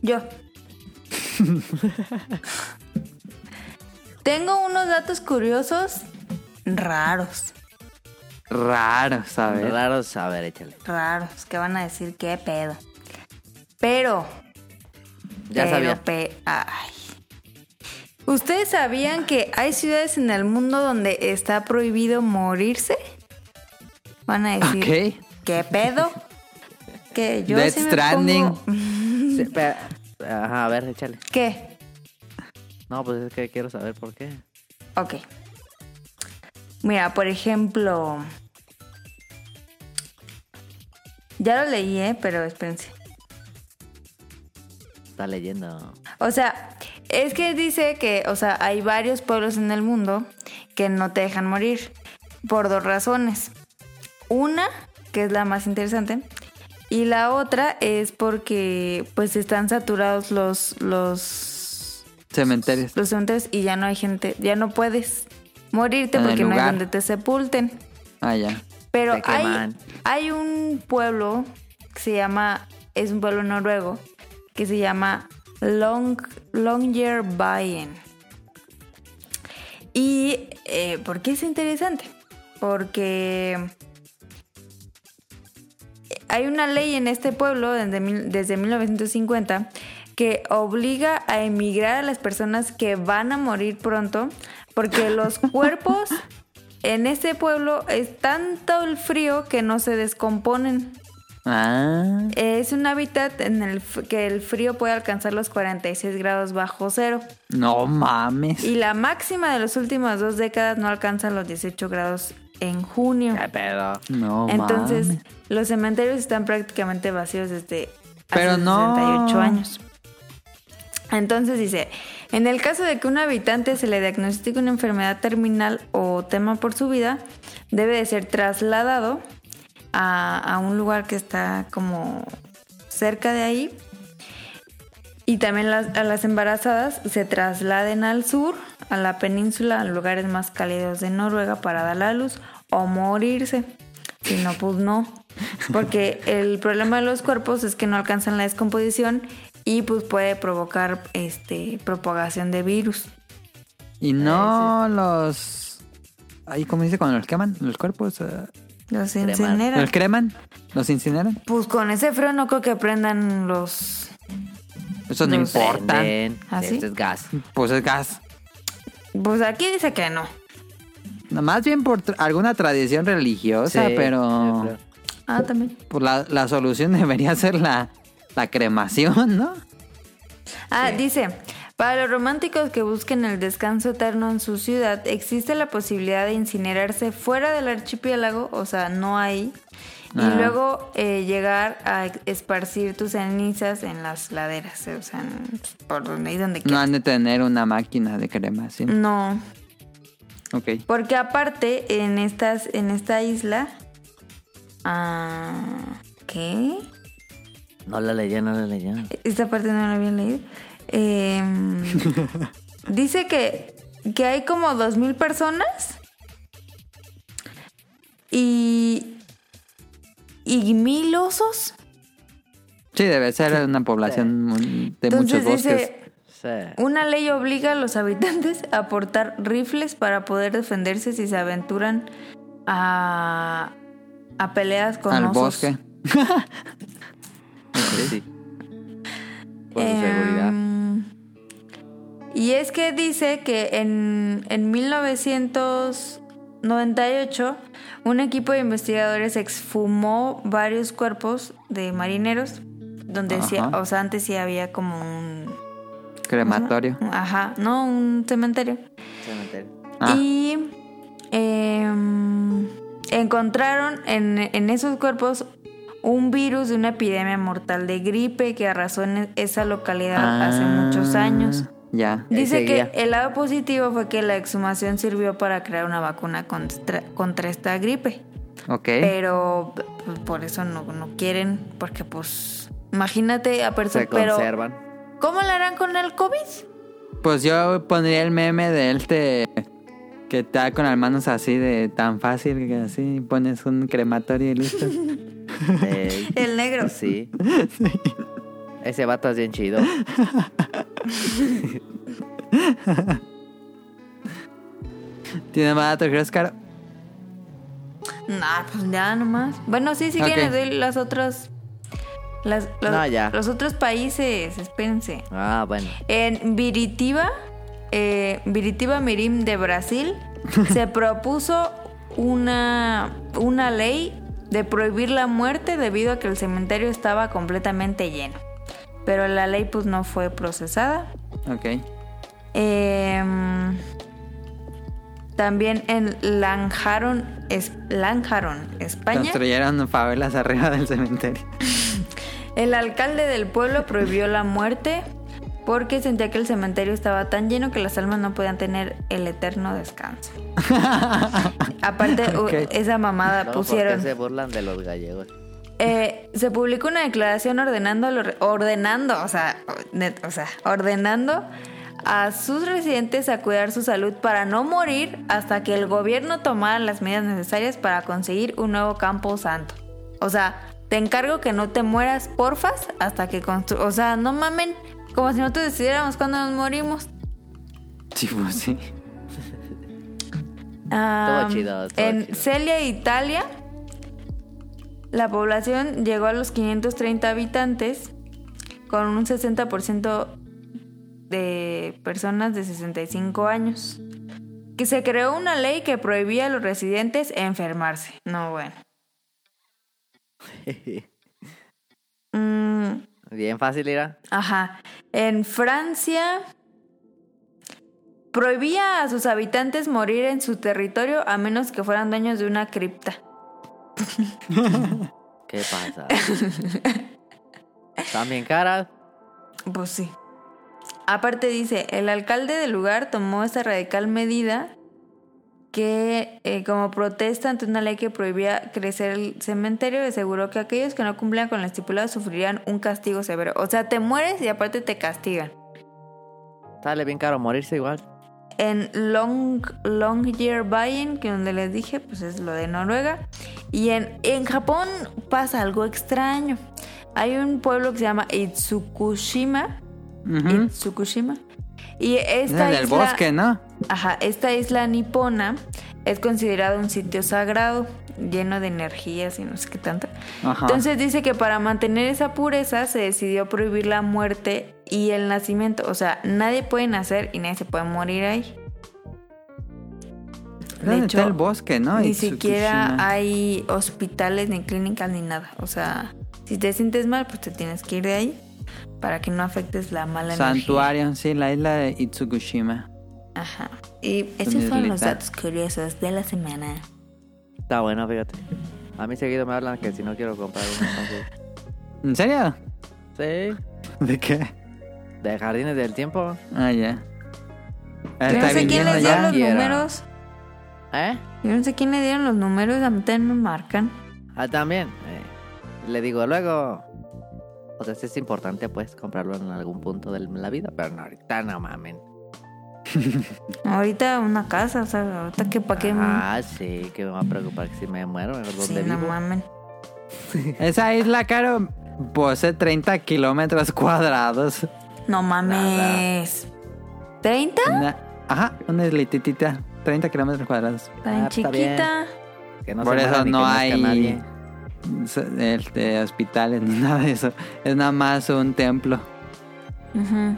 A: Yo. Tengo unos datos curiosos raros,
B: Raro, ¿sabes?
C: Raro saber, échale.
A: raros, que van a decir qué pedo. Pero,
C: Ya
A: pero,
C: sabía.
A: pe- ay. ¿Ustedes sabían que hay ciudades en el mundo donde está prohibido morirse? Van a decir,
B: Ok.
A: ¿qué pedo? Que yo
B: Death
A: sí me
B: Stranding.
A: pongo-
C: Sí, pero- Ajá, a ver, échale.
A: ¿Qué?
C: No, pues es que quiero saber por qué.
A: Ok. Mira, por ejemplo. Ya lo leí, ¿eh? pero espérense.
C: Está leyendo.
A: O sea, es que dice que, o sea, hay varios pueblos en el mundo que no te dejan morir por dos razones. Una, que es la más interesante, y la otra es porque pues están saturados los los
B: Cementerios.
A: los cementerios y ya no hay gente, ya no puedes morirte
B: Ah, En el
A: porque no hay
B: lugar.
A: donde te sepulten.
B: Ah, ya.
A: Pero
C: Te
A: hay,
C: queman.
A: hay un pueblo que se llama, es un pueblo noruego, que se llama Long, Longyearbyen. Y, eh, ¿por qué es interesante? Porque hay una ley en este pueblo desde, mil- desde 1950 que obliga a emigrar a las personas que van a morir pronto porque los cuerpos en este pueblo es tanto el frío que no se descomponen.
B: Ah.
A: Es un hábitat en el f- que el frío puede alcanzar los 46 grados bajo cero
B: No mames.
A: y la máxima de las últimas dos décadas no alcanza los 18 grados en junio.
C: ¿Qué pedo?
B: No
A: Entonces,
B: mames.
A: los cementerios están prácticamente vacíos desde
B: Pero
A: hace
B: no.
A: 68 años. Entonces dice, en el caso de que un habitante se le diagnostique una enfermedad terminal o tema por su vida, debe de ser trasladado a, a un lugar que está como cerca de ahí. Y también las- a las embarazadas se trasladen al sur, a la península, a lugares más cálidos de Noruega para dar la luz o morirse. Si no, pues no. Porque el problema de los cuerpos es que no alcanzan la descomposición y pues puede provocar este propagación de virus.
B: Y no los. Ahí, ¿cómo dice? Cuando los queman, los cuerpos. eh,
A: Los
C: Cremar.
A: incineran.
B: ¿Los creman? ¿Los incineran?
A: Pues con ese frío no creo que prendan los...
B: Eso no,
A: No sé.
B: importa.
C: Prenden.
A: ¿Ah, sí?
C: Este es gas.
B: Pues es gas.
A: Pues aquí dice que no.
B: No, Más bien por tra- alguna tradición religiosa,
C: Sí,
B: pero
C: yo creo.
A: Ah, también.
B: pues, la, la solución debería ser la, la cremación, ¿no?
A: Ah, dice, para los románticos que busquen el descanso eterno en su ciudad, existe la posibilidad de incinerarse fuera del archipiélago, o sea, no ahí,
B: Ah.
A: y luego eh, llegar a esparcir tus cenizas en las laderas, eh, o sea, en- por donde ahí donde
B: No
A: quieras.
B: han de tener una máquina de cremación.
A: No, Mm.
B: Ok.
A: porque aparte en estas, en esta isla, ah, ¿qué?
C: No la leí, no la leí.
A: Esta parte no la había leído. Eh, dice que, que hay como 2.000 personas y, y mil osos.
B: Sí, debe ser una población mu- de muchos
A: Entonces
B: bosques.
A: dice,
C: Sí.
A: una ley obliga a los habitantes a portar rifles para poder defenderse si se aventuran a, a peleas con
B: al
A: osos.
B: bosque.
C: sí. Por su
A: Em,
C: seguridad.
A: Y es que dice que en, en 1998 un equipo de investigadores exhumó varios cuerpos de marineros, donde sí-
B: Ajá.
A: o sea, antes sí había como un...
B: Crematorio.
A: Ajá, no, un cementerio.
C: Cementerio.
B: Ah.
A: Y em, encontraron en, en esos cuerpos un virus de una epidemia mortal de gripe que arrasó en e-, esa localidad hace
B: Ah,
A: muchos años.
B: Ya.
C: Ahí
A: Dice
C: seguía.
A: que el lado positivo fue que la exhumación sirvió para crear una vacuna contra, contra esta gripe.
B: Ok.
A: Eh, Pero pues, por eso no, no quieren, porque pues imagínate a
C: Se
A: personas... Pero
C: conservan.
A: ¿cómo le harán con el COVID?
B: Pues yo pondría el meme de este que está con las manos así de tan fácil que así pones un crematorio y listo.
C: Ey.
A: El negro.
C: Sí. Ese vato es bien chido.
B: ¿Tiene más datos, Oscar?
A: Nah, pues ya nomás. Bueno, sí, si
B: Ok.
A: quieren les doy las otras. Las, los,
C: No, ya.
A: los otros países, espérense.
C: Ah, bueno.
A: En Viritiba, eh, Viritiba Mirim de Brasil, se propuso una, una ley de prohibir la muerte debido a que el cementerio estaba completamente lleno. Pero la ley pues no fue procesada.
B: Ok.
A: Em, también en Lanjaron, es- Lanjaron, España,
B: Construyeron favelas arriba del cementerio.
A: el alcalde del pueblo prohibió la muerte porque sentía que el cementerio estaba tan lleno que las almas no podían tener el eterno descanso. Aparte, u-
B: Ok.
A: esa mamada
C: No,
A: pusieron.
C: ¿por qué se burlan de los gallegos?
A: Eh, se publicó una declaración ordenando, a los re- ordenando, o sea, net- o sea, ordenando a sus residentes a cuidar su salud para no morir hasta que el gobierno tomara las medidas necesarias para conseguir un nuevo campo santo. O sea, te encargo que no te mueras, porfas, hasta que constru... O sea, no mamen, como si nosotros decidiéramos cuándo nos morimos.
B: Sí, pues sí.
A: Ah,
C: chido, estuvo
A: en
C: chido.
A: Celia, Italia, la población llegó a los 530 habitantes, con un 60% de personas de 65 años. Que se creó una ley que prohibía a los residentes enfermarse. No, bueno. Mm,
C: Bien fácil, Ira.
A: Ajá. En Francia prohibía a sus habitantes morir en su territorio a menos que fueran dueños de una cripta.
C: ¿Qué pasa? ¿Están bien caras?
A: Pues sí. Aparte dice, el alcalde del lugar tomó esta radical medida que eh, como protesta ante una ley que prohibía crecer el cementerio, aseguró que aquellos que no cumplían con lo estipulado sufrirían un castigo severo. O sea, te mueres y aparte te castigan.
C: Sale bien caro morirse igual.
A: en Long Longyearbyen, que donde les dije, pues es lo de Noruega. Y en, en Japón pasa algo extraño. Hay un pueblo que se llama Itsukushima.
B: Ujú.
A: Itsukushima. Y
B: Es
A: esta
B: el del
A: isla,
B: bosque, ¿no?
A: ajá, esta isla nipona Es considerado un sitio sagrado, lleno de energías y no sé qué tanta.
B: Ajá.
A: Entonces dice que para mantener esa pureza se decidió prohibir la muerte y el nacimiento. O sea, nadie puede nacer y nadie se puede morir ahí.
B: ¿Dónde
A: de
B: está
A: hecho,
B: el bosque, no?
A: Ni
B: Itsukushima.
A: siquiera hay hospitales, ni clínicas, ni nada. O sea, si te sientes mal, pues te tienes que ir de ahí para que no afectes la mala energía.
B: Santuario, sí, la isla de Itsukushima.
A: Ajá. Y
B: Una
A: esos fueron los
B: islita.
A: datos curiosos de la semana.
C: Está bueno, fíjate. A mí seguido me hablan que si no quiero comprar uno. entonces-
B: ¿En serio?
C: Sí.
B: ¿De qué?
C: De Jardines del Tiempo.
B: Ah, ya. Ah,
A: Yo no
B: Está
A: sé quién
B: viniendo
A: les dio
B: ya.
A: los
C: Quiero.
A: números.
C: ¿Eh?
A: Yo no sé quién le dieron los números. A mí también me marcan.
C: Ah, también. eh, le digo luego. O sea, sí es importante, pues, comprarlo en algún punto de la vida, pero no, ahorita no mamen.
A: Ahorita una casa, o sea, ahorita que para qué.
C: Ah, sí, que me va a preocupar que si me muero, mejor
A: sí,
C: donde
A: no
C: vivo.
A: mamen.
B: Esa isla, Caro, posee 30 kilómetros cuadrados.
A: No mames. ¿30?
B: Una- ajá, una islititita. 30 kilómetros cuadrados.
A: Tan
C: Ah, está bien.
A: chiquita.
C: que no
B: Por
C: se
B: eso
C: muera ni
B: no
C: que nazca
B: hay-
C: nadie.
B: So- Este, hospitales, ni nada de eso. Es nada más un templo.
A: Ujú.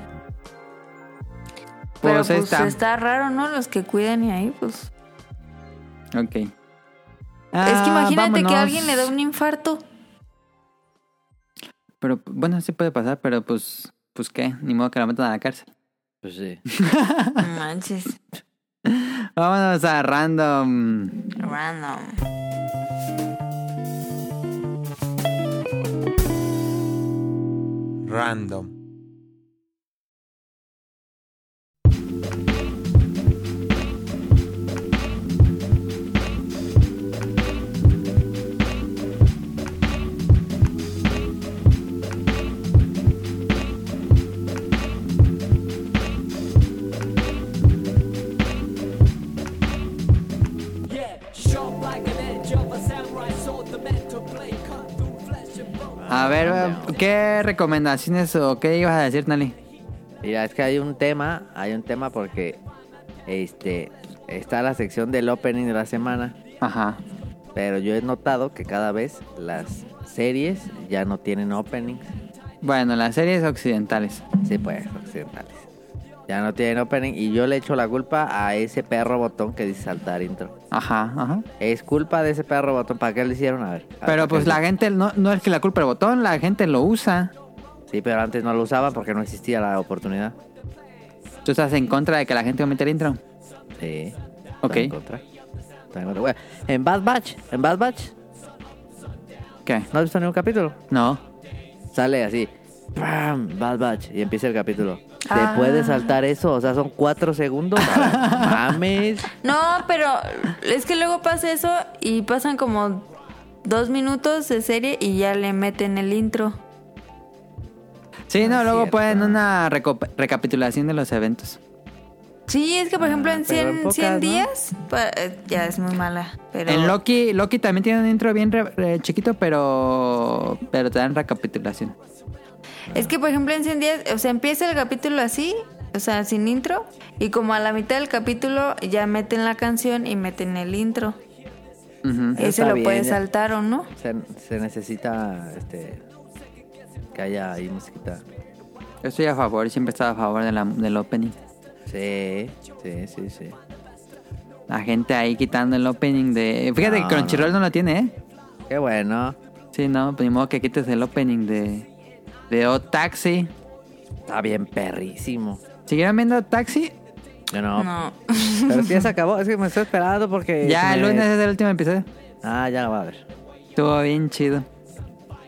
A: Pero
B: Pues
A: pues
B: esta.
A: está. raro, ¿no? Los que cuidan y ahí, pues.
B: Ok.
A: es que
B: Ah,
A: imagínate que
B: vámonos.
A: a alguien le da un infarto.
B: Pero bueno, sí puede pasar, pero pues, pues qué, ni modo que la metan a la cárcel.
C: Pues sí.
A: No manches.
B: Vámonos a random.
A: Random.
E: Random.
B: A ver, eh, ¿qué recomendaciones o qué ibas a decir, Nali?
C: Mira, es que hay un tema, hay un tema porque este está la sección del opening de la semana,
B: Ajá.
C: pero yo he notado que cada vez las series ya no tienen openings.
B: Bueno, las series occidentales.
C: Sí, pues, occidentales. Ya no tienen opening y yo le echo la culpa a ese perro botón que dice saltar intro.
B: Ajá, ajá.
C: Es culpa de ese perro botón, ¿para qué lo hicieron? A ver. Ah,
B: Pero pues la gente, no, no es que la culpa el botón, la gente lo usa.
C: Sí, pero antes no lo usaban porque no existía la oportunidad.
B: Tú estás en contra de que la gente cometa el intro.
C: Sí.
B: Ok.
C: Estoy en contra. Estoy en contra. Bueno, en Bad Batch, en Bad Batch,
B: ¿Qué?
C: ¿no has visto ningún capítulo?
B: No.
C: Sale así. ¡Pam! Bad Batch. Y empieza el capítulo. ¿Te
A: Ah.
C: puedes saltar eso? O sea, son cuatro segundos. A ver, Mames.
A: No, pero es que luego pasa eso y pasan como dos minutos de serie y ya le meten el intro.
B: Sí, no,
C: es
B: luego
C: cierto.
B: pueden una reco- recapitulación de los eventos.
A: Sí, es que por ejemplo en
C: Ah, pero
A: 100,
C: en pocas,
A: 100
C: ¿no?
A: días pa- eh, ya es muy mala. Pero
B: En Loki, Loki también tiene un intro bien re- re chiquito, pero, pero te dan recapitulación.
A: Es que, por ejemplo, en 100 días, o sea, empieza el capítulo así, o sea, sin intro, y como a la mitad del capítulo ya meten la canción y meten el intro.
B: Ujú.
C: Eso
A: Ese
C: está
A: lo
C: bien,
A: puedes
C: ya.
A: saltar o no.
C: Se, se necesita este que haya ahí musiquita.
B: Yo estoy a favor, siempre he estado a favor de la- del opening.
C: Sí, sí, sí, sí.
B: La gente ahí quitando el opening de... Fíjate
C: No,
B: que Crunchyroll no. lo tiene, ¿eh?
C: Qué bueno.
B: Sí, no, pues ni modo que quites el opening de... De O Taxi.
C: Está bien perrísimo.
B: ¿Siguieron viendo Taxi?
C: Yo no.
A: No.
C: Pero si ya se acabó. Es que me estoy esperando porque.
B: ya,
C: se
B: el
C: me-
B: lunes es el último episodio.
C: Ah, ya lo voy a ver.
B: Estuvo bien chido.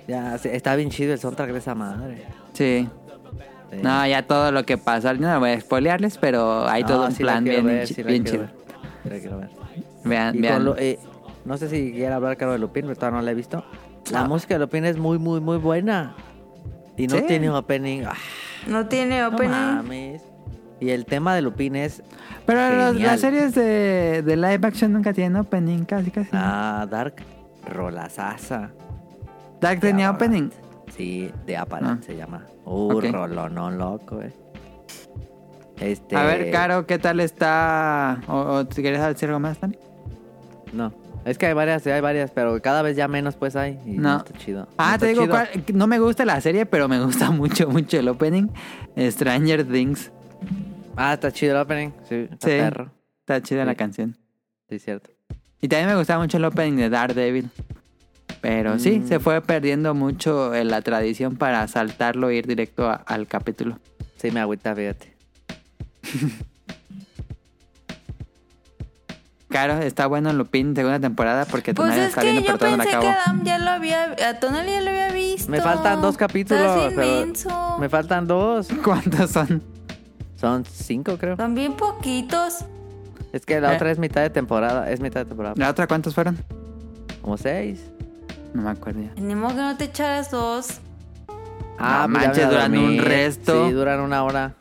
C: Ya, sí, está bien chido el soundtrack de esa madre.
B: Sí.
C: Sí.
B: No, ya todo lo que pasó, no voy a espolearles, pero hay
C: No,
B: todo un
C: Ah, sí la
B: plan
C: quiero
B: bien,
C: ver,
B: chi-
C: sí la
B: bien
C: quiero
B: chido.
C: ver. Sí la quiero ver.
B: Vean,
C: Y con
B: vean.
C: lo- eh, no sé si quiere hablar Caro de Lupin, pero todavía no la he visto. La música de Lupin es muy, muy, muy buena. Y no
B: Ah. Sí.
C: tiene opening. Ah,
A: No tiene
C: no
A: opening.
C: mames. Y el tema de Lupin es
B: Pero los-
C: genial.
B: las series de, de live action nunca tienen opening, casi casi.
C: Ah, Dark Rolazaza.
B: Dark tenía opening.
C: Sí, de Apparat
B: Ah.
C: se llama. Uh,
B: Ok.
C: rolonón loco, eh. Este,
B: A ver, Caro, ¿qué tal está? ¿O, o te quieres decir algo más, Dani?
C: No. Es que hay varias, sí, hay varias, pero cada vez ya menos pues hay. Y no.
B: No.
C: está chido. No
B: Ah,
C: está
B: te digo,
C: chido.
B: cuál- no me gusta la serie, pero me gusta mucho, mucho el opening. Stranger Things.
C: Ah, está chido el opening. Sí, está
B: Sí.
C: perro.
B: Está chida la
C: Sí.
B: canción.
C: Sí, cierto.
B: Y también me gustaba mucho el opening de Daredevil. Pero sí, se fue perdiendo mucho eh, la tradición para saltarlo e ir directo a- al capítulo.
C: Sí, me agüita, fíjate.
B: Claro, está bueno Lupin segunda temporada porque
A: Pues
B: Tonali
A: es
B: está
A: que
B: viendo,
A: yo
B: pero todavía no
A: pensé
B: la
A: que
B: acabo.
A: Adam ya lo había... A Tonali ya lo había visto.
C: Me faltan dos capítulos.
A: Estás
C: pero-
A: inmenso.
C: Me faltan dos.
B: ¿Cuántos son?
C: Son cinco, creo.
A: Son bien poquitos.
C: Es que la
B: Eh.
C: otra es mitad de temporada. Es mitad de temporada.
B: ¿La otra cuántos fueron?
C: Como seis.
B: No me acuerdo ya.
A: Ni modo que no te echaras dos.
C: Ah,
B: No
C: pues ya
B: manches,
C: me
B: duran un
C: dormí.
B: resto.
C: Sí, duran una hora.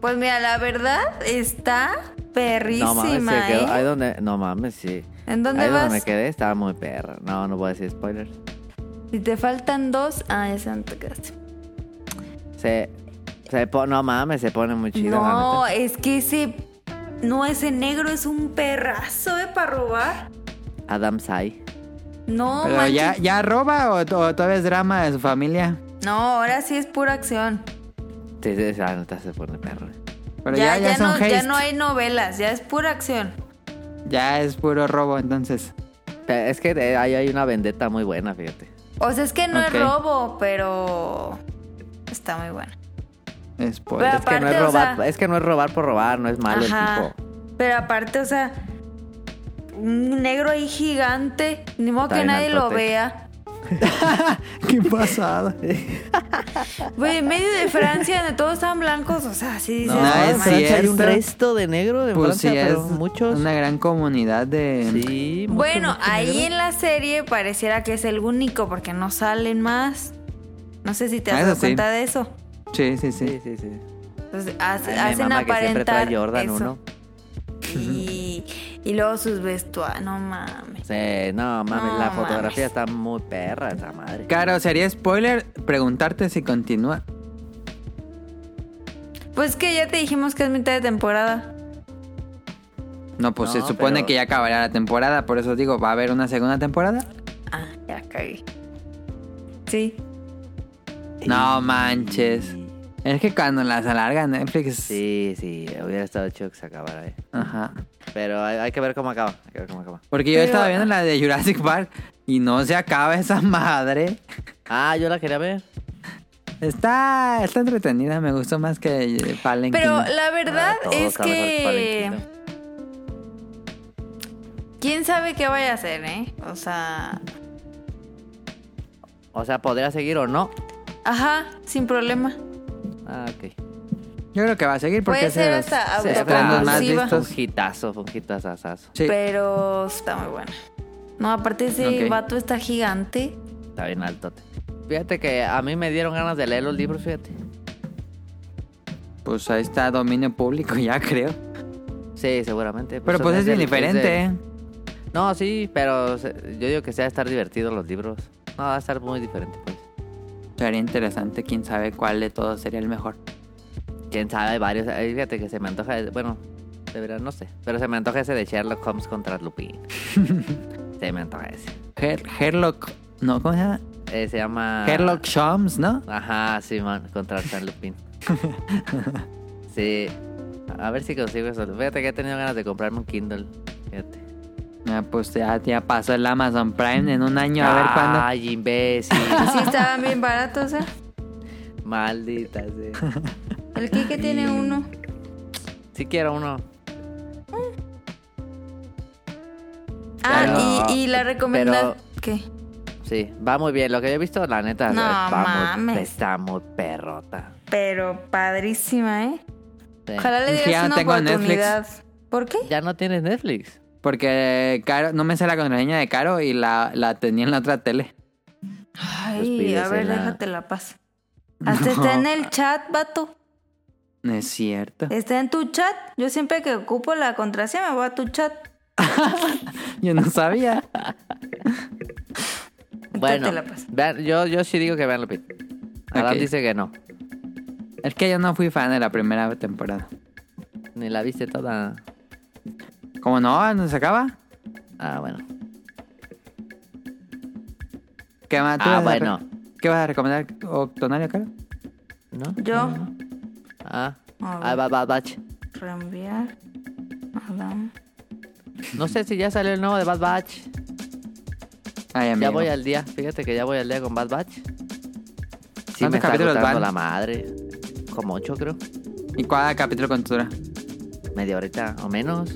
A: Pues mira, la verdad está
C: No mames,
A: perrísima,
C: se quedó.
A: ¿eh?
C: Ahí donde. No mames, sí.
A: ¿En dónde
C: Ahí
A: vas?
C: donde me quedé estaba muy perra. No, no voy a decir spoilers.
A: Si te faltan dos... Ah, esa no te quedaste.
C: Se. se po- no mames, se pone muy chido. la
A: No,
C: neta.
A: es que ese... No, ese negro es un perrazo, ¿eh? Para robar.
C: Adam Sai.
A: No,
B: ¿Pero
A: manches.
B: ya, ya roba o, o todavía es drama de su familia?
A: No, ahora sí es pura acción.
C: Sí, sí, la neta se pone perra.
B: Pero
A: ya,
B: ya, ya,
A: ya
B: son
A: no, ya
B: heist.
A: no hay novelas, ya es pura acción.
B: Ya es puro robo, entonces.
C: Pe- Es que eh, ahí hay una vendetta muy buena, fíjate.
A: O sea, es que no
B: Ok.
A: es robo, pero está muy bueno.
B: Spoiler.
A: Pero
C: Es que, no es,
A: Aparte, o
C: robar,
A: sea-
C: es que no es robar por robar, no es malo el
A: Ajá.
C: tipo.
A: Pero aparte, o sea, un negro ahí gigante, ni modo
C: Está
A: que
C: bien
A: nadie lo
C: altote.
A: vea.
B: Qué pasada.
A: Güey, en medio de Francia, donde todos están blancos, o sea, sí dices.
B: No,
A: "Ah,
B: es
C: en Francia hay un
B: cierto.
C: resto de negro en
B: Pues sí,
C: Francia,
B: es
C: pero muchos.
B: una gran comunidad de...
C: Sí, mucho,
A: Bueno,
C: mucho
A: ahí
C: negro.
A: en la serie pareciera que es el único porque no salen más. No sé si te has
B: Ah, eso
A: dado
B: sí.
A: cuenta de eso.
B: Sí, sí, sí.
C: Sí, sí, sí.
A: Entonces, hace-
C: Ay, me
A: hacen
C: mama que siempre
A: aparentar
C: trae Jordan
A: eso.
C: uno.
A: Y, y luego sus vestuarios, no mames.
C: Sí, no mames,
A: No
C: la fotografía
A: mames.
C: está muy perra, esa madre.
B: Claro, sería spoiler preguntarte si continúa.
A: Pues que ya te dijimos que es mitad de temporada.
B: No, pues
C: No,
B: se supone
C: pero-
B: que ya acabará la temporada, por eso digo, ¿va a haber una segunda temporada?
A: Ah, ya cagué. Sí.
B: No manches. Es que cuando las alarga Netflix...
C: Sí, sí, hubiera estado chido que se acabara ahí.
B: Ajá.
C: Pero hay, hay que ver cómo acaba. Hay que ver cómo acaba.
B: Porque yo
A: Pero-
B: estaba viendo la de Jurassic Park y no se acaba esa madre.
C: Ah, yo la quería ver.
B: Está, está entretenida, me gustó más que eh, Palenquino.
A: Pero la verdad
C: Ah, todo
A: es
C: está mejor
A: que.
C: Palenquino.
A: ¿Quién sabe qué vaya a hacer, eh? O sea.
C: O sea, podría seguir o no.
A: Ajá, sin problema.
C: Ah, ok.
B: Yo creo que va a seguir porque
A: Puede
B: es de
A: ser
B: los-
A: hasta
B: se-
C: Sí,
B: estrenos más
A: autoconclusiva.
C: Fue un
B: vistos.
C: hitazo, fue un hitazazazo.
B: Sí.
A: Pero está muy buena. No, aparte ese
B: Ok.
A: vato está gigante.
C: Está bien altote. Fíjate que a mí me dieron ganas de leer los libros, fíjate.
B: Pues ahí está dominio público ya creo.
C: Sí, seguramente.
B: Pero pues es bien
C: del-
B: diferente.
C: es
B: ¿eh?
C: del- No, sí, pero se- yo digo que sea estar divertido los libros. No, va a estar muy diferente, pues.
B: Sería interesante, quién sabe cuál de todos sería el mejor.
C: Quién sabe, hay varios. Ay, Fíjate que se me antoja. Bueno, de verdad no sé. Pero se me antoja ese de Sherlock Holmes contra Lupin. se me antoja ese.
B: Her- Herlock, no, ¿cómo se llama?
C: Eh, se llama.
B: Herlock Sholmes, ¿no?
C: Ajá, sí, man, contra San Lupin. sí. A ver si consigo eso. Fíjate que he tenido ganas de comprarme un Kindle. Fíjate.
B: Ah, pues ya, ya pasó el Amazon Prime en un año, a
C: Ah.
B: ver cuándo.
C: Ay, imbécil.
A: Y Pues sí estaban bien baratos, ¿eh?
C: Maldita sea.
A: El Kike tiene uno.
C: Sí quiero uno.
A: Ah,
C: Pero-
A: y, y la recomendación.
C: pero-
A: ¿Qué?
C: Sí, va muy bien. Lo que yo he visto, la neta,
A: No
C: está, Muy,
A: mames.
C: está muy perrota.
A: Pero padrísima, ¿eh?
C: Sí.
A: Ojalá le
B: Ya
A: dieras
B: no
A: una
B: tengo Netflix.
A: oportunidad. ¿Por qué?
C: Ya no tienes Netflix.
B: Porque Caro, no me sé la contraseña de Caro y la, la tenía en la otra tele.
C: Pues
A: Ay, a
C: pídesela.
A: ver, déjate la paz. Hasta está en el chat, vato.
B: No es cierto.
A: Está en tu chat. Yo siempre que ocupo la contraseña me voy a tu chat.
B: Yo no sabía.
C: Bueno,
A: la paz.
C: vean- yo, yo sí digo que vean Lupin. Adam
B: Ok.
C: dice que no.
B: Es que yo no fui fan de la primera temporada.
C: Ni la viste toda.
B: Como no, no se acaba.
C: Ah, bueno.
B: ¿Qué, más? ¿Tú
C: Ah,
B: vas a re-
C: bueno.
B: ¿Qué vas a recomendar, Octonario, Caro?
C: ¿No?
A: Yo.
C: No. Ah.
A: A
C: Ah,
A: ver.
C: va, va, Batch.
A: Reenviar. Adam.
C: No sé si ya salió el nuevo de Bad Batch.
B: Ay, amigo.
C: Ya voy al día. Fíjate que ya voy al día con Bad Batch. Sí,
B: ¿Cuántos
C: me está
B: capítulos van?
C: agotando la madre. Como ocho, creo.
B: ¿Y cuál capítulo contura?
C: Media horita o menos.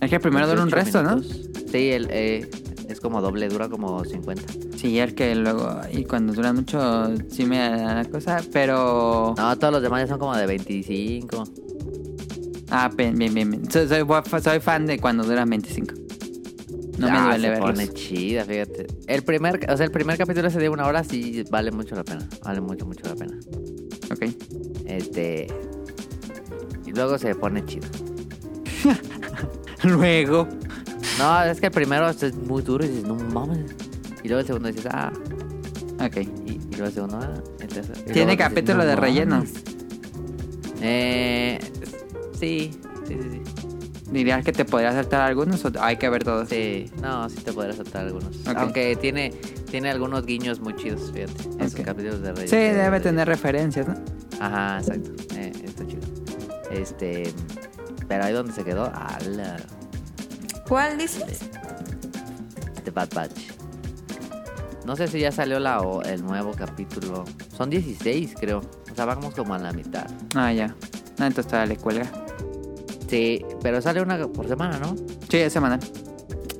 B: Es que el primero dura un
C: 18
B: resto,
C: minutos. Sí, el, eh, es como doble, dura como 50.
B: ¿no? Sí, el que luego... Y cuando dura mucho sí me da la cosa, pero...
C: No, todos los demás ya son como de 25.
B: Ah, bien, bien, bien. bien. Soy, soy, bua- soy fan de cuando duran 25. No
C: Ah,
B: me duele
C: se
B: verlos.
C: pone chida, fíjate. El primer, o sea, el primer capítulo ese de una hora sí vale mucho la pena. Vale mucho, mucho la pena.
B: Ok.
C: Este... Y luego se pone chido.
B: Luego...
C: No, es que el primero es muy duro y dices, no mames. Y luego el segundo dices, ah...
B: Ok.
C: Y, y luego el segundo, ah... el tercero. Y luego
B: Tiene
C: dices,
B: capítulo
C: "No
B: de relleno.
C: mames". Eh... Sí, sí, sí, sí.
B: ¿Dirías que te podría saltar algunos o hay que ver todos?
C: Sí, no, sí te podrás saltar algunos.
B: Ok.
C: Aunque tiene, tiene algunos guiños muy chidos, fíjate. En sus
B: Ok.
C: capítulos de Reyes.
B: Sí, debe tener referencias, ¿no?
C: Ajá, exacto. Eh, está chido. Este. Pero ahí donde se quedó, ala.
A: ¿Cuál dices?
C: The este Bad Batch. No sé si ya salió la, o- el nuevo capítulo. Son 16, creo. O sea, vamos como a la mitad.
B: Ah, ya. Ah, entonces todavía le cuelga.
C: Sí, pero sale una por semana, ¿no?
B: Sí, es semanal.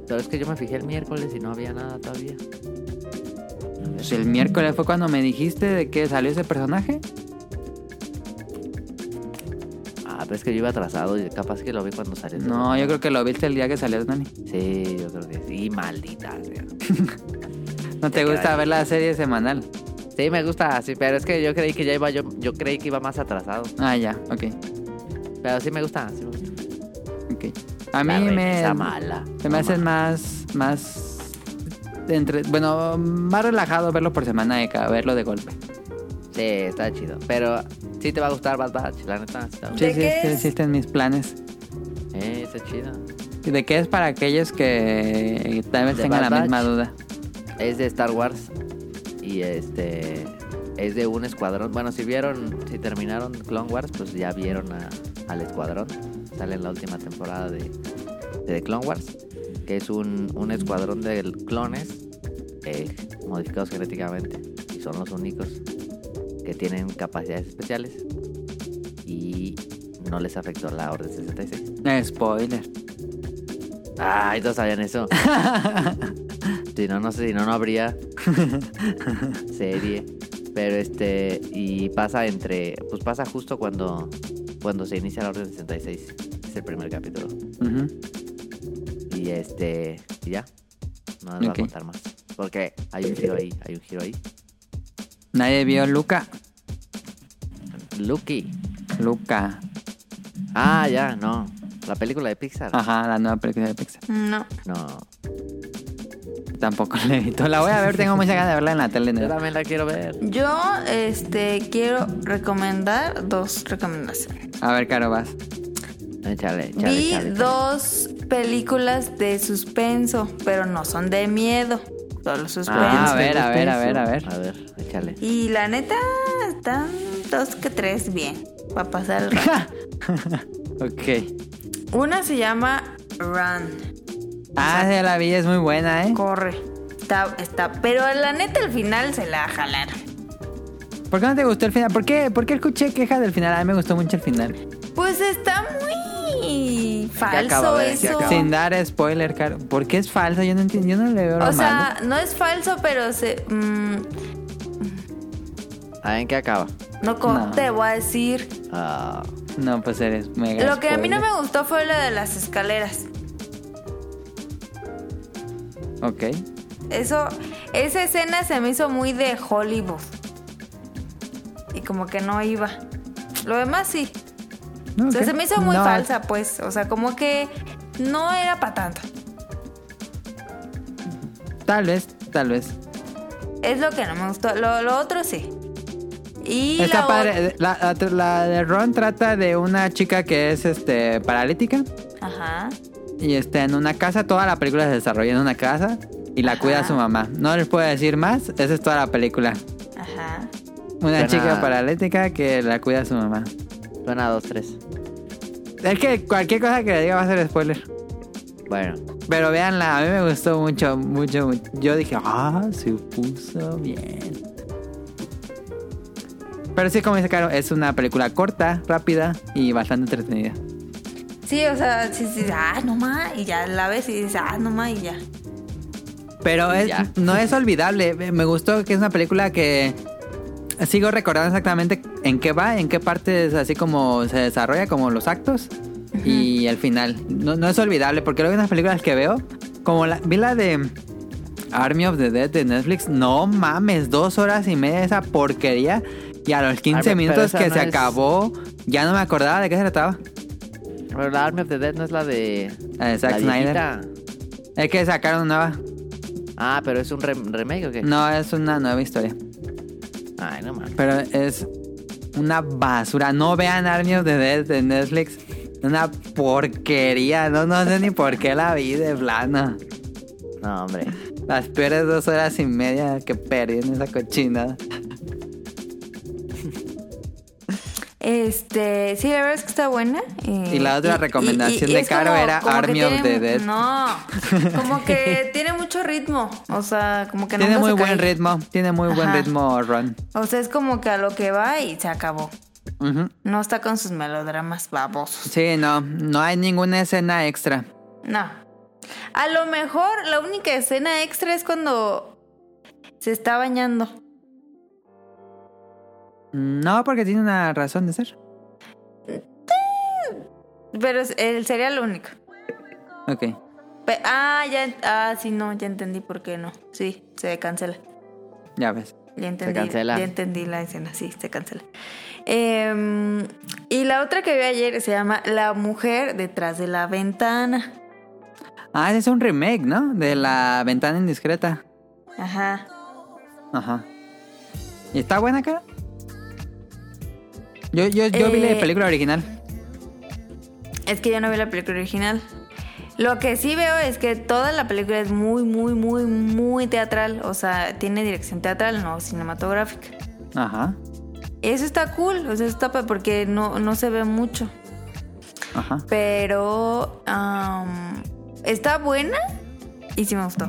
C: Pero es que yo me fijé el miércoles y no había nada todavía.
B: Pues el miércoles fue cuando me dijiste de que salió ese personaje.
C: Ah, pero es que yo iba atrasado y capaz que lo vi cuando salió.
B: No, yo creo que lo viste el día que salió, Nani.
C: Sí, yo creo que sí, maldita sea.
B: No te
C: Ya
B: gusta
C: queda
B: ver la serie semanal.
C: Sí, me gusta, sí, pero es que yo creí que ya iba, yo, yo creí que iba más atrasado.
B: Ah, ya, ok.
C: Pero sí me gusta, sí me gusta.
B: ok. A
C: La
B: mí me,
C: remesa mala.
B: se
C: No
B: me hacen
C: mames.
B: más, más, entre, bueno, más relajado verlo por semana de cada verlo de golpe.
C: Sí, está chido. Pero sí te va a gustar Bad Batch, la neta. Está,
B: Sí,
A: ¿De
B: sí,
A: qué
B: sí,
A: es?
B: existen mis planes.
C: eh, está chido.
B: ¿Y ¿De qué es para aquellos que tal vez
C: De
B: tengan la
C: Bad Batch.
B: misma duda?
C: Es de Star Wars y este es de un escuadrón. Bueno, si vieron, si terminaron Clone Wars, pues ya vieron a- al escuadrón. Sale en la última temporada de, de The Clone Wars, que es un, un escuadrón de clones eh, modificados genéticamente y son los únicos que tienen capacidades especiales y no les afectó la Orden 66.
B: Spoiler.
C: Ay, todos sabían eso. Si no, no sé, si no, no habría serie. Pero este, y pasa entre, pues pasa justo cuando, cuando se inicia la Orden 66. Es el primer capítulo.
B: Ujú.
C: Y este, y ya. No les voy
B: Ok.
C: a contar más. Porque hay un giro ahí, hay un giro ahí.
B: Nadie
C: Mm.
B: vio Luca.
C: Lucky.
B: Luca.
C: Ah, ya, no. La película de Pixar.
B: Ajá, la nueva película de Pixar.
A: No.
C: No.
B: Tampoco la he visto. La voy a ver, tengo mucha ganas de verla en la tele.
C: Yo
B: ¿no?
C: también la quiero ver.
A: Yo este, quiero recomendar dos recomendaciones.
B: A ver, Caro, vas.
C: Échale, échale,
A: Vi
C: échale, échale.
A: dos películas de suspenso, pero no son de miedo. Solo suspenso.
B: Ah, a ver, a ver, a ver, a ver.
C: A ver, échale.
A: Y la neta, están dos que tres bien. Va a pasar el rato.
B: Ok.
A: Una se llama Run,
B: Ah, sí, la vi, es muy buena, ¿eh?
A: corre. Está, está, pero la neta al final se la jalaron.
B: ¿Por qué no te gustó el final? ¿Por qué, ¿Por qué escuché quejas del final? A mí me gustó mucho el final.
A: Pues está muy
C: acabo
A: falso
C: de decir,
A: eso.
C: acabo.
B: Sin dar spoiler, Caro. ¿Por qué es falso? Yo no entiendo, yo no le veo lo
A: O
B: malo.
A: sea, no es falso, pero se mm,
C: A ver en qué acaba.
A: no, co-
B: No.
A: te voy a decir.
C: Ah.
B: No, pues eres mega
A: Lo que a mí no
B: spoiler.
A: me gustó fue lo de las escaleras.
B: Ok.
A: Eso, esa escena se me hizo muy de Hollywood. Y como que no iba. Lo demás sí.
B: No,
A: O sea,
B: ok.
A: se me hizo muy
B: No,
A: falsa, pues. O sea, como que no era para tanto.
B: Tal vez, tal vez.
A: Es lo que no me gustó. Lo, lo otro sí. Y
B: Está
A: la ot-
B: padre. La, la- la de Ron trata de una chica que es este paralítica
A: Ajá.
B: y está en una casa. Toda la película se desarrolla en una casa y la cuida
A: Ajá.
B: su mamá. No les puedo decir más, esa es toda la película.
A: Ajá.
B: Una
C: Suena-
B: chica paralítica que la cuida su mamá.
C: Suena dos, tres.
B: Es que cualquier cosa que le diga va a ser spoiler.
C: Bueno,
B: Pero véanla, a mí me gustó mucho, mucho, mucho. Yo dije, ah, se puso bien. Pero sí, como dice Caro, es una película corta, rápida y bastante entretenida.
A: Sí, o sea, sí, sí, ah, no más, y ya la ves y dices, ah, no más, y ya.
B: Pero es-
C: Ya.
B: no es olvidable. Me gustó que es una película que sigo recordando exactamente en qué va, en qué partes así como se desarrolla, como los actos y el final. No, no es olvidable porque luego hay unas películas que veo, como la, vi la de Army of the Dead de Netflix. No mames, dos horas y media de esa porquería. Y a los 15
C: pero
B: minutos
C: esa
B: que
C: no
B: se
C: es-
B: acabó, ya no me acordaba de qué se trataba.
C: pero la Army of the Dead no es la de.
B: La de Zack
C: la
B: Snyder.
C: viejita.
B: Es que sacaron una nueva.
C: Ah, pero es un rem- remake o qué?
B: No, es una nueva historia.
C: Ay, no mames.
B: Pero es una basura. No vean Army of the Dead de Netflix. Una porquería. No, no sé ni por qué la vi de plano.
C: No, hombre.
B: Las peores dos horas y media que perdí en esa cochina.
A: Este, sí, la verdad es que está buena. eh,
B: Y la otra recomendación de
A: es
B: Caro era
A: que
B: Army of
A: tiene-
B: the Dead.
A: No, como que tiene mucho ritmo. O sea, como que
B: Tiene
A: nunca
B: muy
A: se
B: buen
A: cae.
B: ritmo. Tiene muy buen
A: Ajá.
B: ritmo, Ron.
A: O sea, es como que a lo que va y se acabó.
B: Ujú.
A: No está con sus melodramas babosos.
B: Sí, no. No hay ninguna escena extra.
A: No. A lo mejor la única escena extra es cuando se está bañando.
B: No, porque tiene una razón de ser.
A: Pero es- él sería lo único.
B: Ok.
A: Pe- ah, ya. ent- Ah, sí, no, ya entendí por qué no. Sí, se cancela.
B: Ya ves.
A: Ya entendí,
C: cancela.
A: ya entendí la escena, sí, se cancela. Em, y la otra que vi ayer se llama La mujer detrás de la ventana.
B: Ah, ese es un remake, ¿no? De la ventana indiscreta.
A: Ajá.
B: Ajá. ¿Y está buena acá? Yo, yo, yo vi
A: Eh,
B: la película original.
A: Es que yo no vi la película original. Lo que sí veo es que toda la película es muy, muy, muy, muy teatral. O sea, tiene dirección teatral, no cinematográfica.
B: Ajá,
A: Eso está cool, o sea, eso está pa- porque no, no se ve mucho.
B: ajá.
A: Pero am, está buena y sí me gustó.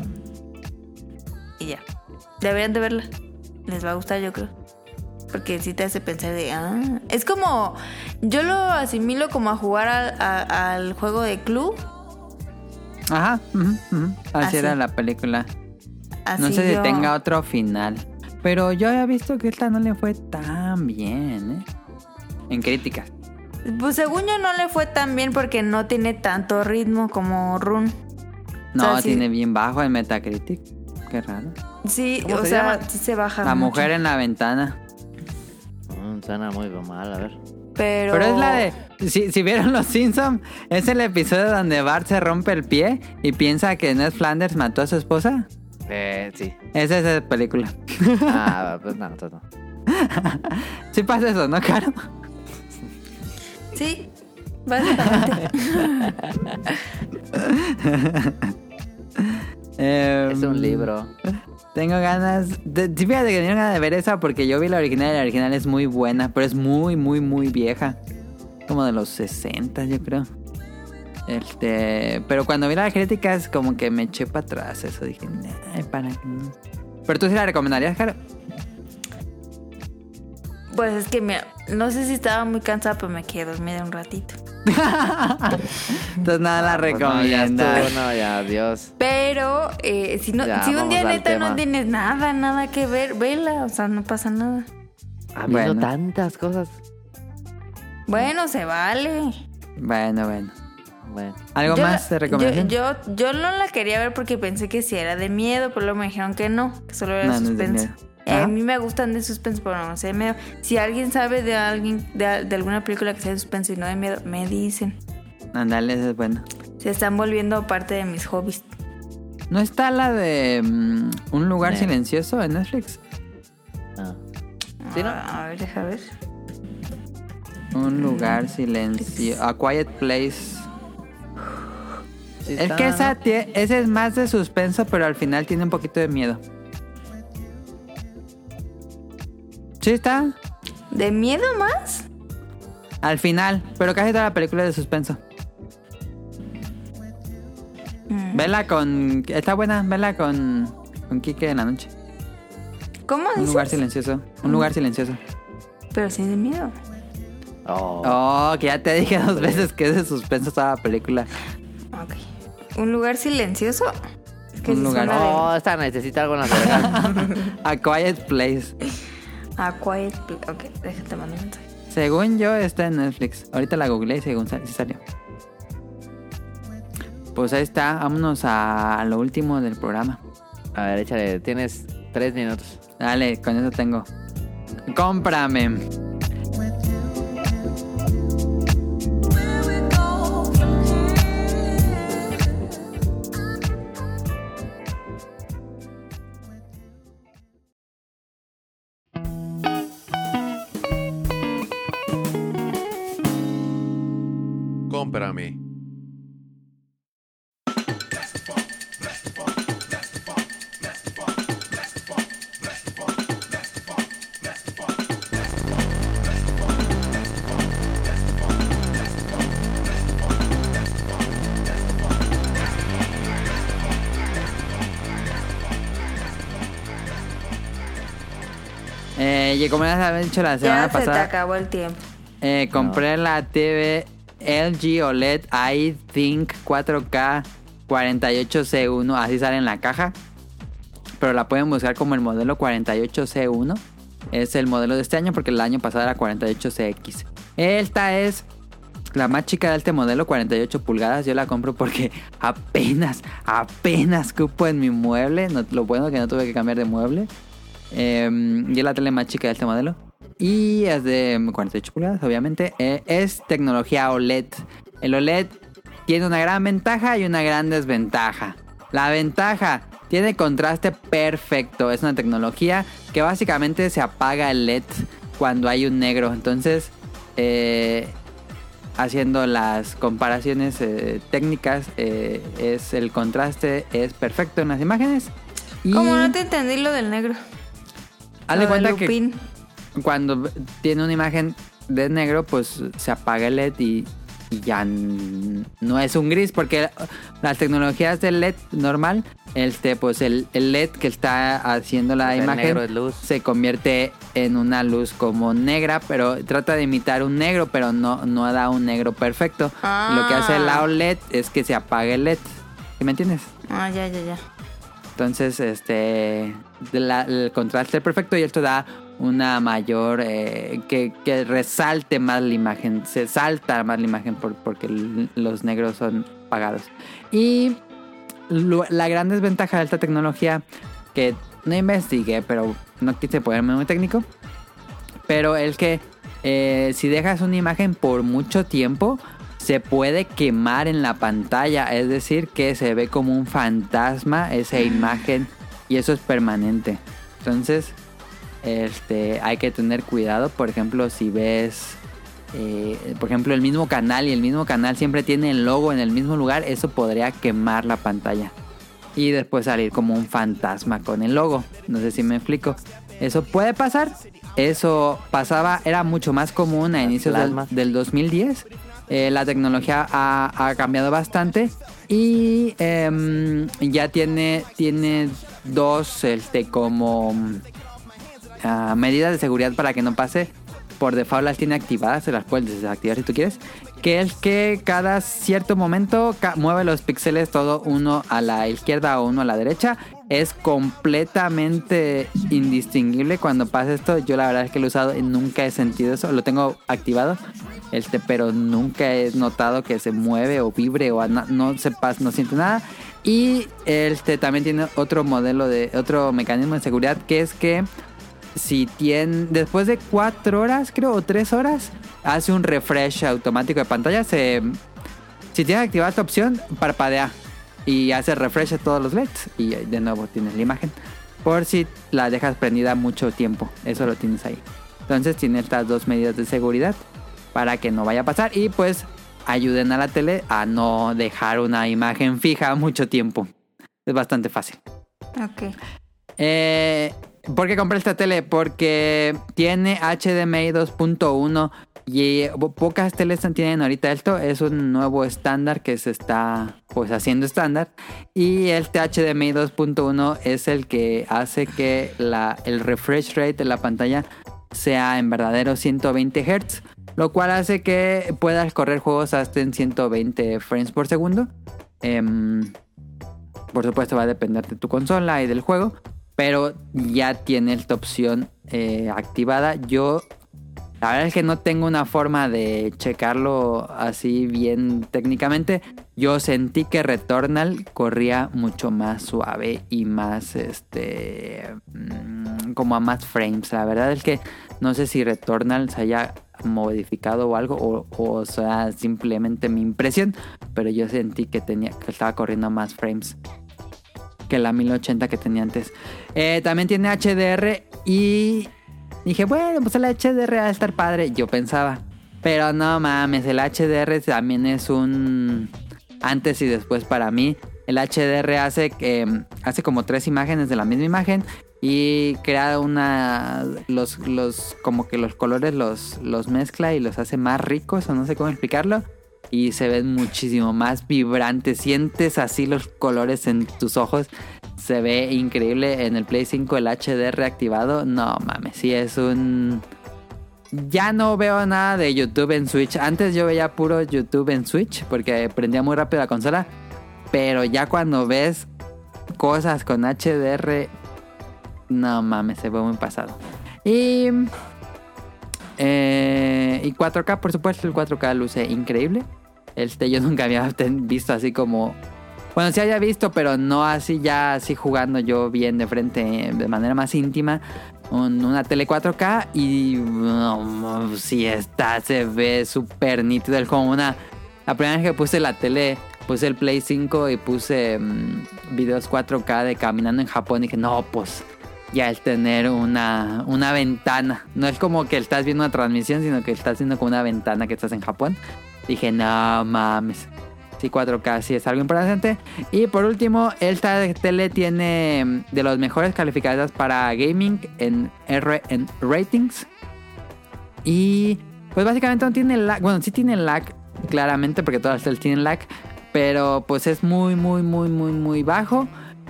A: Y ya. Deberían de verla. Les va a gustar, yo creo. Porque sí te hace pensar de, ah, es como, yo lo asimilo como a jugar al, a- al juego de club.
B: Ajá, ujú, ujú. Así,
A: Así.
B: era la película.
A: Así
B: no sé
A: yo-
B: si tenga otro final. Pero yo había visto que esta no le fue tan bien, ¿eh? En críticas.
A: Pues según yo no le fue tan bien porque no tiene tanto ritmo como Run.
B: No,
A: O sea, sí.
B: tiene bien bajo en Metacritic. Qué raro.
A: Sí,
C: ¿Cómo
A: o
C: se
A: sea,
C: llama?
A: sí se baja.
B: La
A: mucho.
B: mujer en la ventana.
C: Mm, suena muy mal, a ver.
A: Pero...
B: Pero es la de. Si, si vieron los Simpsons, es el episodio donde Bart se rompe el pie y piensa que Ned Flanders mató a su esposa.
C: Eh, sí.
B: Es esa película.
C: Ah, pues no, entonces no.
B: Sí pasa eso, ¿no, Caro?
A: Sí, básicamente.
B: Eh,
C: Es un libro.
B: Tengo ganas. De, sí, fíjate que tengo ganas de ver esa porque yo vi la original y la original es muy buena, pero es muy, muy, muy vieja. Como de los 60, yo creo. Este. Pero cuando vi la crítica es como que me eché para atrás eso. Dije, ay, para qué no". Pero tú sí la recomendarías, Caro.
A: Pues es que mira, no sé si estaba muy cansada, pero me quedé dormida un ratito.
B: Entonces nada la
C: Pues no, ya
B: recomiendo.
C: estuvo, no, ya, adiós.
A: Pero eh, si, no,
C: Ya,
A: si un
C: vamos
A: día
C: al
A: neta no
C: tema.
A: tienes nada, nada que ver, vela, o sea, no pasa nada.
C: Ha
B: Bueno.
C: habido tantas cosas.
A: Bueno, se vale.
B: Bueno, bueno.
C: Bueno.
B: ¿Algo
A: Yo
B: más
A: la-
B: de recomendación?
A: Yo, yo, yo no la quería ver porque pensé que si era de miedo, pero luego me dijeron que no, que solo era
B: No, no es de
A: suspenso.
B: miedo.
A: Eh,
B: Ah.
A: A mí me gustan de suspenso, pero no sé de miedo. Si alguien sabe de alguien de, de alguna película que sea de suspenso y no de miedo, me dicen.
B: Andale, ese es bueno.
A: Se están volviendo parte de mis hobbies.
B: ¿No está la de mm, Un lugar
C: Ne.
B: silencioso en Netflix?
C: no. ¿Sí, no?
A: A ver, deja ver.
C: Eh.
B: Un lugar silencioso. A Quiet Place.
C: Sí
B: Es
C: está,
B: que
C: ¿no?
B: esa tie- ese es más de suspenso, pero al final tiene un poquito de miedo. Sí está,
A: ¿De miedo más?
B: al final, pero casi toda la película es de suspenso.
C: Mm.
B: Vela con... Está buena, vela con... Con Kike en la noche.
A: ¿Cómo
B: Un
A: dices?
B: lugar silencioso. Un lugar silencioso.
A: Pero sí de miedo.
C: Oh.
B: Oh, que ya te dije dos veces que es de suspenso toda la película.
A: Ok. ¿Un lugar silencioso? Es que
B: Un
A: sí
B: lugar-
A: suena de-
C: Oh, esta necesita algunas orejas.
B: A Quiet Place.
A: A Quiet Pl- Ok, déjate mandar un mensaje.
B: Según yo, está en Netflix. Ahorita la googleé y según sal- sí salió. Pues ahí está. Vámonos a lo último del programa.
C: A ver, échale, tienes tres minutos.
B: Dale, con eso tengo. Cómprame.
E: Cómprame.
B: Eh, y como les había dicho la semana
A: Ya se te
B: pasada,
A: acabó el tiempo.
B: eh, compré la TV LG OLED iThink 4K 48C1. Así sale en la caja. Pero la pueden buscar como el modelo 48C1. Es el modelo de este año porque el año pasado era 48CX. Esta es la más chica de este modelo, 48 pulgadas. Yo la compro porque apenas, apenas cupo en mi mueble. No- lo bueno que no tuve que cambiar de mueble. Eh, y es la tele más chica de este modelo. Y es de 48 pulgadas, obviamente. Eh, es tecnología OLED. El OLED tiene una gran ventaja y una gran desventaja. La ventaja tiene contraste perfecto. Es una tecnología que básicamente se apaga el LED cuando hay un negro. Entonces, eh, haciendo las comparaciones eh, técnicas, eh, es el contraste es perfecto en las imágenes. Y
A: Como no te entendí lo del negro.
B: haz de
A: Lo del
B: cuenta que
A: Lupín.
B: cuando tiene una imagen de negro, pues se apaga el LED y, y ya n- no es un gris, porque las tecnologías del LED normal, este, pues el, el LED que está haciendo la
C: Pues el
B: imagen
C: negro es luz.
B: se convierte en una luz como negra, pero trata de imitar un negro, pero no, no da un negro perfecto.
A: Ah.
B: Lo que hace la OLED es que se apaga el LED. ¿Sí ¿Me entiendes?
A: Ah, ya, ya, ya.
B: Entonces, este, de la- el contraste perfecto y esto da una mayor, eh, que, que resalte más la imagen, se salta más la imagen por- porque l- los negros son pagados. Y lo- la gran desventaja de esta tecnología, que no investigué, pero no quise ponerme muy técnico, pero es que eh, si dejas una imagen por mucho tiempo, se puede quemar en la pantalla. Es decir, que se ve como un fantasma esa imagen y eso es permanente. Entonces, este, hay que tener cuidado. Por ejemplo, si ves, eh, por ejemplo, el mismo canal y el mismo canal siempre tiene el logo en el mismo lugar, eso podría quemar la pantalla y después salir como un fantasma con el logo. No sé si me explico. Eso puede pasar. Eso pasaba, era mucho más común a inicios del,
C: plasmas.
B: del 2010. Eh, la tecnología ha, ha cambiado bastante y em, ya tiene, tiene dos este, como mm, ah, medidas de seguridad para que no pase. Por default las tiene activadas, se las puedes desactivar si tú quieres. Que es que cada cierto momento ca- mueve los píxeles todo uno a la izquierda o uno a la derecha. Es completamente indistinguible cuando pasa esto. Yo la verdad es que lo he usado y nunca he sentido eso. Lo tengo activado, este, pero nunca he notado que se mueve o vibre o na- no sepas, no siente nada. Y este también tiene otro modelo de otro mecanismo de seguridad que es que si tiene después de cuatro horas creo o tres horas hace un refresh automático de pantalla se si tienes activada esta opción parpadea y hace refresh a todos los LEDs y de nuevo tienes la imagen por si la dejas prendida mucho tiempo eso lo tienes ahí entonces tiene estas dos medidas de seguridad para que no vaya a pasar y pues ayuden a la tele a no dejar una imagen fija mucho tiempo. Es bastante fácil.
A: Ok.
B: Eh, ¿Por qué compré esta tele? Porque tiene HDMI 2.1 y po- pocas teles tienen ahorita esto. Es un nuevo estándar que se está pues haciendo estándar. Y este HDMI 2.1 es el que hace que la, el refresh rate de la pantalla sea en verdadero 120 Hz. Lo cual hace que puedas correr juegos hasta en 120 frames por segundo. Em, por supuesto va a depender de tu consola y del juego, pero ya tiene esta opción eh, activada. Yo, la verdad es que no tengo una forma de checarlo así bien técnicamente. Yo sentí que Returnal corría mucho más suave y más, este, mm, como a más frames. La verdad es que no sé si Returnal se haya modificado o algo o, o sea simplemente mi impresión pero yo sentí que tenía que estaba corriendo más frames que la 1080 que tenía antes. Eh, también tiene HDR y dije, bueno, pues el HDR va a estar padre, yo pensaba. Pero no mames, el HDR también es un antes y después para mí. El HDR hace, que, eh, hace como tres imágenes de la misma imagen y crea una... Los, los, como que los colores los, los mezcla y los hace más ricos, o no sé cómo explicarlo y se ven muchísimo más vibrantes. Sientes así los colores en tus ojos. Se ve increíble en el Play 5 el HDR activado. No mames, sí es un... Ya no veo nada de YouTube en Switch. Antes yo veía puro YouTube en Switch porque prendía muy rápido la consola. Pero ya cuando ves cosas con HDR... No mames, se ve muy pasado. Y... eh, y 4K, por supuesto, el 4K luce increíble. Este, yo nunca había ten- visto así como. Bueno, sí había visto, pero no así ya así jugando yo bien de frente, eh, de manera más íntima. un- una tele 4K y. No, sí está, se ve súper nítido. Es como una. La primera vez que puse la tele, puse el Play 5 y puse mm, videos 4K de caminando en Japón. dije, no, pues. Ya el tener una, una ventana. No es como que estás viendo una transmisión, sino que estás viendo como una ventana que estás en Japón. Dije, no mames. Sí, 4K sí es algo importante. Y por último, esta tele tiene mm, de los mejores calificadores para gaming en, R en ratings. Y pues básicamente no tiene lag. Bueno, sí tiene lag, claramente, porque todas las teles tienen lag. Pero pues es muy, muy, muy, muy, muy bajo.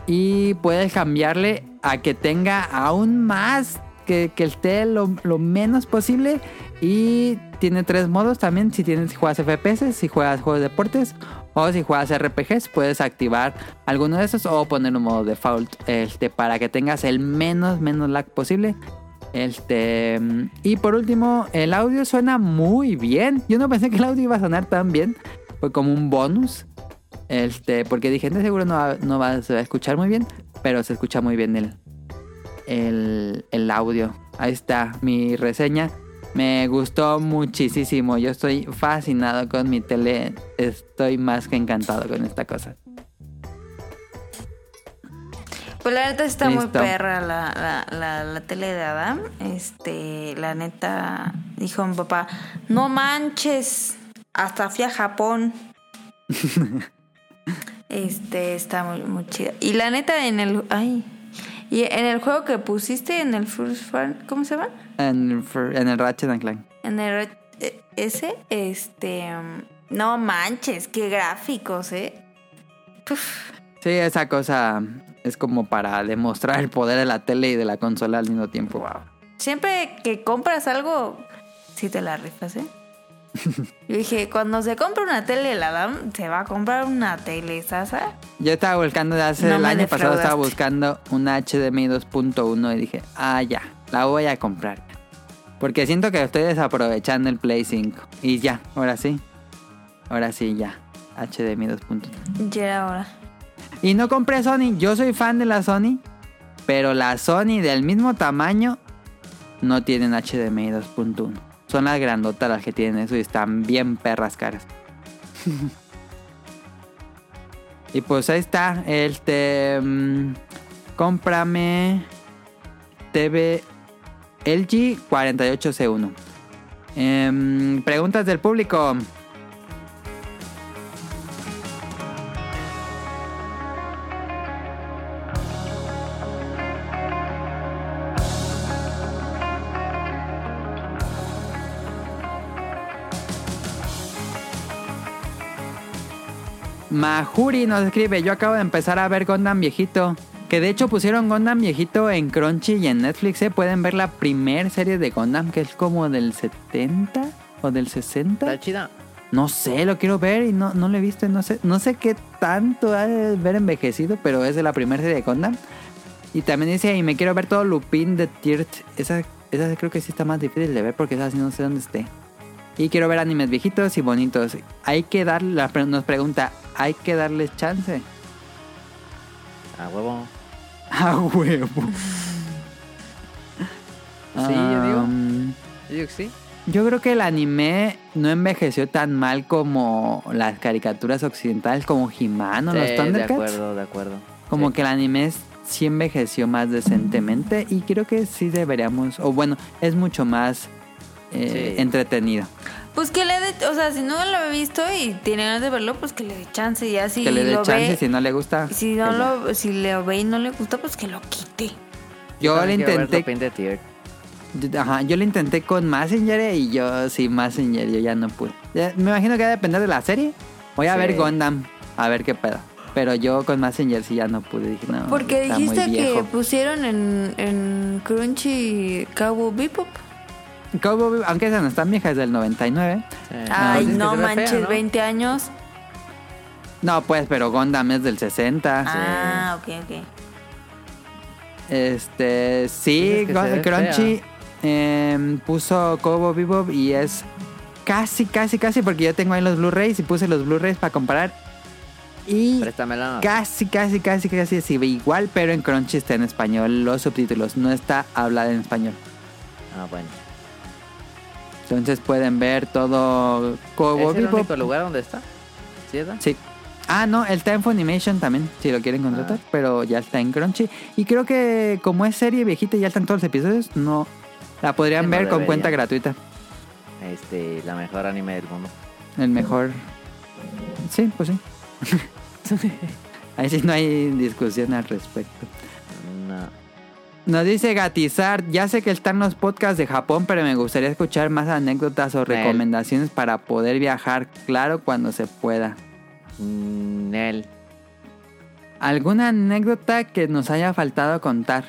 B: Y puedes cambiarle a que tenga aún más, que, que esté lo, lo menos posible. Y tiene tres modos también. Si tienes, si juegas FPS, si juegas juegos de deportes o si juegas RPGs, puedes activar alguno de esos o poner un modo default este, para que tengas el menos, menos lag posible. Este, mm, y por último, el audio suena muy bien. Yo no pensé que el audio iba a sonar tan bien. Fue como un bonus. Este, porque dije, de seguro no va, no va- se va a escuchar muy bien. Pero se escucha muy bien el, el, el audio. Ahí está mi reseña. Me gustó muchísimo. Yo estoy fascinado con mi tele. Estoy más que encantado con esta cosa.
A: Pues la neta está muy
B: Listo.
A: perra la, la, la, la tele de Adam. Este, la neta, dijo mi papá, no manches, hasta fui a Japón. este, está muy, muy chida. Y la neta, en el. Ay. Y en el juego que pusiste, en el First Fan, ¿cómo se llama?
B: En, el fr- en el Ratchet and Clank.
A: En el Red- eh, ese, este. um, No manches, qué gráficos, ¿eh? Puf.
B: Sí, esa cosa es como para demostrar el poder de la tele y de la consola al mismo tiempo.
A: Siempre que compras algo, sí te la rifas, ¿eh? Yo dije, cuando se compra una tele, la dam se va a comprar una tele, Sasa.
B: Yo estaba buscando hace
A: No
B: el
A: me
B: año pasado, estaba
A: defraudaste.
B: buscando una HDMI 2.1 y dije, ah, ya, la voy a comprar. Porque siento que estoy desaprovechando el Play 5. Y ya, ahora sí. Ahora sí, ya. HDMI 2.1.
A: Ya era hora.
B: Y no compré Sony. Yo soy fan de la Sony. Pero la Sony del mismo tamaño no tienen HDMI 2.1. Son las grandotas las que tienen eso y están bien perras caras. y pues ahí está. Este. mm, cómprame. TV LG 48C1. Em, preguntas del público. Mahuri nos escribe, yo acabo de empezar a ver Gundam viejito. Que de hecho pusieron Gundam viejito en Crunchy y en Netflix. ¿eh? Pueden ver la primer serie de Gundam que es como del 70 o del 60.
C: Está chida.
B: No sé, lo quiero ver y no, no lo he visto. No sé, no sé qué tanto ha de ver envejecido, pero es de la primera serie de Gundam. Y también dice, y me quiero ver todo Lupin de Tirt. Esa, esa creo que sí está más difícil de ver porque esa sí no sé dónde esté. Y quiero ver animes viejitos y bonitos. Hay que darle, la pre- nos pregunta, ¿hay que darles chance?
C: A huevo.
B: A huevo.
C: Sí, yo digo.
B: Um,
C: Yo digo que sí.
B: Yo creo que el anime no envejeció tan mal como las caricaturas occidentales, como Himano,
C: Sí,
B: los
C: de
B: Thundercats.
C: acuerdo, de acuerdo.
B: Como
C: Sí.
B: que el anime es- sí envejeció más decentemente y creo que sí deberíamos, o bueno, es mucho más eh,
C: Sí.
B: entretenido.
A: Pues que le dé, o sea, si no lo he visto y tiene ganas de verlo, pues que le dé chance y así
B: que le dé
A: lo
B: chance,
A: ve.
B: si no le gusta.
A: y Si
B: que
A: no
B: ya.
A: lo, si lo ve y no le gusta, pues que lo quite.
B: Yo le
C: también quiero ver
B: intenté
C: Lupin de Tear.
B: Yo- Ajá, yo lo intenté con Messenger y yo sí, Messenger, yo ya no pude. Ya, me imagino que va a depender de la serie. Voy a
C: Sí.
B: ver Gundam, a ver qué pedo. Pero yo con Messenger sí ya no pude, dije, no.
A: Porque
B: está muy
A: dijiste que
B: viejo.
A: pusieron en, en Crunchy Cowboy Bebop.
B: Cowboy Bebop, aunque esa no es tan vieja, es del 99.
C: Sí.
A: Ay,
B: dices Ah, pues, que
A: Ah, no
C: pues, se ve fea,
A: manches,
C: ¿no?
A: 20 años.
B: No, pues, pero Gundam es del 60.
A: Ah, ok, ok.
B: Este, sí,
C: Dices Pues que
B: Gon-
C: se ve
B: Crunchy em, puso Cobo Bebop y es casi, casi, casi, porque yo tengo ahí los Blu-rays y puse los Blu-rays para comparar. Y
C: Préstamela.
B: Casi, casi, casi, casi se ve igual, pero en Crunchy está en español los subtítulos, no está hablada en español.
C: Ah, bueno.
B: Entonces pueden ver todo Cobo
C: ¿Es el
B: Bebop.
C: único lugar donde está? ¿Sí, verdad?
B: Sí. Ah, no, el Time Funimation también, si lo quieren contratar,
C: Ah.
B: pero ya está en Crunchy. Y creo que como es serie viejita y ya están todos los episodios, no la podrían
C: Sí, no
B: ver con
C: deberían.
B: cuenta gratuita.
C: Este, la mejor anime del mundo.
B: El mejor. Sí, pues sí. Ahí sí no hay discusión al respecto.
C: No.
B: Nos dice Gatizar, ya sé que están los podcasts de Japón, pero me gustaría escuchar más anécdotas o recomendaciones para poder viajar, claro, cuando se pueda.
C: Nel.
B: ¿Alguna anécdota que nos haya faltado contar?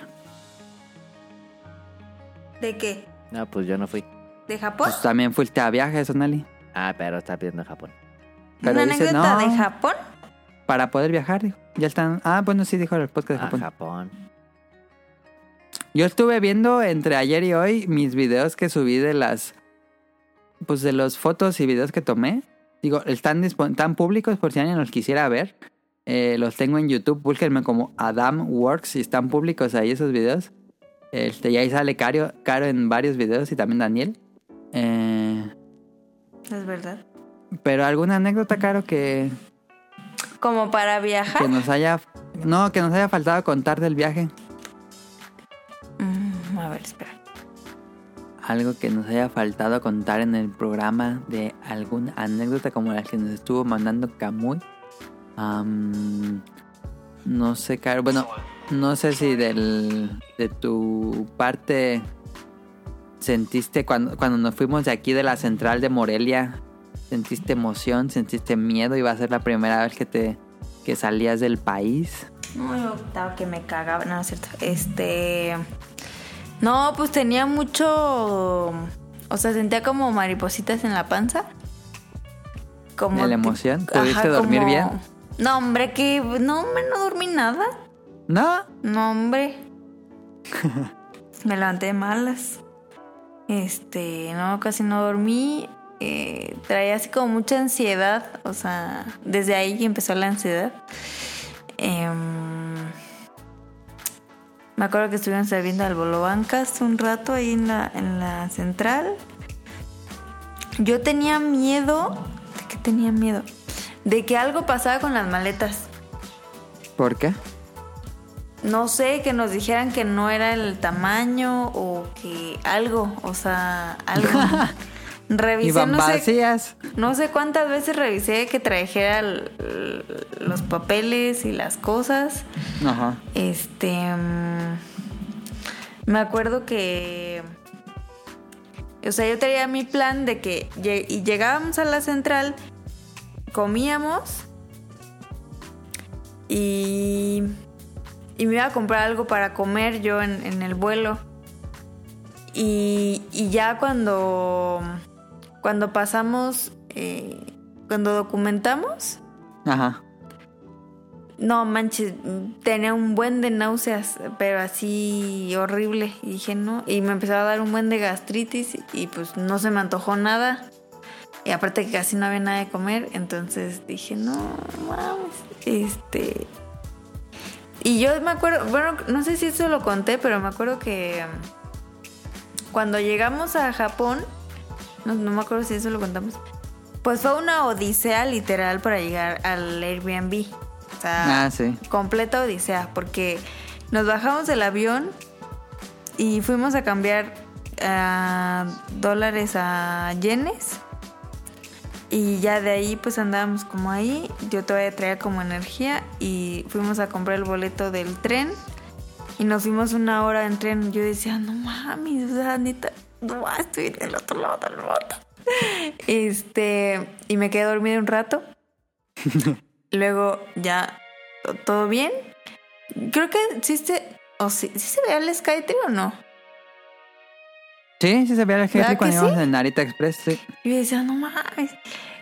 A: ¿De qué?
C: No, pues yo no fui.
A: ¿De Japón?
B: Pues también fuiste a viajes, Sonali.
C: Ah, pero está pidiendo en Japón.
B: Pero
A: ¿Una
B: dice,
A: anécdota
B: no,
A: de Japón?
B: para poder viajar, dijo. ya están... Ah, bueno, sí, dijo el podcast de
C: Ah,
B: Japón.
C: Japón.
B: Yo estuve viendo entre ayer y hoy mis videos que subí de las. Pues de las fotos y videos que tomé. Digo, están, dispo- están públicos por si alguien los quisiera ver. Eh, los tengo en YouTube, búsquenme como Adam Works y están públicos ahí esos videos. Este, y ahí sale Caro, Caro en varios videos y también Daniel. Eh,
A: Es verdad.
B: pero alguna anécdota, Caro, que,
A: ¿Como para
B: que
A: viajar?
B: nos haya. No, que nos haya faltado contar del viaje.
A: Mm, a ver, espera.
B: algo que nos haya faltado contar en el programa de alguna anécdota como la que nos estuvo mandando Camuy. Am, no sé, Caro. Bueno, no sé si del, de tu parte sentiste cuando, cuando nos fuimos de aquí de la central de Morelia. ¿Sentiste emoción? ¿Sentiste miedo? ¿Iba a ser la primera vez que te que salías del país?
A: Muy octavo que me cagaba, no, no es cierto. Este. No, pues tenía mucho. O sea, sentía como maripositas en la panza. Como
B: ¿De la
A: ti-
B: emoción? ¿Pudiste dormir bien?
A: No, hombre, que. No, hombre, no dormí nada.
B: ¿No?
A: No, hombre. me levanté de malas. Este, no, casi no dormí. Eh, traía así como mucha ansiedad. O sea, desde ahí que empezó la ansiedad. Em, me acuerdo que estuvimos sirviendo al Bolobancas un rato ahí en la, en la central. Yo tenía miedo. ¿De qué tenía miedo? De que algo pasaba con las maletas.
B: ¿Por qué?
A: No sé, que nos dijeran que no era el tamaño o que algo, o sea, algo. Revisé,
B: Iban
A: no sé,
B: vacías.
A: no sé cuántas veces revisé que trajera l- l- los papeles y las cosas.
B: Ajá.
A: Este. mm, me acuerdo que. O sea, yo tenía mi plan de que lle- y llegábamos a la central, comíamos y, y me iba a comprar algo para comer yo en, en el vuelo. Y, y ya cuando, cuando pasamos, eh, cuando documentamos,
B: Ajá.
A: no manches, tenía un buen de náuseas, pero así horrible. Y dije, no, y me empezaba a dar un buen de gastritis y pues no se me antojó nada. Y aparte que casi no había nada de comer, entonces dije, no, mames, este... Y yo me acuerdo, bueno, no sé si eso lo conté, pero me acuerdo que um, cuando llegamos a Japón, no, no me acuerdo si eso lo contamos, pues fue una odisea literal para llegar al Airbnb. O sea,
B: Ah, sí.
A: completa odisea, porque nos bajamos del avión y fuimos a cambiar ah, dólares a yenes. Y ya de ahí pues andábamos como ahí, yo todavía traía como energía y fuimos a comprar el boleto del tren y nos fuimos una hora en tren. Yo decía, no mames, o sea, neta, no, estoy en el otro lado del mundo. Este, y me quedé dormida un rato. Luego ya, to- todo bien. Creo que existe, o sí, sí se veía el SkyTree o no.
B: Sí, sí se veía el
A: ¿Verdad
B: jefe
A: que
B: cuando íbamos
A: sí?
B: en Narita Express, sí.
A: Y yo decía, no mames.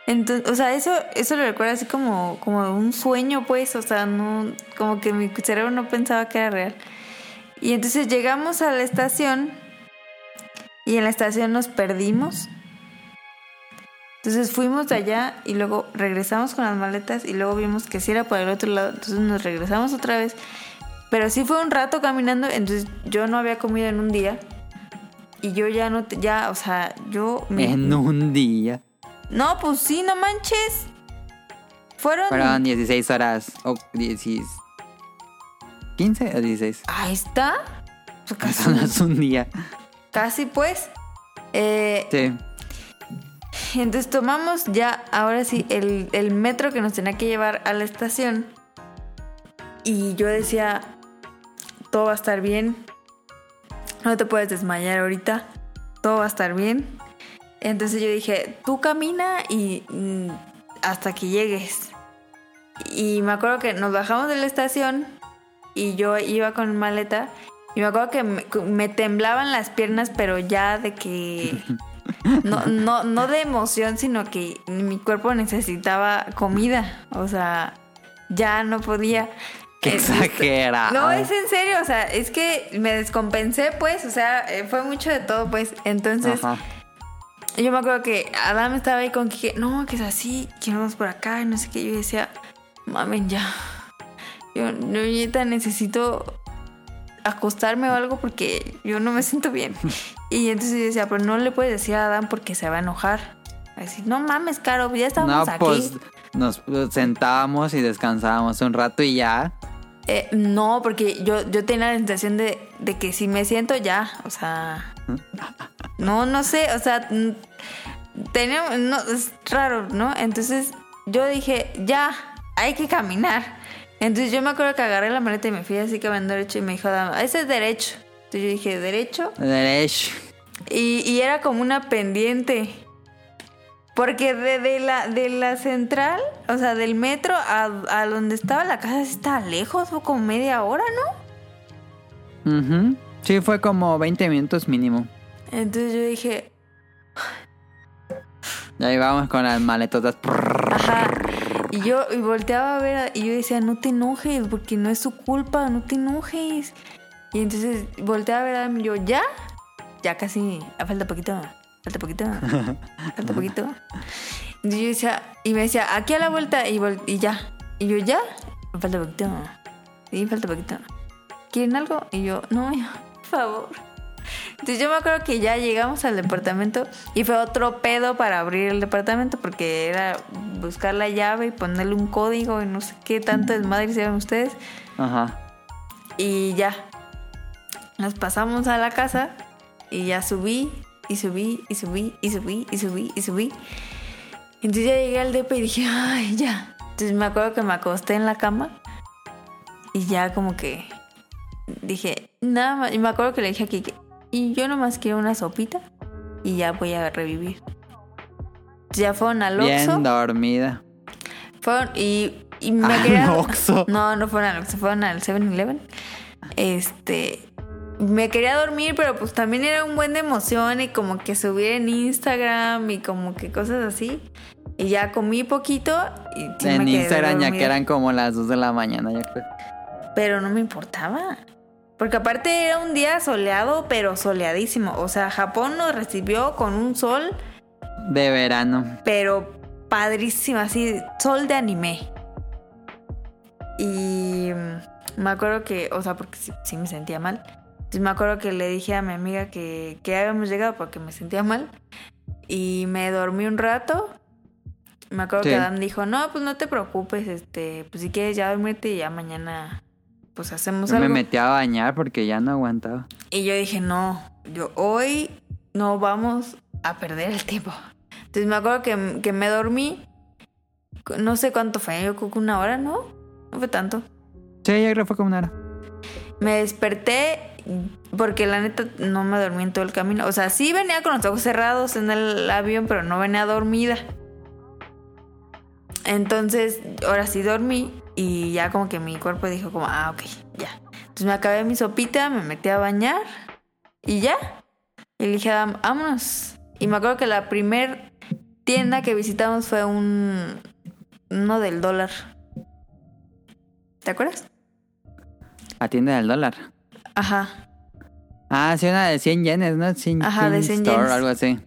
A: Entonces, o sea, eso, eso lo recuerdo así como, como un sueño, pues, o sea, no, como que mi cerebro no pensaba que era real. Y entonces llegamos a la estación y en la estación nos perdimos. Entonces fuimos de allá y luego regresamos con las maletas y luego vimos que sí era para el otro lado, entonces nos regresamos otra vez. Pero sí fue un rato caminando, entonces yo no había comido en un día y yo ya no, te- ya, o sea, yo... me-
B: En un día.
A: no, pues sí, no manches. Fueron.
B: Fueron 16 horas. O 16. 15 o 16.
A: Ahí está. Pues
B: Eso
A: Casi,
B: no es un día.
A: casi, pues. Eh,
B: Sí.
A: Entonces tomamos ya, ahora sí, el, el metro que nos tenía que llevar a la estación. Y yo decía, todo va a estar bien. No te puedes desmayar ahorita. Todo va a estar bien. Entonces yo dije, tú camina y mm, hasta que llegues. Y me acuerdo que nos bajamos de la estación y yo iba con maleta. Y me acuerdo que me- me temblaban las piernas, pero ya de que no, no, no de emoción, sino que mi cuerpo necesitaba comida. O sea, ya no podía.
B: Qué
A: Eh,
B: exagerado.
A: No, es en serio, o sea, es que me descompensé, pues, o sea, eh, fue mucho de todo, pues. Entonces,
B: Ajá.
A: yo me acuerdo que Adam estaba ahí con Kike, no, que es así, que vamos por acá, y no sé qué. Yo decía, mamen, ya. Yo, yo neta necesito acostarme o algo porque yo no me siento bien. Y entonces yo decía, pero no le puedes decir a Adam porque se va a enojar. Así, no mames, Caro, ya
B: No,
A: estábamos aquí.
B: pues nos sentábamos y descansábamos un rato y ya.
A: Eh, no, porque yo, yo tenía la sensación de, de que si me siento ya, o sea... No, no sé, o sea... n- Tenía, no, es raro, ¿no? Entonces yo dije, ya, hay que caminar. Entonces yo me acuerdo que agarré la maleta y me fui así caminando derecho y me dijo, "Dama, ese es derecho. Entonces yo dije, derecho.
B: Derecho.
A: Y, y era como una pendiente. Porque de, de la, de la central, o sea, del metro a, a donde estaba la casa, sí estaba lejos, fue como media hora, ¿no?
B: Ujú. Sí, fue como 20 minutos mínimo.
A: Entonces yo dije,
B: Y ahí vamos con las maletotas.
A: ajá. Y yo y volteaba a ver, a- y yo decía, no te enojes, porque no es su culpa, no te enojes. Y entonces volteaba a ver a mí, yo, ¿ya? Ya casi, ah, falta poquito, falta poquito, falta poquito. Y yo decía, y me decía, aquí a la vuelta, y, vol- y ya. Y yo, ¿ya? Falta poquito. Sí, falta poquito. ¿Quieren algo? Y yo, no, ya, por favor. Entonces yo me acuerdo que ya llegamos al departamento y fue otro pedo para abrir el departamento porque era buscar la llave y ponerle un código y no sé qué tanto desmadre hicieron ustedes.
B: Ajá.
A: Y ya. Nos pasamos a la casa y ya subí y subí y subí y subí y subí y subí. Entonces ya llegué al depa y dije, ay, ya. Entonces me acuerdo que me acosté en la cama y ya como que dije, nada más. Y me acuerdo que le dije a Kike, y yo nomás quiero una sopita y ya voy a revivir. Entonces ya fueron al Oxxo.
B: Bien dormida.
A: Fueron y, Y me
B: Al
A: quería-
B: Oxxo.
A: No, no fueron al Oxxo, fueron al 7-Eleven. Este. Me quería dormir, pero pues también era un buen de emoción y como que subir en Instagram y como que cosas así. Y ya comí poquito y sí me
B: en
A: quedé
B: Instagram ya
A: dormida.
B: que eran como las 2 de la mañana, yo creo.
A: Pero no me importaba. Porque aparte era un día soleado, pero soleadísimo. O sea, Japón nos recibió con un sol,
B: De verano.
A: pero padrísimo, así, sol de anime. Y mm, me acuerdo que, o sea, porque sí, sí me sentía mal. Entonces me acuerdo que le dije a mi amiga que, que habíamos llegado porque me sentía mal. Y me dormí un rato. Me acuerdo
B: Sí.
A: que Adam dijo, no, pues no te preocupes, este, pues si quieres ya dormirte y ya mañana pues hacemos
B: Yo me
A: algo.
B: metí a bañar porque ya no aguantaba.
A: Y yo dije, no, yo hoy no vamos a perder el tiempo. Entonces me acuerdo que, que me dormí, no sé cuánto fue, yo creo que una hora, ¿no? No fue tanto.
B: Sí, yo creo que fue como una hora.
A: Me desperté porque la neta no me dormí en todo el camino. O sea, sí venía con los ojos cerrados en el avión, pero no venía dormida. Entonces, ahora sí dormí y ya como que mi cuerpo dijo como, ah, ok, ya. Entonces me acabé mi sopita, me metí a bañar y ya. Y le dije, a Adam, vámonos. Y me acuerdo que la primer tienda que visitamos fue un... uno del dólar. ¿Te acuerdas?
B: La tienda del dólar.
A: Ajá.
B: Ah, sí, una de 100 yenes, ¿no? 100,
A: Ajá, de 100
B: store,
A: yenes.
B: algo así.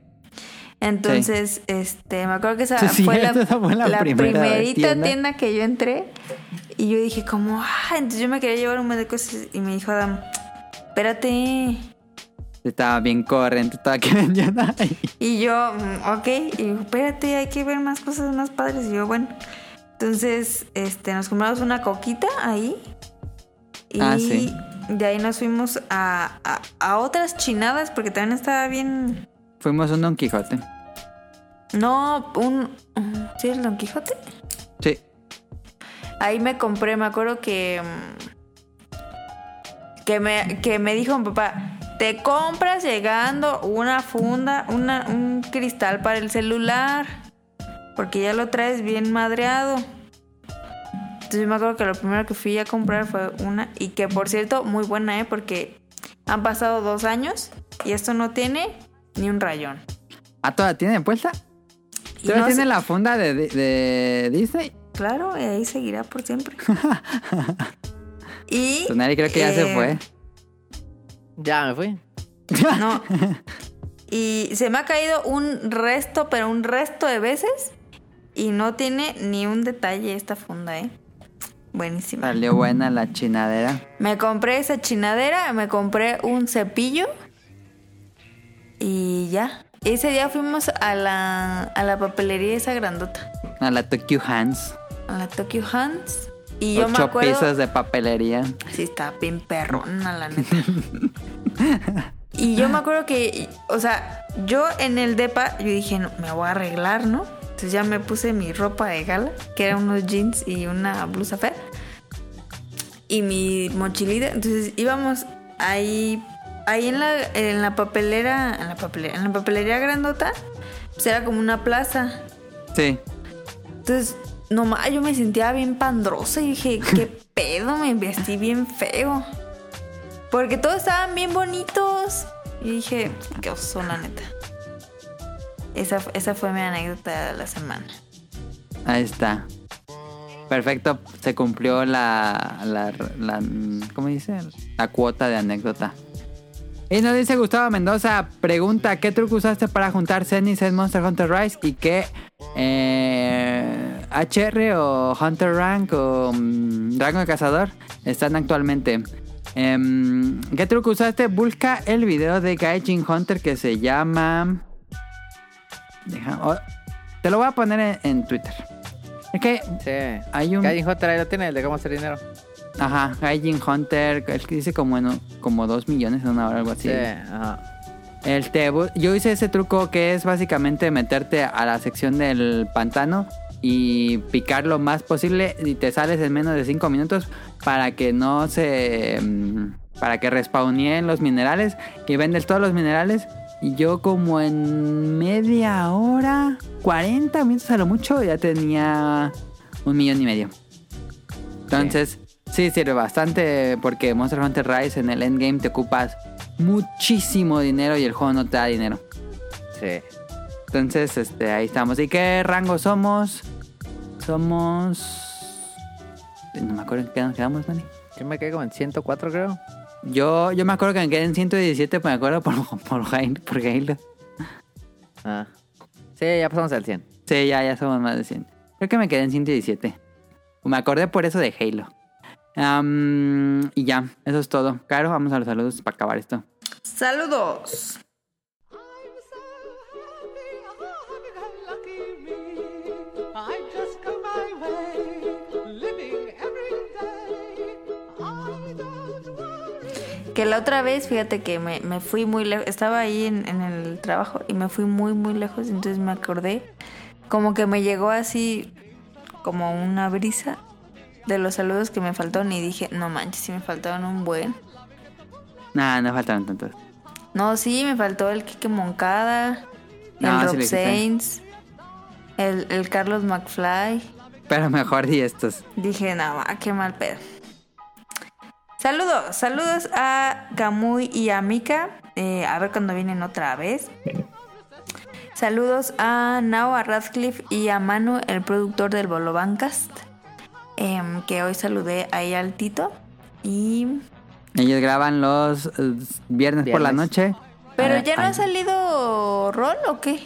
A: Entonces, este, me acuerdo que esa
B: Sí,
A: fue, la,
B: esa fue la
A: la
B: primera
A: primerita
B: tienda.
A: tienda. que yo entré y yo dije como, ah, entonces yo me quería llevar un montón de cosas y me dijo Adam, espérate.
B: Estaba bien corriente, estaba que vendían ahí.
A: Y yo, mm, ok, y dijo, espérate, hay que ver más cosas más padres. Y yo, bueno, entonces, este, nos compramos una coquita ahí y
B: Ah, sí.
A: de ahí nos fuimos a, a- a otras chinadas porque también estaba bien,
B: Fuimos a un Don Quijote.
A: no, un, ¿sí el Don Quijote?
B: Sí.
A: Ahí me compré, me acuerdo que. mm, Que me, que me dijo mi papá: Te compras llegando una funda, una, un cristal para el celular. Porque ya lo traes bien madreado. Entonces yo me acuerdo que lo primero que fui a comprar fue una. Y que por cierto, muy buena, ¿eh? Porque han pasado dos años y esto no tiene ni un rayón.
B: Ah, ¿toda tiene puesta?
A: Y
B: ¿Todavía
A: no
B: tiene
A: sé-
B: la funda de, de- de Disney?
A: Claro, y ahí seguirá por siempre. y.
B: Tonari Pues creo que ya se
A: eh,
B: fue.
C: Ya me fui.
A: No. Y se me ha caído un resto, pero un resto de veces. Y no tiene ni un detalle esta funda, ¿eh? Buenísima.
B: Salió buena la chinadera.
A: Me compré esa chinadera, me compré un cepillo. Y ya. Ese día fuimos a la, a la papelería esa grandota.
B: A la Tokyo Hands.
A: A la Tokyo Hands. Y yo me
B: Ocho
A: acuerdo...
B: piezas de papelería.
A: Sí, está bien perrona, la neta. y yo me acuerdo que, o sea, yo en el DEPA, yo dije, "No, me voy a arreglar, ¿no? Entonces ya me puse mi ropa de gala, que eran unos jeans y una blusa fea. Y mi mochilita. Entonces íbamos ahí, ahí en la, en la papelera, en la papelera, en la papelería grandota, pues era como una plaza.
B: Sí.
A: Entonces, nomás yo me sentía bien pandrosa y dije, ¿qué pedo? Me vestí bien feo. Porque todos estaban bien bonitos. Y dije, qué oso, la neta. Esa, esa fue mi anécdota de la semana.
B: Ahí está. Perfecto, se cumplió la, la, la- ¿cómo dice? La cuota de anécdota. Y nos dice Gustavo Mendoza, pregunta, ¿qué truco usaste para juntar Zenith en Monster Hunter Rise? ¿Y qué eh, HR o Hunter Rank o mm, Rango de Cazador están actualmente? Em, ¿Qué truco usaste? Busca el video de Gaijin Hunter que se llama... Deja- oh, te lo voy a poner en, en Twitter. Es que,
C: Sí.
B: Hay
C: Hay
B: un-
C: un... Hunter ahí lo tiene, el de cómo hacer dinero.
B: ajá, Gaijin Hunter, el que dice como, en, un- como 2 millones en una hora, algo así.
C: Sí. ajá.
B: El te bu- yo hice ese truco que es básicamente meterte a la sección del pantano y picar lo más posible y te sales en menos de 5 minutos para que no se... mm, para que respawneen los minerales, que vendes todos los minerales. Y yo como en media hora, 40 minutos a lo mucho, ya tenía un millón y medio. Entonces, sí. sirve bastante porque Monster Hunter Rise en el endgame te ocupas muchísimo dinero y el juego no te da dinero.
C: Sí.
B: Entonces, este, ahí estamos. ¿Y qué rango somos? Somos... No me acuerdo en qué nos quedamos, Manny.
C: Yo me quedé como en 104, creo.
B: Yo, yo me acuerdo que me quedé en 117, me acuerdo por, por, Jail- por Halo.
C: Ah. Sí, ya pasamos al 100.
B: Sí, ya, ya somos más de 100. Creo que me quedé en 117. Me acordé por eso de Halo. Am, y ya, eso es todo. Caro, vamos a los saludos para acabar esto.
A: Saludos.
F: I'm so happy, oh, lucky me. I just go my way, living every day. I don't worry.
A: Que la otra vez, fíjate que me, me fui muy lejos. Estaba ahí en, en el trabajo y me fui muy, muy lejos. Entonces me acordé. Como que me llegó así, como una brisa de los saludos que me faltaron. Y dije, no manches, sí me faltaron un buen.
B: Nah, no faltaron tantos.
A: No, sí, me faltó el Kike Moncada, el
B: Ah,
A: Rob
B: sí lo dijiste.
A: Sainz, el, el Carlos McFly.
B: Pero mejor di estos.
A: Dije, no, ma, qué mal pedo. Saludos, saludos a Kamui y a Mika. eh, a ver cuando vienen otra vez. Saludos a Nao, a Radcliffe y a Manu, el productor del Bolo Bancast. em, que hoy saludé ahí al Tito. Y.
B: Ellos graban los eh, viernes, por la
C: Viernes.
B: noche.
A: Pero
B: Ah,
A: ya no
B: ah,
A: ha salido rol o qué?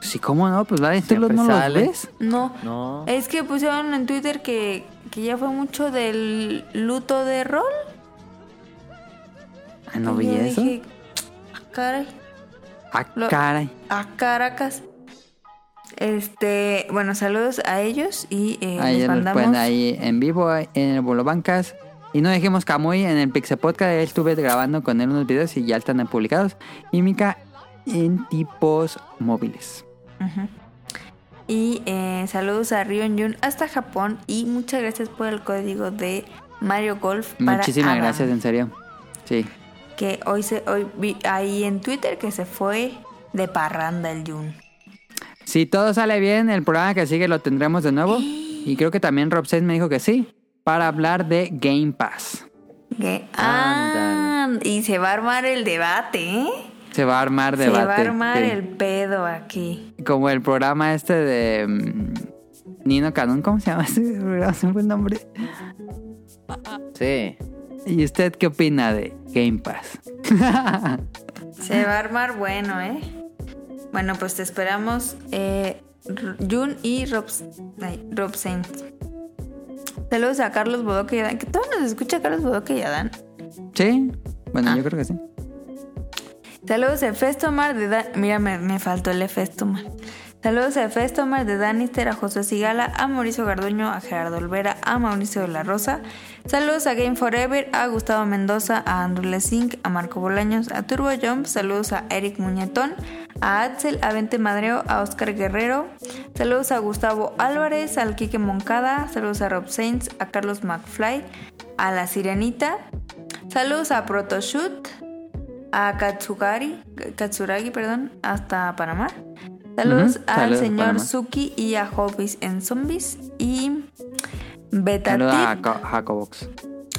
B: Sí, ¿cómo no? Pues vale, tú los-
C: Siempre
B: no los
C: sale.
B: ves.
A: No.
C: No.
A: Es que pusieron en Twitter que, que ya fue mucho del luto de rol.
B: Ah, no
A: Y
B: vi
A: yo
B: eso.
A: dije, "Ah, caray,
B: Ah,
A: lo-
B: caray.
A: a Caracas. Este, bueno, saludos a ellos y eh,
B: Ahí
A: les
B: Ah, ya nos
A: mandamos.
B: pueden ahí en vivo en el Bolo Bancas. Y no dejemos Camuy en el Pixel Podcast. Él estuve grabando con él unos videos y ya están publicados. Y Mika en tipos móviles.
A: Ujú. Y eh, saludos a Rion Jun hasta Japón y muchas gracias por el código de Mario Golf. para
B: Muchísimas
A: Adam,
B: gracias, en serio. Sí.
A: Que hoy se, hoy vi ahí en Twitter que se fue de parranda el Jun.
B: Si todo sale bien, el programa que sigue lo tendremos de nuevo. Y creo que también Rob Sainz me dijo que sí. Para hablar de Game Pass.
A: Que- Ah, y se va a armar el debate, ¿eh?
B: Se va a armar debate.
A: se va a armar
B: sí.
A: el pedo aquí.
B: Como el programa este de mm, Nino Canón, ¿cómo se llama ese programa? Se me fue el nombre.
C: Sí.
B: ¿Y usted qué opina de Game Pass?
A: Se va a armar bueno, ¿eh? Bueno, pues te esperamos, eh, R- Jun y Rob, ay, Rob Sainz. Saludos a Carlos Bodoque y Adán. Que todos nos escucha Carlos Bodoque y Adán.
B: ¿Sí? Bueno,
A: Ah.
B: yo creo que sí.
A: Saludos a Festomar de Dan... Mira, me, me faltó el Festomar. Saludos a Festomar de Danister, a José Sigala, a Mauricio Garduño, a Gerardo Olvera, a Mauricio de la Rosa. Saludos a Game Forever, a Gustavo Mendoza, a Andrew Lezink, a Marco Bolaños, a Turbo Jump. Saludos a Eric Muñetón, a Axel, a Vente Madreo, a Oscar Guerrero. Saludos a Gustavo Álvarez, al Quique Moncada. Saludos a Rob Sainz, a Carlos McFly, a La Sirenita. Saludos a Protoshoot a Katsugari, Katsuragi, perdón, hasta Panamá. Saludos
B: Ujú,
A: al
B: saludos,
A: señor
B: Panamá.
A: Suki y a Hobbies en Zombies. Y Beta
B: Saludos a
A: Tip.
B: Co- Jacobox.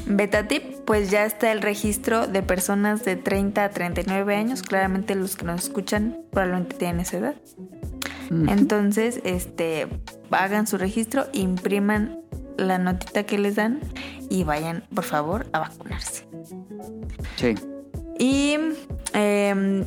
A: Beta Tip, pues ya está el registro de personas de 30 a 39 años. Claramente los que nos escuchan probablemente tienen esa edad. Em,
B: Mm,
A: Entonces, este, hagan su registro, impriman la notita que les dan y vayan, por favor, a vacunarse.
B: Sí.
A: Y em,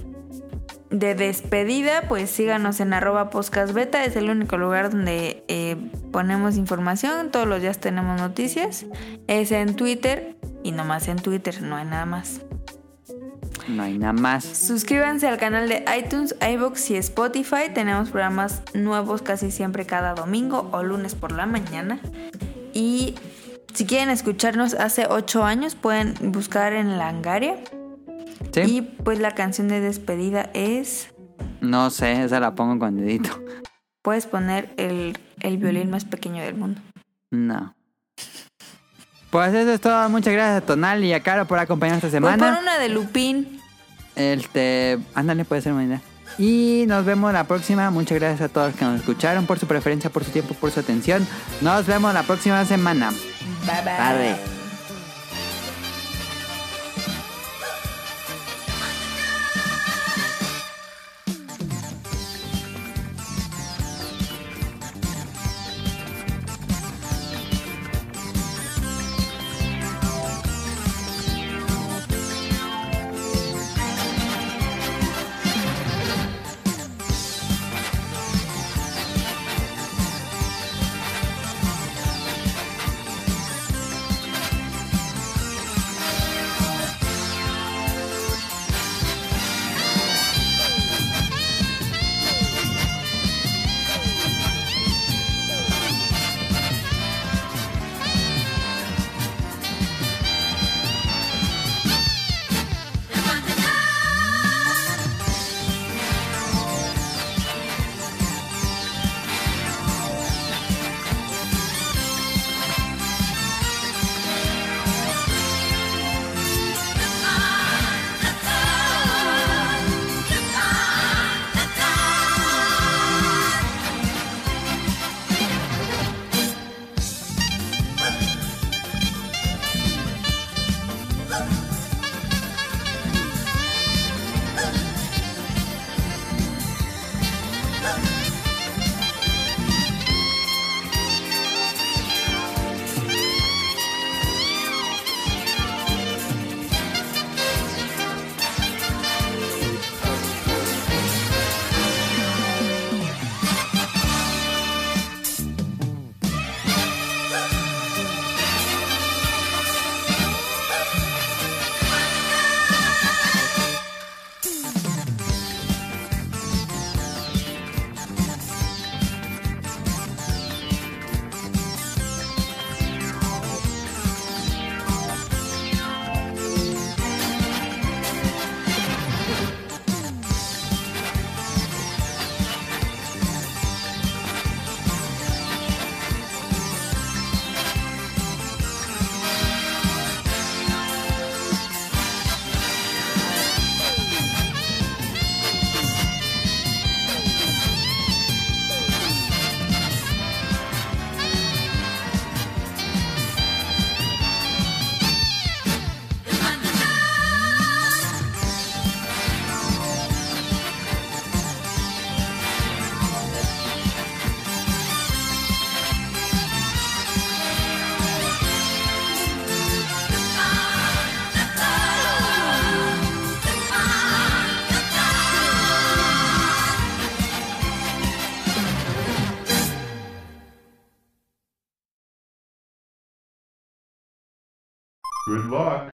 A: de despedida, pues síganos en arroba podcastbeta. Es el único lugar donde eh, ponemos información. Todos los días tenemos noticias. Es en Twitter y nomás en Twitter, no hay nada más.
B: No hay nada más.
A: Suscríbanse al canal de iTunes, iBox y Spotify. Tenemos programas nuevos casi siempre cada domingo o lunes por la mañana. Y si quieren escucharnos hace 8 años, pueden buscar en Langaria.
B: ¿Sí?
A: Y pues la canción de despedida es.
B: No sé, esa la pongo con dedito.
A: Puedes poner el, el violín más pequeño del mundo.
B: No. Pues eso es todo. Muchas gracias a Tonal y a Caro por acompañarnos esta
A: Voy
B: semana.
A: Pues, pon una de Lupín.
B: Este, ándale, puede ser una idea. Y nos vemos la próxima. Muchas gracias a todos los que nos escucharon por su preferencia, por su tiempo, por su atención. Nos vemos la próxima semana.
A: Bye bye.
C: Arre.
G: Good luck.